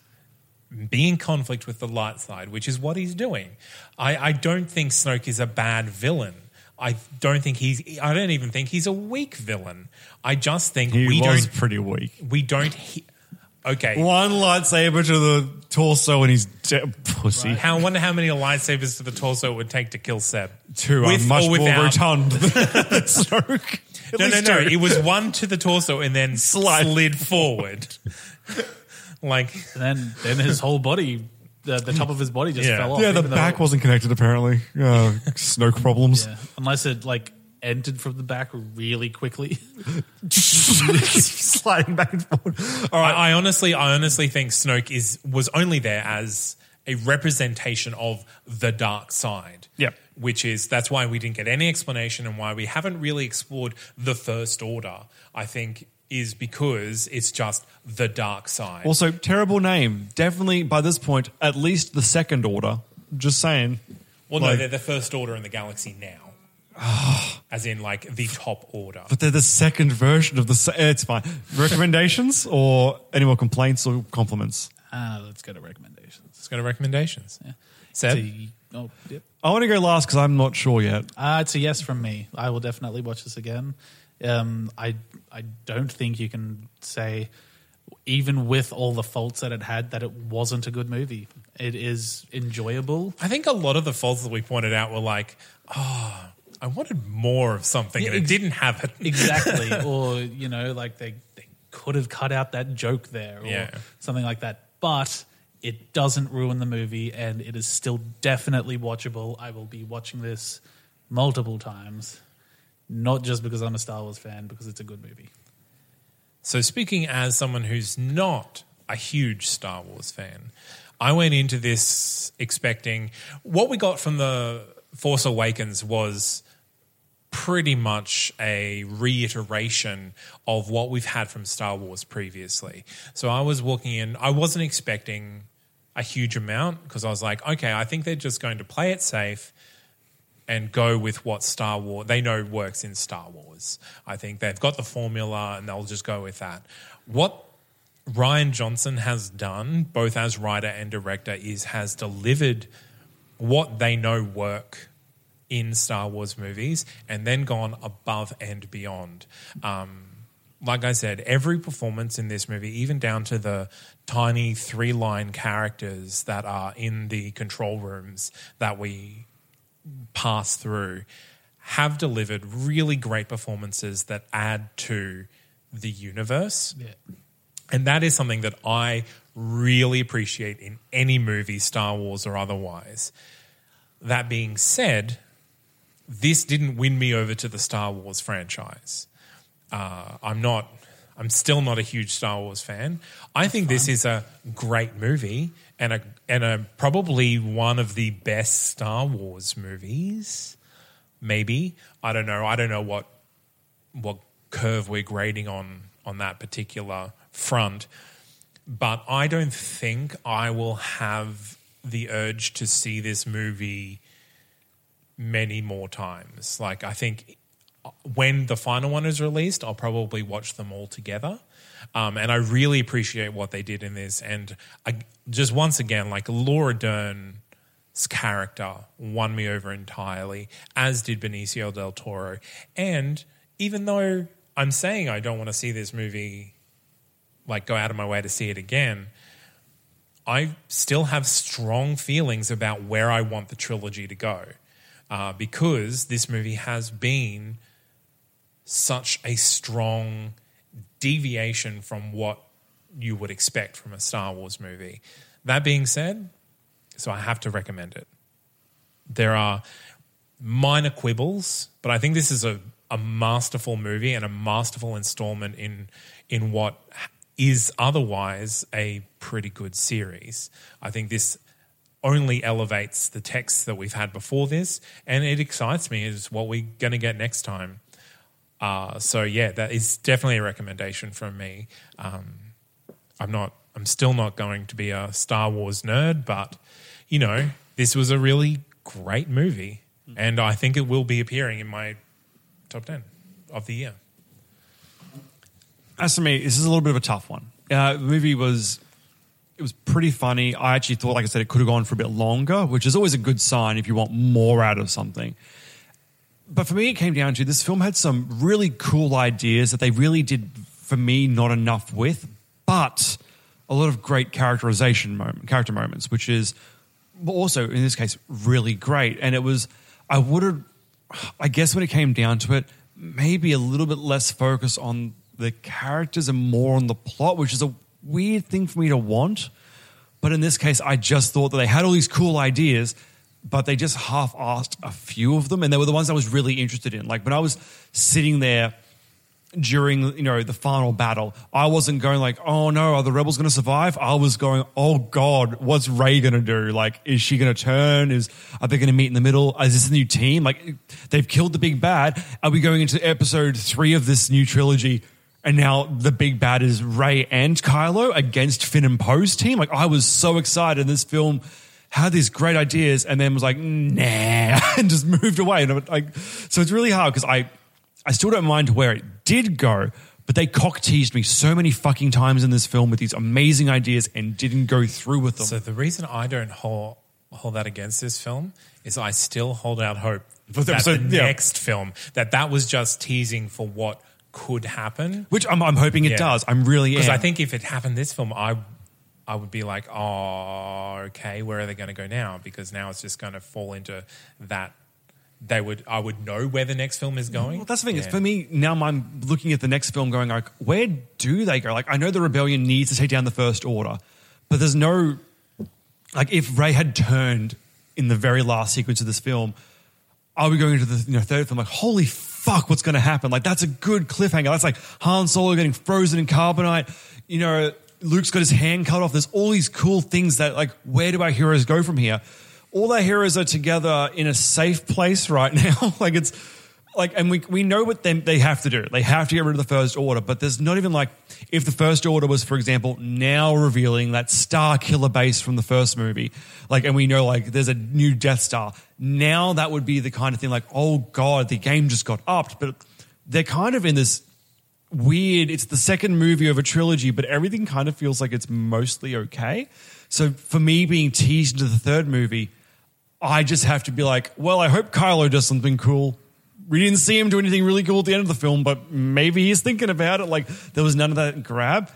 [SPEAKER 1] be in conflict with the light side, which is what he's doing. I, I don't think Snoke is a bad villain. I don't think he's. I don't even think he's a weak villain. I just think
[SPEAKER 2] he
[SPEAKER 1] we
[SPEAKER 2] was
[SPEAKER 1] don't.
[SPEAKER 2] pretty weak.
[SPEAKER 1] we don't. He- okay.
[SPEAKER 2] One lightsaber to the torso and he's de- pussy.
[SPEAKER 1] How I wonder how many lightsabers to the torso it would take to kill Seb.
[SPEAKER 2] Two are
[SPEAKER 1] With
[SPEAKER 2] much
[SPEAKER 1] or
[SPEAKER 2] more
[SPEAKER 1] without?
[SPEAKER 2] rotund than Snoke. At
[SPEAKER 1] No, no,
[SPEAKER 2] least
[SPEAKER 1] no.
[SPEAKER 2] two.
[SPEAKER 1] It was one to the torso and then
[SPEAKER 2] Slide.
[SPEAKER 1] slid forward. like
[SPEAKER 3] and then then his whole body, the, the top of his body just
[SPEAKER 1] Yeah.
[SPEAKER 3] fell off.
[SPEAKER 2] yeah, the
[SPEAKER 3] even though-
[SPEAKER 2] back wasn't connected apparently. Uh, Snoke problems.
[SPEAKER 3] Yeah, unless it like entered from the back really quickly.
[SPEAKER 2] Sliding back and forth. All right.
[SPEAKER 1] I, I honestly, I honestly think Snoke is was only there as a representation of the dark side.
[SPEAKER 2] Yeah.
[SPEAKER 1] which is that's why we didn't get any explanation and why we haven't really explored the First Order. I think is because it's just the dark side.
[SPEAKER 2] Also, terrible name. Definitely by this point, at least the second order. Just saying.
[SPEAKER 1] well, no,
[SPEAKER 2] like-
[SPEAKER 1] they're the First Order in the galaxy now. As in, like the top order.
[SPEAKER 2] But they're the second version of the. Se- it's fine. Recommendations or any more complaints or compliments?
[SPEAKER 3] Ah, let's go to recommendations.
[SPEAKER 1] Let's go to recommendations. Seb?
[SPEAKER 3] It's a- oh, yep.
[SPEAKER 2] I want to go last because I'm not sure yet.
[SPEAKER 3] Ah, it's a yes from me. I will definitely watch this again. Um, I I don't think you can say, even with all the faults that it had, that it wasn't a good movie. It is enjoyable.
[SPEAKER 1] I think a lot of the faults that we pointed out were like, oh, I wanted more of something and it didn't happen.
[SPEAKER 3] Exactly. or, you know, like they, they could have cut out that joke there or
[SPEAKER 1] Yeah.
[SPEAKER 3] something like that. But it doesn't ruin the movie and it is still definitely watchable. I will be watching this multiple times, not just because I'm a Star Wars fan, because it's a good movie.
[SPEAKER 1] So, speaking as someone who's not a huge Star Wars fan, I went into this expecting what we got from the Force Awakens was pretty much a reiteration of what we've had from Star Wars previously. So, I was walking in, I wasn't expecting a huge amount because I was like, okay, I think they're just going to play it safe and go with what Star Wars they know works in Star Wars. I think they've got the formula and they'll just go with that. What Ryan Johnson has done, both as writer and director, is has delivered what they know work in Star Wars movies and then gone above and beyond. Um, like I said, every performance in this movie, even down to the tiny three line characters that are in the control rooms that we pass through have delivered really great performances that add to the universe. And that is something that I really appreciate in any movie, Star Wars or otherwise. That being said, this didn't win me over to the Star Wars franchise. Uh, I'm not. I'm still not a huge Star Wars fan. I think this is a great movie and a and a probably one of the best Star Wars movies. Maybe I don't know. I don't know what what curve we're grading on on that particular front. But I don't think I will have the urge to see this movie many more times. Like I think when the final one is released, I'll probably watch them all together. Um, and I really appreciate what they did in this. And I, just once again, like Laura Dern's character won me over entirely, as did Benicio del Toro. And even though I'm saying I don't want to see this movie, like go out of my way to see it again, I still have strong feelings about where I want the trilogy to go uh, because this movie has been such a strong deviation from what you would expect from a Star Wars movie. That being said, so I have to recommend it. There are minor quibbles, but I think this is a, a masterful movie and a masterful installment in in what is otherwise a pretty good series. I think this only elevates the texts that we've had before this, and it excites me as what we're going to get next time. Uh, so yeah, that is definitely a recommendation from me. Um, I'm not. I'm still not going to be a Star Wars nerd, but you know, this was a really great movie,
[SPEAKER 2] Mm.
[SPEAKER 1] and I think it will be appearing in my top ten of the year.
[SPEAKER 2] As for me, this is a little bit of a tough one. Uh, the movie was it was pretty funny. I actually thought, like I said, it could have gone for a bit longer, which is always a good sign if you want more out of something. But for me, it came down to this film had some really cool ideas that they really did for me not enough with, but a lot of great characterization moment, character moments, which is also in this case really great. And it was, I would have, I guess when it came down to it, maybe a little bit less focus on the characters and more on the plot, which is a weird thing for me to want. But in this case, I just thought that they had all these cool ideas, but they just half asked a few of them. And they were the ones I was really interested in. Like when I was sitting there during, you know, the final battle, I wasn't going like, oh no, are the rebels going to survive? I was going, oh God, what's Ray going to do? Like, is she going to turn? Is, are they going to meet in the middle? Is this a new team? Like they've killed the big bad. Are we going into episode three of this new trilogy? And now the big bad is Ray and Kylo against Finn and Poe's team. Like I was so excited. This film had these great ideas, and then was like, nah, and just moved away. And I, was like, so it's really hard because I, I still don't mind where it did go, but they cock teased me so many fucking times in this film with these amazing ideas and didn't go through with them.
[SPEAKER 1] So the reason I don't hold hold that against this film is I still hold out hope
[SPEAKER 2] For the
[SPEAKER 1] that
[SPEAKER 2] episode-
[SPEAKER 1] the
[SPEAKER 2] yeah.
[SPEAKER 1] next film that that was just teasing for what could happen.
[SPEAKER 2] which I'm, I'm hoping it
[SPEAKER 1] Yeah.
[SPEAKER 2] does. I'm really
[SPEAKER 1] Because
[SPEAKER 2] am.
[SPEAKER 1] I think if it happened this film, I I would be like, oh, okay, where are they going to go now? Because now it's just going to fall into that. They would, I would know where the next film is going.
[SPEAKER 2] Well, that's the thing. It's
[SPEAKER 1] Yeah.
[SPEAKER 2] for me now. I'm looking at the next film, going like, where do they go? Like, I know the rebellion needs to take down the First Order, but there's no like if Ray had turned in the very last sequence of this film, are we going into the you know, third film? Like, holy fuck, what's going to happen? Like, that's a good cliffhanger. That's like Han Solo getting frozen in carbonite. You know, Luke's got his hand cut off. There's all these cool things that like, where do our heroes go from here? All our heroes are together in a safe place right now. like it's like, and we we know what them they have to do. They have to get rid of the first order. But there's not even like if the first order was, for example, now revealing that Star Killer base from the first movie, like, and we know like there's a new Death Star. Now that would be the kind of thing like, oh god, the game just got upped. But they're kind of in this weird. It's the second movie of a trilogy, but everything kind of feels like it's mostly okay. So for me, being teased into the third movie, I just have to be like, well, I hope Kylo does something cool. We didn't see him do anything really cool at the end of the film, but maybe he's thinking about it. Like there was none of that grab.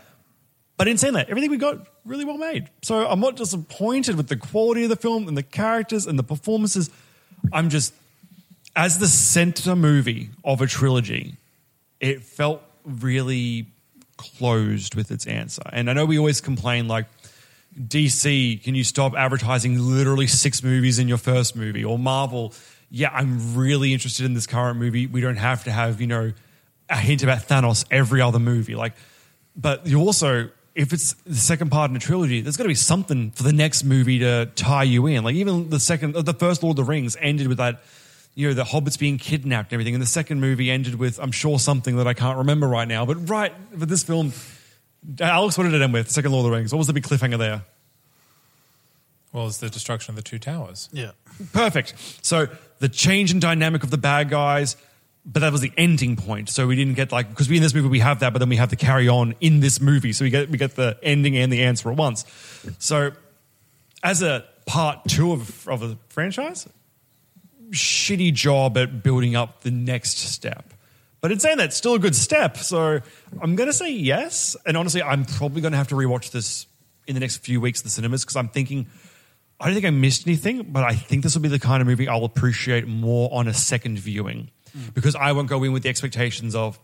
[SPEAKER 2] But in saying that, everything we got really well made. So I'm not disappointed with the quality of the film and the characters and the performances. I'm just as the center movie of a trilogy, it felt really closed with its answer. And I know we always complain like DC, can you stop advertising literally six movies in your first movie? Or Marvel, yeah, I'm really interested in this current movie. We don't have to have, you know, a hint about Thanos every other movie. Like, but you also, if it's the second part in a trilogy, there's got to be something for the next movie to tie you in. Like, even the second, the first Lord of the Rings ended with that you know, the hobbits being kidnapped and everything. And the second movie ended with, I'm sure, something that I can't remember right now. But right, but this film, Alex, what did it end with? Second Lord of the Rings. What was the big cliffhanger there?
[SPEAKER 1] Well, it's the destruction of the two towers.
[SPEAKER 3] Yeah.
[SPEAKER 2] Perfect. So the change in dynamic of the bad guys, but that was the ending point. So we didn't get like because we in this movie we have that, but then we have the carry on in this movie. So we get we get the ending and the answer at once. So as a part two of of a franchise, shitty job at building up the next step. But in saying that, still a good step. So I'm going to say yes. And honestly, I'm probably going to have to rewatch this in the next few weeks at the cinemas because I'm thinking, I don't think I missed anything, but I think this will be the kind of movie I'll appreciate more on a second viewing because I won't go in with the expectations of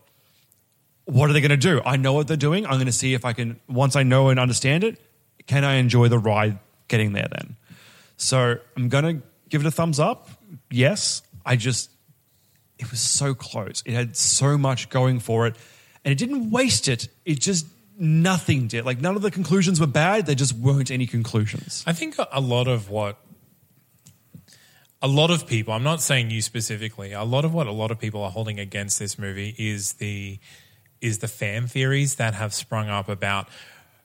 [SPEAKER 2] what are they going to do? I know what they're doing. I'm going to see if I can, once I know and understand it, can I enjoy the ride getting there then? So I'm going to give it a thumbs up. Yes. I just, it was so close. It had so much going for it. And it didn't waste it. It just, nothing did. Like none of the conclusions were bad. There just weren't any conclusions.
[SPEAKER 1] I think a lot of what a lot of people, I'm not saying you specifically, a lot of what a lot of people are holding against this movie is the is the fan theories that have sprung up about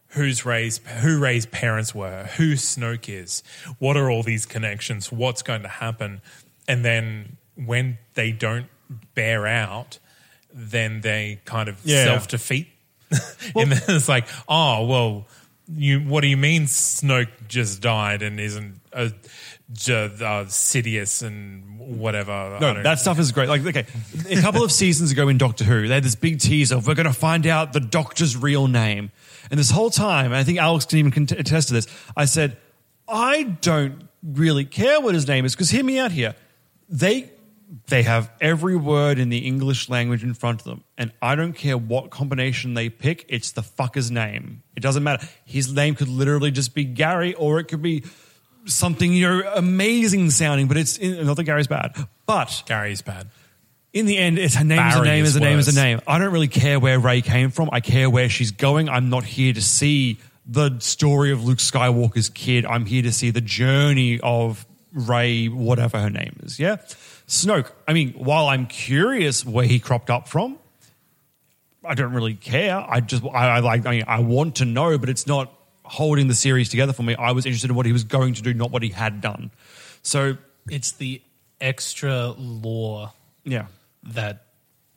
[SPEAKER 1] who's raised who Ray's parents were, who Snoke is, what are all these connections, what's going to happen, and then when they don't bear out, then they kind of
[SPEAKER 2] Yeah.
[SPEAKER 1] self defeat. and then it's like, oh well, you. What do you mean Snoke just died and isn't a, j- uh, Sidious and whatever? I
[SPEAKER 2] No,
[SPEAKER 1] don't-
[SPEAKER 2] that stuff is great. Like, okay, a couple of seasons ago in Doctor Who, they had this big tease of we're going to find out the Doctor's real name, and this whole time, and I think Alex can even cont- attest to this. I said, I don't really care what his name is because hear me out here. They they have every word in the English language in front of them, and I don't care what combination they pick. It's the fucker's name. It doesn't matter. His name could literally just be Gary, or it could be. Something you know, amazing sounding, but it's not that Gary's bad. But
[SPEAKER 1] Gary's bad.
[SPEAKER 2] in the end, it's her name is a
[SPEAKER 1] Barry
[SPEAKER 2] name
[SPEAKER 1] is
[SPEAKER 2] is a name is a
[SPEAKER 1] worse.
[SPEAKER 2] name. I don't really care where Ray came from. I care where she's going. I'm not here to see the story of Luke Skywalker's kid. I'm here to see the journey of Ray, whatever her name is. Yeah. Snoke, I mean, while I'm curious where he cropped up from, I don't really care. I just I, I like I, mean, I want to know, but it's not holding the series together for me. I was interested in what he was going to do, not what he had done. So
[SPEAKER 3] It's the extra lore
[SPEAKER 2] yeah.
[SPEAKER 3] that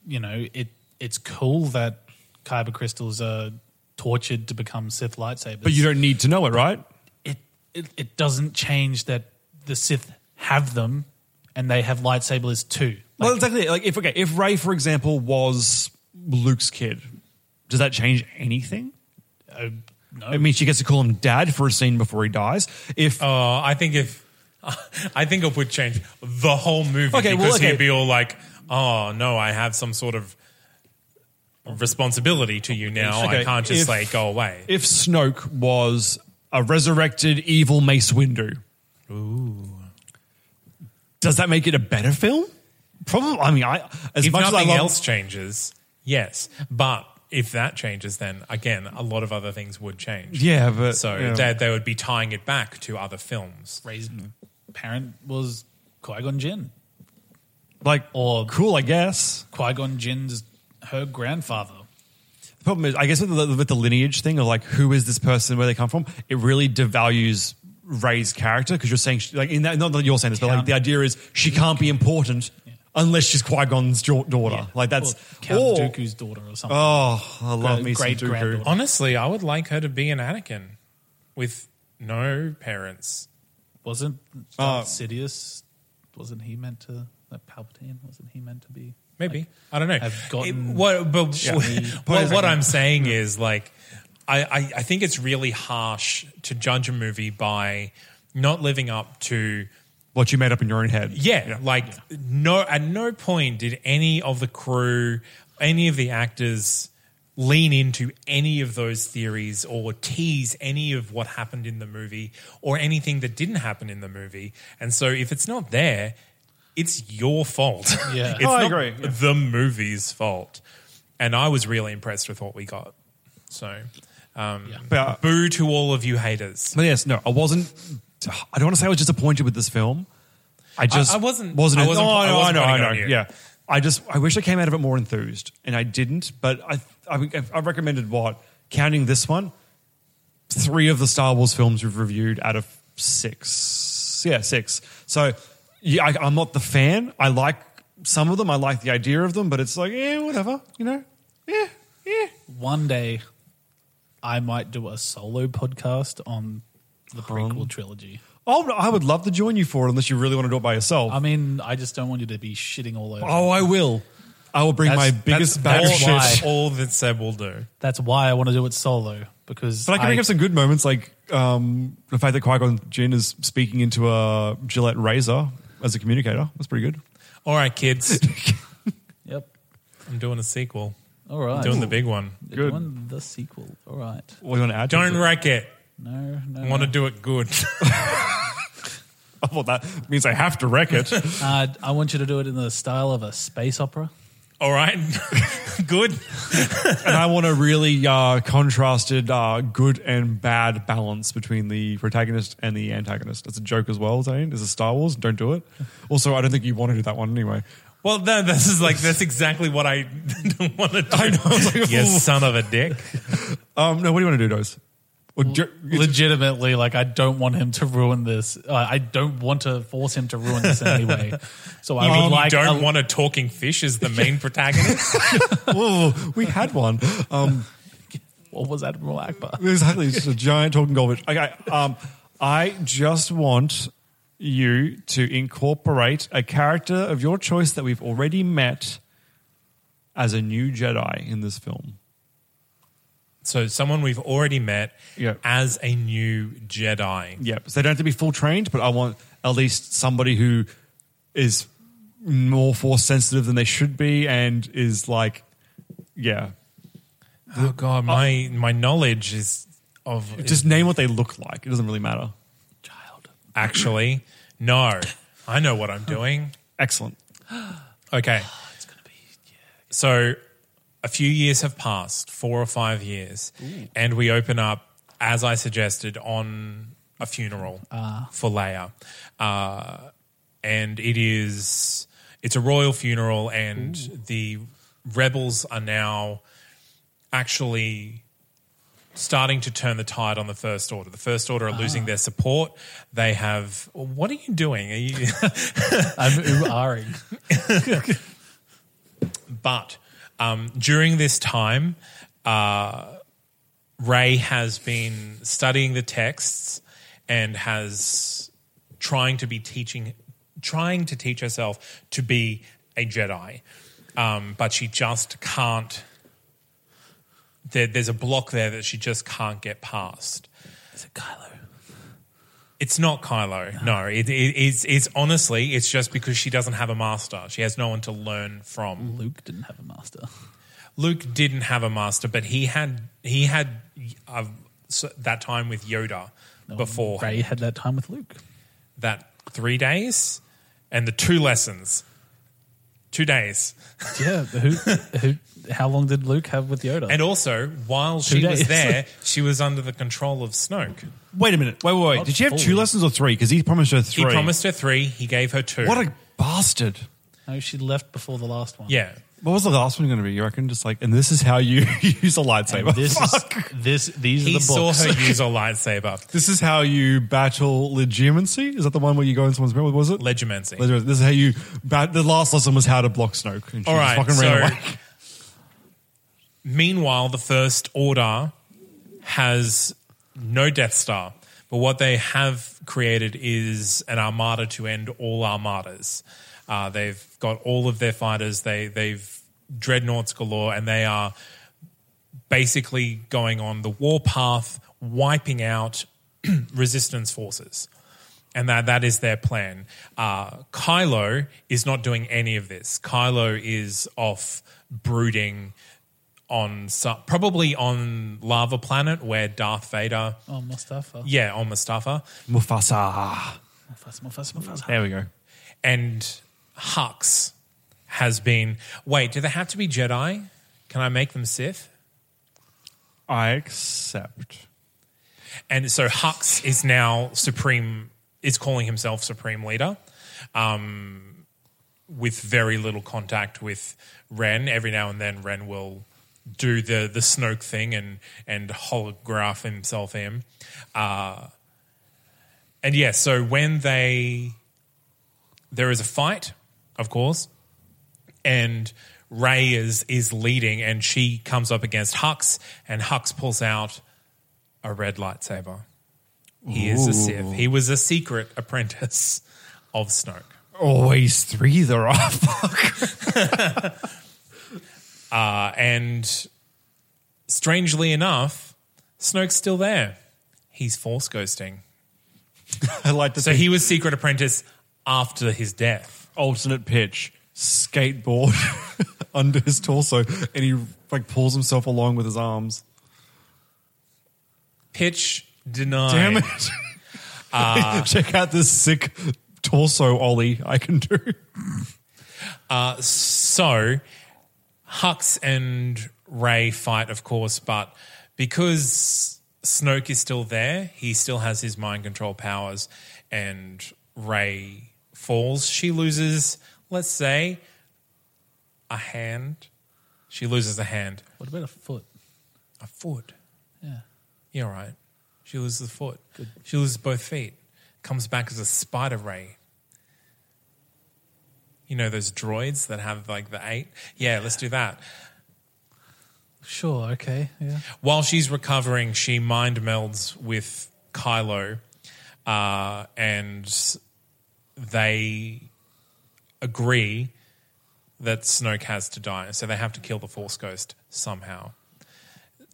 [SPEAKER 3] you know it. It's cool that kyber crystals are tortured to become Sith lightsabers,
[SPEAKER 2] But you don't need to know it, right?
[SPEAKER 3] it, it it doesn't change that the Sith have them and they have lightsabers too. Like,
[SPEAKER 2] well, exactly. Like if okay, if Ray, for example, was Luke's kid, does that change anything?
[SPEAKER 3] uh, no,
[SPEAKER 2] I mean, she gets to call him dad for a scene before he dies. If
[SPEAKER 1] Uh, I think if I think it would change the whole movie
[SPEAKER 2] Okay, well,
[SPEAKER 1] because
[SPEAKER 2] okay.
[SPEAKER 1] he'd be all like, "Oh no, I have some sort of responsibility to you now. I
[SPEAKER 2] Okay,
[SPEAKER 1] can't just
[SPEAKER 2] if-
[SPEAKER 1] like go away."
[SPEAKER 2] if Snoke was a resurrected evil Mace Windu, does that make it a better film? Probably. I mean, I as
[SPEAKER 1] if
[SPEAKER 2] much as I
[SPEAKER 1] nothing
[SPEAKER 2] love,
[SPEAKER 1] else changes, yes. But if that changes, then again, a lot of other things would change.
[SPEAKER 2] Yeah, but-
[SPEAKER 1] so
[SPEAKER 2] yeah.
[SPEAKER 1] They, they would be tying it back to other films.
[SPEAKER 3] Ray's parent was Qui Gon Jinn.
[SPEAKER 2] like,
[SPEAKER 3] Or-
[SPEAKER 2] cool, I guess.
[SPEAKER 3] Qui Gon Jinn's her grandfather.
[SPEAKER 2] The problem is, I guess, with the, with the lineage thing of like who is this person, where they come from, it really devalues Ray's character because you're saying she, like in that not that you're saying this, but like
[SPEAKER 3] Count-
[SPEAKER 2] the idea is she can't be important unless she's Qui Gon's daughter. Like that's
[SPEAKER 3] or Count
[SPEAKER 2] or-
[SPEAKER 3] Dooku's daughter or something.
[SPEAKER 2] Oh, I love
[SPEAKER 3] Great-
[SPEAKER 2] me some
[SPEAKER 3] great
[SPEAKER 2] Dooku.
[SPEAKER 3] granddaughter.
[SPEAKER 1] Honestly, I would like her to be an Anakin with no parents.
[SPEAKER 3] wasn't
[SPEAKER 2] Oh.
[SPEAKER 3] Darth Sidious? Wasn't he meant to? Like Palpatine? Wasn't he meant to be?
[SPEAKER 1] Maybe I don't know.
[SPEAKER 3] I've gotten-
[SPEAKER 1] It- what, but what,
[SPEAKER 2] Point
[SPEAKER 1] what
[SPEAKER 2] taken.
[SPEAKER 1] I'm saying is like, I, I I think it's really harsh to judge a movie by not living up to
[SPEAKER 2] What you made up in your own head.
[SPEAKER 1] Yeah, like no, at no point did any of the crew, any of the actors, lean into any of those theories or tease any of what happened in the movie or anything that didn't happen in the movie. And so, if it's not there, it's your fault.
[SPEAKER 3] Yeah.
[SPEAKER 1] it's
[SPEAKER 2] Oh, I
[SPEAKER 1] not
[SPEAKER 2] agree, yeah.
[SPEAKER 1] The movie's fault. And I was really impressed with what we got. So, um,
[SPEAKER 2] But-
[SPEAKER 1] boo to all of you haters.
[SPEAKER 2] But yes, no, I wasn't. I don't want to say I was disappointed with this film. I just
[SPEAKER 1] I wasn't-
[SPEAKER 2] wasn't.
[SPEAKER 1] I wasn't-
[SPEAKER 2] no,
[SPEAKER 1] I
[SPEAKER 2] no,
[SPEAKER 1] wasn't putting
[SPEAKER 2] I know,
[SPEAKER 1] it
[SPEAKER 2] I
[SPEAKER 1] on
[SPEAKER 2] know.
[SPEAKER 1] you.
[SPEAKER 2] Yeah, I just I wish I came out of it more enthused, and I didn't. But I I, I recommended what counting this one, three of the Star Wars films we've reviewed out of six. Yeah, six. So yeah, I, I'm not the fan. I like some of them. I like the idea of them, but it's like, yeah, whatever, you know? Yeah, yeah.
[SPEAKER 3] One day, I might do a solo podcast on the prequel
[SPEAKER 2] Um,
[SPEAKER 3] trilogy.
[SPEAKER 2] Oh, I would love to join you for it unless you really want to do it by yourself.
[SPEAKER 3] I mean, I just don't want you to be shitting all over.
[SPEAKER 2] oh, I will. I will bring
[SPEAKER 3] That's-
[SPEAKER 2] my biggest bag
[SPEAKER 3] that's
[SPEAKER 2] of
[SPEAKER 3] all
[SPEAKER 2] shit.
[SPEAKER 3] why.
[SPEAKER 1] all that Seb will do.
[SPEAKER 3] That's why I want to do it solo because
[SPEAKER 2] But I can bring up some good moments, like um, the fact that Qui Gon Jinn is speaking into a Gillette razor as a communicator. That's pretty good.
[SPEAKER 1] All right, kids,
[SPEAKER 3] Yep.
[SPEAKER 1] I'm doing a sequel.
[SPEAKER 3] All right.
[SPEAKER 1] I'm doing the big one.
[SPEAKER 3] You're
[SPEAKER 2] good.
[SPEAKER 3] doing the sequel. All right.
[SPEAKER 2] What do you want to add?
[SPEAKER 1] Don't
[SPEAKER 2] to it?
[SPEAKER 1] wreck it.
[SPEAKER 3] No,
[SPEAKER 1] I
[SPEAKER 3] no.
[SPEAKER 1] want to
[SPEAKER 3] no.
[SPEAKER 1] do it good.
[SPEAKER 2] Oh, well, that means I have to wreck it.
[SPEAKER 3] Uh, I want you to do it in the style of a space opera.
[SPEAKER 1] all right, good.
[SPEAKER 2] and I want a really uh, contrasted uh, good and bad balance between the protagonist and the antagonist. It's a joke as well, Zane. It's a Star Wars. Don't do it. Also, I don't think you want to do that one anyway.
[SPEAKER 1] Well, no, this is like that's exactly what I don't want to do.
[SPEAKER 2] I know, I was like,
[SPEAKER 1] you
[SPEAKER 2] ooh.
[SPEAKER 1] son of a dick.
[SPEAKER 2] Um, no, what do you want to do, Dose? Or jo-
[SPEAKER 3] Legitimately, like I don't want him to ruin this. Uh, I don't want to force him to ruin this in any way. So I
[SPEAKER 1] You
[SPEAKER 3] would
[SPEAKER 1] mean
[SPEAKER 3] like.
[SPEAKER 1] you Um, don't
[SPEAKER 3] a-
[SPEAKER 1] want a talking fish as the main protagonist?
[SPEAKER 2] oh, we had one. Um,
[SPEAKER 3] what was Admiral Akbar?
[SPEAKER 2] Exactly. It's just a giant talking goldfish. Okay. Um, I just want you to incorporate a character of your choice that we've already met as a new Jedi in this film.
[SPEAKER 1] so someone we've already met
[SPEAKER 2] Yeah.
[SPEAKER 1] as a new Jedi.
[SPEAKER 2] Yep. So they don't have to be full trained, but I want at least somebody who is more force sensitive than they should be and is like, yeah.
[SPEAKER 1] Oh god, my my knowledge is of is
[SPEAKER 2] Just name what they look like. It doesn't really matter.
[SPEAKER 3] Child.
[SPEAKER 1] actually no. I know what I'm doing.
[SPEAKER 2] Excellent.
[SPEAKER 1] Okay. So a few years have passed, four or five years, and we open up, as I suggested, on a funeral for Leia. Uh, and it is it's a royal funeral and the rebels are now actually starting to turn the tide on the first order. The first order are losing their support. They have what are you doing? Are you
[SPEAKER 3] I'm ooh-ahhing.
[SPEAKER 1] But um, during this time, uh, Ray has been studying the texts and has trying to be teaching, trying to teach herself to be a Jedi. Um, but she just can't. There, there's a block there that she just can't get past.
[SPEAKER 3] Is it Kylo?
[SPEAKER 1] It's not Kylo. No, It, it, it's, it's honestly, it's just because she doesn't have a master. She has no one to learn from.
[SPEAKER 3] Luke didn't have a master.
[SPEAKER 1] Luke didn't have a master, but he had he had uh, so- that time with Yoda before
[SPEAKER 3] Ray had that time with Luke.
[SPEAKER 1] that three days and the two lessons, two days,
[SPEAKER 3] Yeah. Who? who? How long did Luke have with Yoda?
[SPEAKER 1] and also while she
[SPEAKER 3] Two
[SPEAKER 1] was
[SPEAKER 3] days.
[SPEAKER 1] there, she was under the control of Snoke.
[SPEAKER 2] Wait a minute. Wait, wait, wait.
[SPEAKER 3] Not
[SPEAKER 2] Did she have two
[SPEAKER 3] fully.
[SPEAKER 2] lessons or three? Because he promised her three.
[SPEAKER 1] He promised her three, he gave her two.
[SPEAKER 2] What a bastard.
[SPEAKER 3] no, she left before the last one.
[SPEAKER 1] yeah.
[SPEAKER 2] What was the last one going to be? You reckon? Just like, and this is how you use a
[SPEAKER 3] And
[SPEAKER 2] lightsaber.
[SPEAKER 3] this
[SPEAKER 2] Fuck.
[SPEAKER 3] is this. These
[SPEAKER 1] He
[SPEAKER 3] are the
[SPEAKER 1] saw
[SPEAKER 3] books.
[SPEAKER 1] her use a lightsaber.
[SPEAKER 2] this is how you battle legitimacy. Is that the one where you go in someone's mirror? What Was it?
[SPEAKER 1] Legimency.
[SPEAKER 2] Legimency. This is how you. Bat- the last lesson was how to block Snoke. And she
[SPEAKER 1] All right,
[SPEAKER 2] just fucking ran
[SPEAKER 1] so-
[SPEAKER 2] away.
[SPEAKER 1] Meanwhile, the First Order has no Death Star, but what they have created is an armada to end all armadas. Uh, they've got all of their fighters. They they've dreadnoughts galore, and they are basically going on the war path, wiping out resistance forces. And that, that is their plan. Uh, Kylo is not doing any of this. Kylo is off brooding on some, probably on Lava Planet where Darth Vader,
[SPEAKER 3] Oh, Mustafa.
[SPEAKER 1] yeah, on Mustafa,
[SPEAKER 2] Mufasa.
[SPEAKER 3] Mufasa, Mufasa, Mufasa.
[SPEAKER 2] There we go.
[SPEAKER 1] and Hux has been. Wait, do they have to be Jedi? Can I make them Sith?
[SPEAKER 2] I accept.
[SPEAKER 1] And so Hux is now supreme, is calling himself supreme leader, um, with very little contact with Ren. Every now and then, Ren will do the the Snoke thing and and holograph himself in. Uh, and yeah, so when they there is a fight, of course, and Ray is is leading, and she comes up against Hux, and Hux pulls out a red lightsaber. He is a Sith. He was a secret apprentice of Snoke.
[SPEAKER 2] Always three there are. Fuck.
[SPEAKER 1] Uh, and strangely enough, Snoke's still there. He's force ghosting.
[SPEAKER 2] I like to
[SPEAKER 1] So
[SPEAKER 2] think
[SPEAKER 1] he was secret apprentice after his death.
[SPEAKER 2] alternate pitch skateboard under his torso, and he like pulls himself along with his arms.
[SPEAKER 1] Pitch denied.
[SPEAKER 2] Damn it! Check out this sick torso ollie I can do.
[SPEAKER 1] So Hux and Ray fight, of course, but because Snoke is still there, he still has his mind control powers, and Ray falls. She loses, let's say, a hand. She loses a hand,
[SPEAKER 3] What about a foot?
[SPEAKER 1] a foot.
[SPEAKER 3] Yeah.
[SPEAKER 1] You're right. She loses a foot. She loses both feet. Comes back as a spider ray. You know those droids that have like the eight? Yeah, let's do that.
[SPEAKER 3] Sure. Okay. Yeah.
[SPEAKER 1] While she's recovering, she mind melds with Kylo, uh, and they agree that Snoke has to die. So they have to kill the Force Ghost somehow.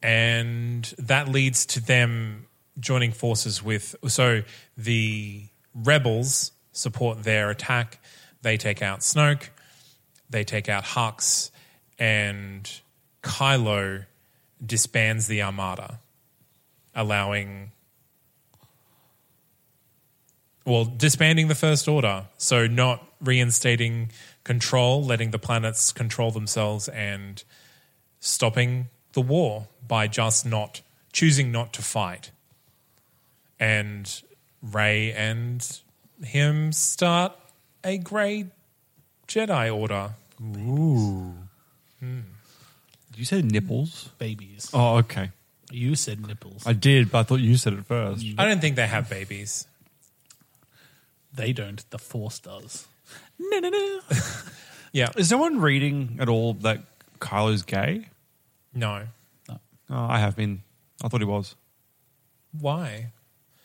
[SPEAKER 1] And that leads to them joining forces with. So the rebels support their attack. They take out Snoke, they take out Hux, and Kylo disbands the Armada, allowing. Well, disbanding the First Order, so not reinstating control, letting the planets control themselves, and stopping the war by just not choosing not to fight. And Ray and him start a grey Jedi Order.
[SPEAKER 2] You said nipples.
[SPEAKER 3] Babies.
[SPEAKER 2] Oh, okay.
[SPEAKER 3] You said nipples.
[SPEAKER 2] I did, but I thought you said it first.
[SPEAKER 1] I don't think they have babies.
[SPEAKER 3] they don't. The Force does. No, no, no.
[SPEAKER 1] Yeah.
[SPEAKER 2] Is no one reading at all that Kylo's gay?
[SPEAKER 1] No.
[SPEAKER 2] Oh, I have been. I thought he was.
[SPEAKER 1] Why?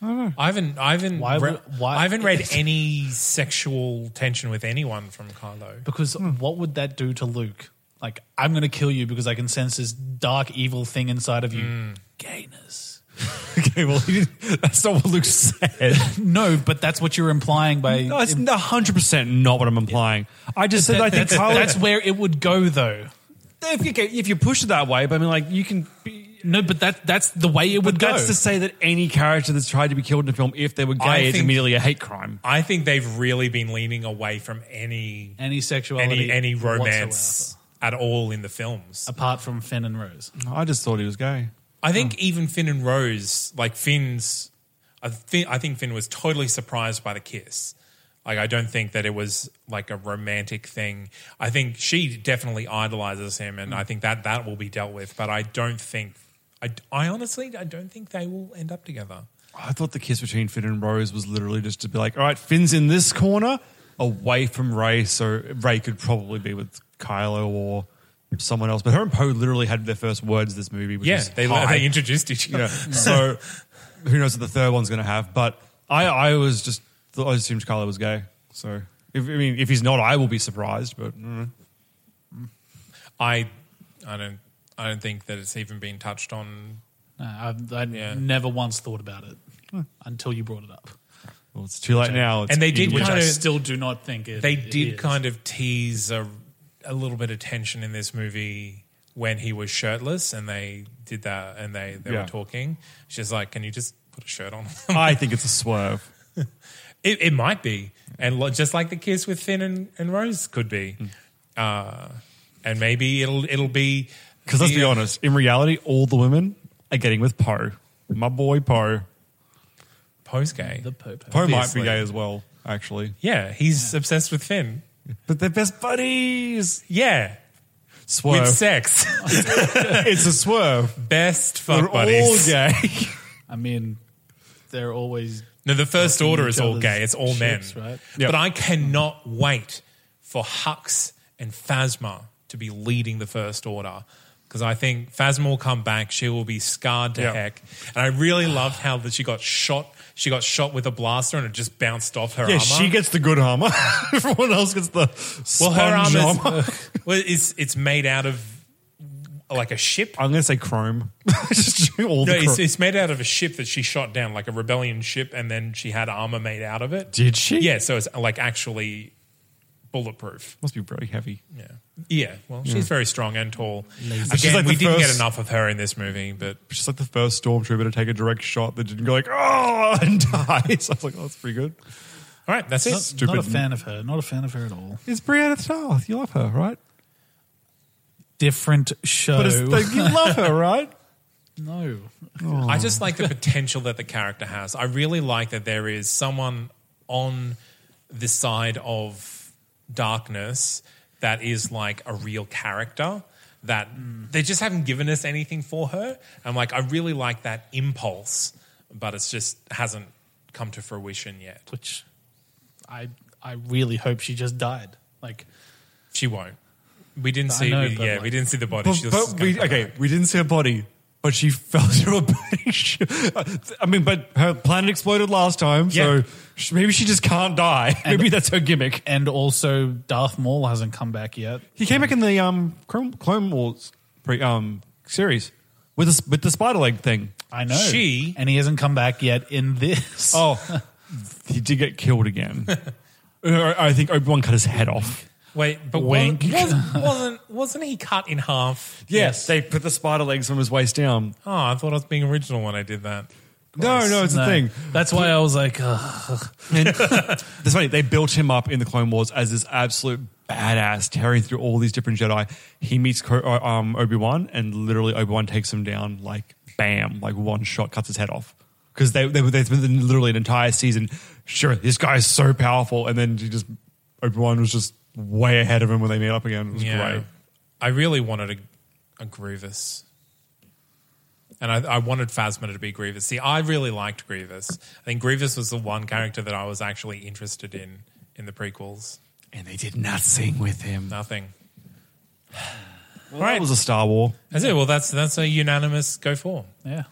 [SPEAKER 1] I don't know. I haven't. I haven't.
[SPEAKER 3] Why
[SPEAKER 1] re-
[SPEAKER 3] would- why-
[SPEAKER 1] I haven't read any sexual tension with anyone from Kylo.
[SPEAKER 3] Because what would that do to Luke? Like, I'm going to kill you because I can sense this dark, evil thing inside of you. Gayness.
[SPEAKER 2] Mm. okay, well, he didn't, that's not what Luke said.
[SPEAKER 3] No, but that's what you're implying by.
[SPEAKER 2] No, it's hundred percent not what I'm implying. I just said I think
[SPEAKER 3] that's,
[SPEAKER 2] Kylo.
[SPEAKER 3] that's where it would go, though.
[SPEAKER 2] if, you, okay, if you push it that way, but I mean, like you can. Be,
[SPEAKER 3] No, but that that's the way it would
[SPEAKER 2] but
[SPEAKER 3] go.
[SPEAKER 2] that's to say that any character that's tried to be killed in a film, if they were
[SPEAKER 1] I
[SPEAKER 2] gay, it's
[SPEAKER 1] think-
[SPEAKER 2] immediately a hate crime.
[SPEAKER 1] I think they've really been leaning away from any
[SPEAKER 3] any sexuality,
[SPEAKER 1] any any romance
[SPEAKER 3] whatsoever.
[SPEAKER 1] at all in the films.
[SPEAKER 3] apart from Finn and Rose.
[SPEAKER 2] I just thought he was gay.
[SPEAKER 1] I think even Finn and Rose, like Finn's, I, thi- I think Finn was totally surprised by the kiss. Like, I don't think that it was like a romantic thing. I think she definitely idolizes him, and I think that that will be dealt with. But I don't think, I, I honestly, I don't think they will end up together.
[SPEAKER 2] I thought the kiss between Finn and Rose was literally just to be like, all right, Finn's in this corner, away from Ray, so Ray could probably be with Kylo or someone else. But her and Poe literally had their first words this movie. Which
[SPEAKER 1] Yeah,
[SPEAKER 2] is
[SPEAKER 1] they,
[SPEAKER 2] hi.
[SPEAKER 1] they introduced each
[SPEAKER 2] you
[SPEAKER 1] other.
[SPEAKER 2] know, so who knows what the third one's going to have? But I, I was just I assumed Kylo was gay. So if, I mean, if he's not, I will be surprised. But mm.
[SPEAKER 1] I, I don't, I don't think that it's even been touched on.
[SPEAKER 3] No, I, I
[SPEAKER 1] Yeah.
[SPEAKER 3] never once thought about it until you brought it up,
[SPEAKER 2] well, it's too late now. It's
[SPEAKER 1] And they did
[SPEAKER 2] even-
[SPEAKER 3] which I
[SPEAKER 1] Kinda-
[SPEAKER 3] still do not think it.
[SPEAKER 1] They
[SPEAKER 3] it
[SPEAKER 1] did
[SPEAKER 3] is.
[SPEAKER 1] kind of tease a, a little bit of tension in this movie when he was shirtless, and they did that, and they they
[SPEAKER 2] Yeah.
[SPEAKER 1] were talking. She's like, "Can you just put a shirt on?"
[SPEAKER 2] I think it's a swerve.
[SPEAKER 1] it, it might be, and lo- just like the kiss with Finn and, and Rose could be,
[SPEAKER 2] Hmm.
[SPEAKER 1] uh, and maybe it'll it'll be
[SPEAKER 2] Because let's be
[SPEAKER 1] the-
[SPEAKER 2] honest, in reality, all the women are getting with Poe. My boy Poe.
[SPEAKER 1] post gay.
[SPEAKER 3] the Pope.
[SPEAKER 2] Poe might be
[SPEAKER 1] Obviously.
[SPEAKER 2] gay as well, actually.
[SPEAKER 1] Yeah, he's obsessed with Finn.
[SPEAKER 2] But they're best buddies.
[SPEAKER 1] Yeah,
[SPEAKER 2] Swerve.
[SPEAKER 1] with sex,
[SPEAKER 2] it's a swerve.
[SPEAKER 1] best
[SPEAKER 2] They're
[SPEAKER 1] fuck buddies.
[SPEAKER 2] all gay.
[SPEAKER 3] I mean, they're always
[SPEAKER 1] No, the first
[SPEAKER 3] Fucking
[SPEAKER 1] order
[SPEAKER 3] each
[SPEAKER 1] is all
[SPEAKER 3] other's
[SPEAKER 1] gay. It's all
[SPEAKER 3] ships,
[SPEAKER 1] men.
[SPEAKER 3] right?
[SPEAKER 2] Yep.
[SPEAKER 1] But I cannot wait for Hux and Phasma to be leading the First Order. Because I think Phasma will come back. She will be scarred to
[SPEAKER 2] Yeah.
[SPEAKER 1] heck. And I really loved how that she got shot. She got shot with a blaster and it just bounced off her
[SPEAKER 2] Yeah,
[SPEAKER 1] armor.
[SPEAKER 2] she gets the good armor. Everyone else gets the
[SPEAKER 1] well,
[SPEAKER 2] sponge
[SPEAKER 1] her armor,
[SPEAKER 2] armor.
[SPEAKER 1] well, it's, it's made out of like a ship.
[SPEAKER 2] I'm going to say chrome. Just do all
[SPEAKER 1] No,
[SPEAKER 2] the
[SPEAKER 1] it's,
[SPEAKER 2] chrome.
[SPEAKER 1] it's made out of a ship that she shot down, like a rebellion ship, and then she had armor made out of it.
[SPEAKER 2] Did she?
[SPEAKER 1] Yeah, so it's like actually bulletproof.
[SPEAKER 2] Must be pretty heavy.
[SPEAKER 1] Yeah, yeah. Well, she's very strong and tall.
[SPEAKER 2] And she's
[SPEAKER 1] Again,
[SPEAKER 2] like
[SPEAKER 1] we
[SPEAKER 2] the
[SPEAKER 1] didn't get
[SPEAKER 2] first-
[SPEAKER 1] enough of her in this movie, but
[SPEAKER 2] She's like the first stormtrooper to take a direct shot that didn't go like, oh, and dies. I was like, oh, that's pretty good.
[SPEAKER 1] all right, that's
[SPEAKER 3] Not,
[SPEAKER 1] it.
[SPEAKER 3] not a
[SPEAKER 2] stupid.
[SPEAKER 3] fan of her. Not a fan of her at all.
[SPEAKER 2] It's Brianna Tarth. You love her, right? Oh.
[SPEAKER 3] Different show.
[SPEAKER 2] But it's like, you love her, right?
[SPEAKER 3] no.
[SPEAKER 1] I just like the potential that the character has. I really like that there is someone on the side of darkness that is like a real character that
[SPEAKER 2] Mm.
[SPEAKER 1] they just haven't given us anything for her. I'm like, I really like that impulse, but it's just hasn't come to fruition yet.
[SPEAKER 3] Which I I really hope she just died. Like
[SPEAKER 1] She won't. We didn't
[SPEAKER 3] I
[SPEAKER 1] see.
[SPEAKER 3] know,
[SPEAKER 1] we-
[SPEAKER 3] but
[SPEAKER 1] yeah,
[SPEAKER 3] like-
[SPEAKER 1] we didn't see the body.
[SPEAKER 2] But,
[SPEAKER 1] She was
[SPEAKER 2] but
[SPEAKER 1] just
[SPEAKER 2] we,
[SPEAKER 1] gonna-
[SPEAKER 2] okay, we didn't see her body, but she fell through a bench. I mean, but her planet exploded last time,
[SPEAKER 1] Yeah.
[SPEAKER 2] so sh maybe she just can't die. maybe that's her gimmick.
[SPEAKER 3] and also Darth Maul hasn't come back yet.
[SPEAKER 2] He came back in the um Clone, Clone Wars pre, um series with the with the spider leg thing.
[SPEAKER 3] I know.
[SPEAKER 1] She-
[SPEAKER 3] and he hasn't come back yet in this.
[SPEAKER 2] Oh, he did get killed again. I I think Obi Wan cut his head off.
[SPEAKER 1] Wait, but
[SPEAKER 3] Wink.
[SPEAKER 1] wasn't, wasn't wasn't wasn't he cut in half?
[SPEAKER 2] Yes, they put the spider legs from his waist down.
[SPEAKER 1] Oh, I thought I was being original when I did that.
[SPEAKER 2] No, no, it's a
[SPEAKER 3] No.
[SPEAKER 2] thing.
[SPEAKER 3] uh, That's why I was like, uh, ugh.
[SPEAKER 2] And that's funny. They built him up in the Clone Wars as this absolute badass, tearing through all these different Jedi. He meets Co- uh, um, Obi Wan, and literally Obi Wan takes him down like bam, like one shot, cuts his head off. Because they they they spent literally an entire season. Sure, this guy is so powerful, and then he just Obi Wan was just way ahead of him when they met up again. It was great.
[SPEAKER 1] I really wanted a, a Grievous. And I, I wanted Phasma to be Grievous. See, I really liked Grievous. I think Grievous was the one character that I was actually interested in in the prequels.
[SPEAKER 2] And they did not sing with him.
[SPEAKER 1] Nothing.
[SPEAKER 2] Well, That was a Star War.
[SPEAKER 1] That's it. Well, that's that's a unanimous go for.
[SPEAKER 3] yeah,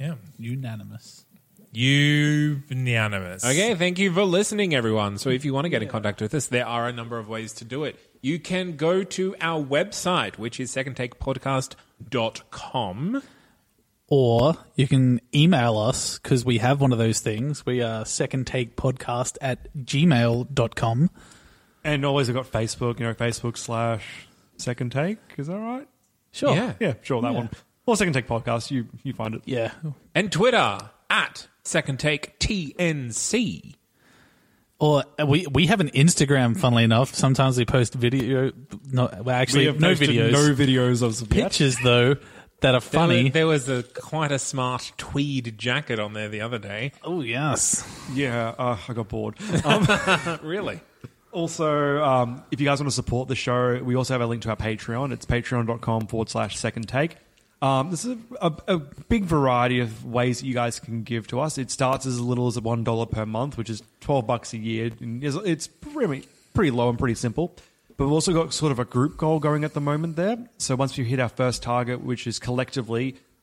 [SPEAKER 1] Yeah.
[SPEAKER 3] unanimous.
[SPEAKER 1] Unanimous.
[SPEAKER 4] Okay, thank you for listening, everyone. So, if you want to get in contact with us, there are a number of ways to do it. You can go to our website, which is secondtakepodcast.com.
[SPEAKER 3] Or you can email us because we have one of those things. We are second take podcast at gmail.com.
[SPEAKER 2] And always I've got Facebook, you know, Facebook slash Second Take. Is that right?
[SPEAKER 3] Sure.
[SPEAKER 4] Yeah.
[SPEAKER 2] Yeah, sure, that
[SPEAKER 3] Yeah.
[SPEAKER 2] one. Well, Second Take podcast, you you find it.
[SPEAKER 3] Yeah.
[SPEAKER 4] And Twitter at Second Take TNC.
[SPEAKER 3] Or uh, we we have an Instagram, funnily enough. Sometimes we post video. No, well, actually,
[SPEAKER 2] We have
[SPEAKER 3] no
[SPEAKER 2] posted
[SPEAKER 3] videos.
[SPEAKER 2] No videos of some
[SPEAKER 3] Pictures, though, that are
[SPEAKER 4] There
[SPEAKER 3] funny.
[SPEAKER 4] was- There was a quite a smart tweed jacket on there the other day.
[SPEAKER 3] oh, yes.
[SPEAKER 2] Yeah, uh, I got bored.
[SPEAKER 4] really?
[SPEAKER 2] also, um, if you guys want to support the show, we also have a link to our Patreon. It's patreon.com forward slash second take. Um, this is a, a, a big variety of ways that you guys can give to us. It starts as little as $1 per month, which is 12 bucks a year. And is- it's pretty, pretty low and pretty simple. But we've also got sort of a group goal going at the moment there. So once we hit our first target, which is collectively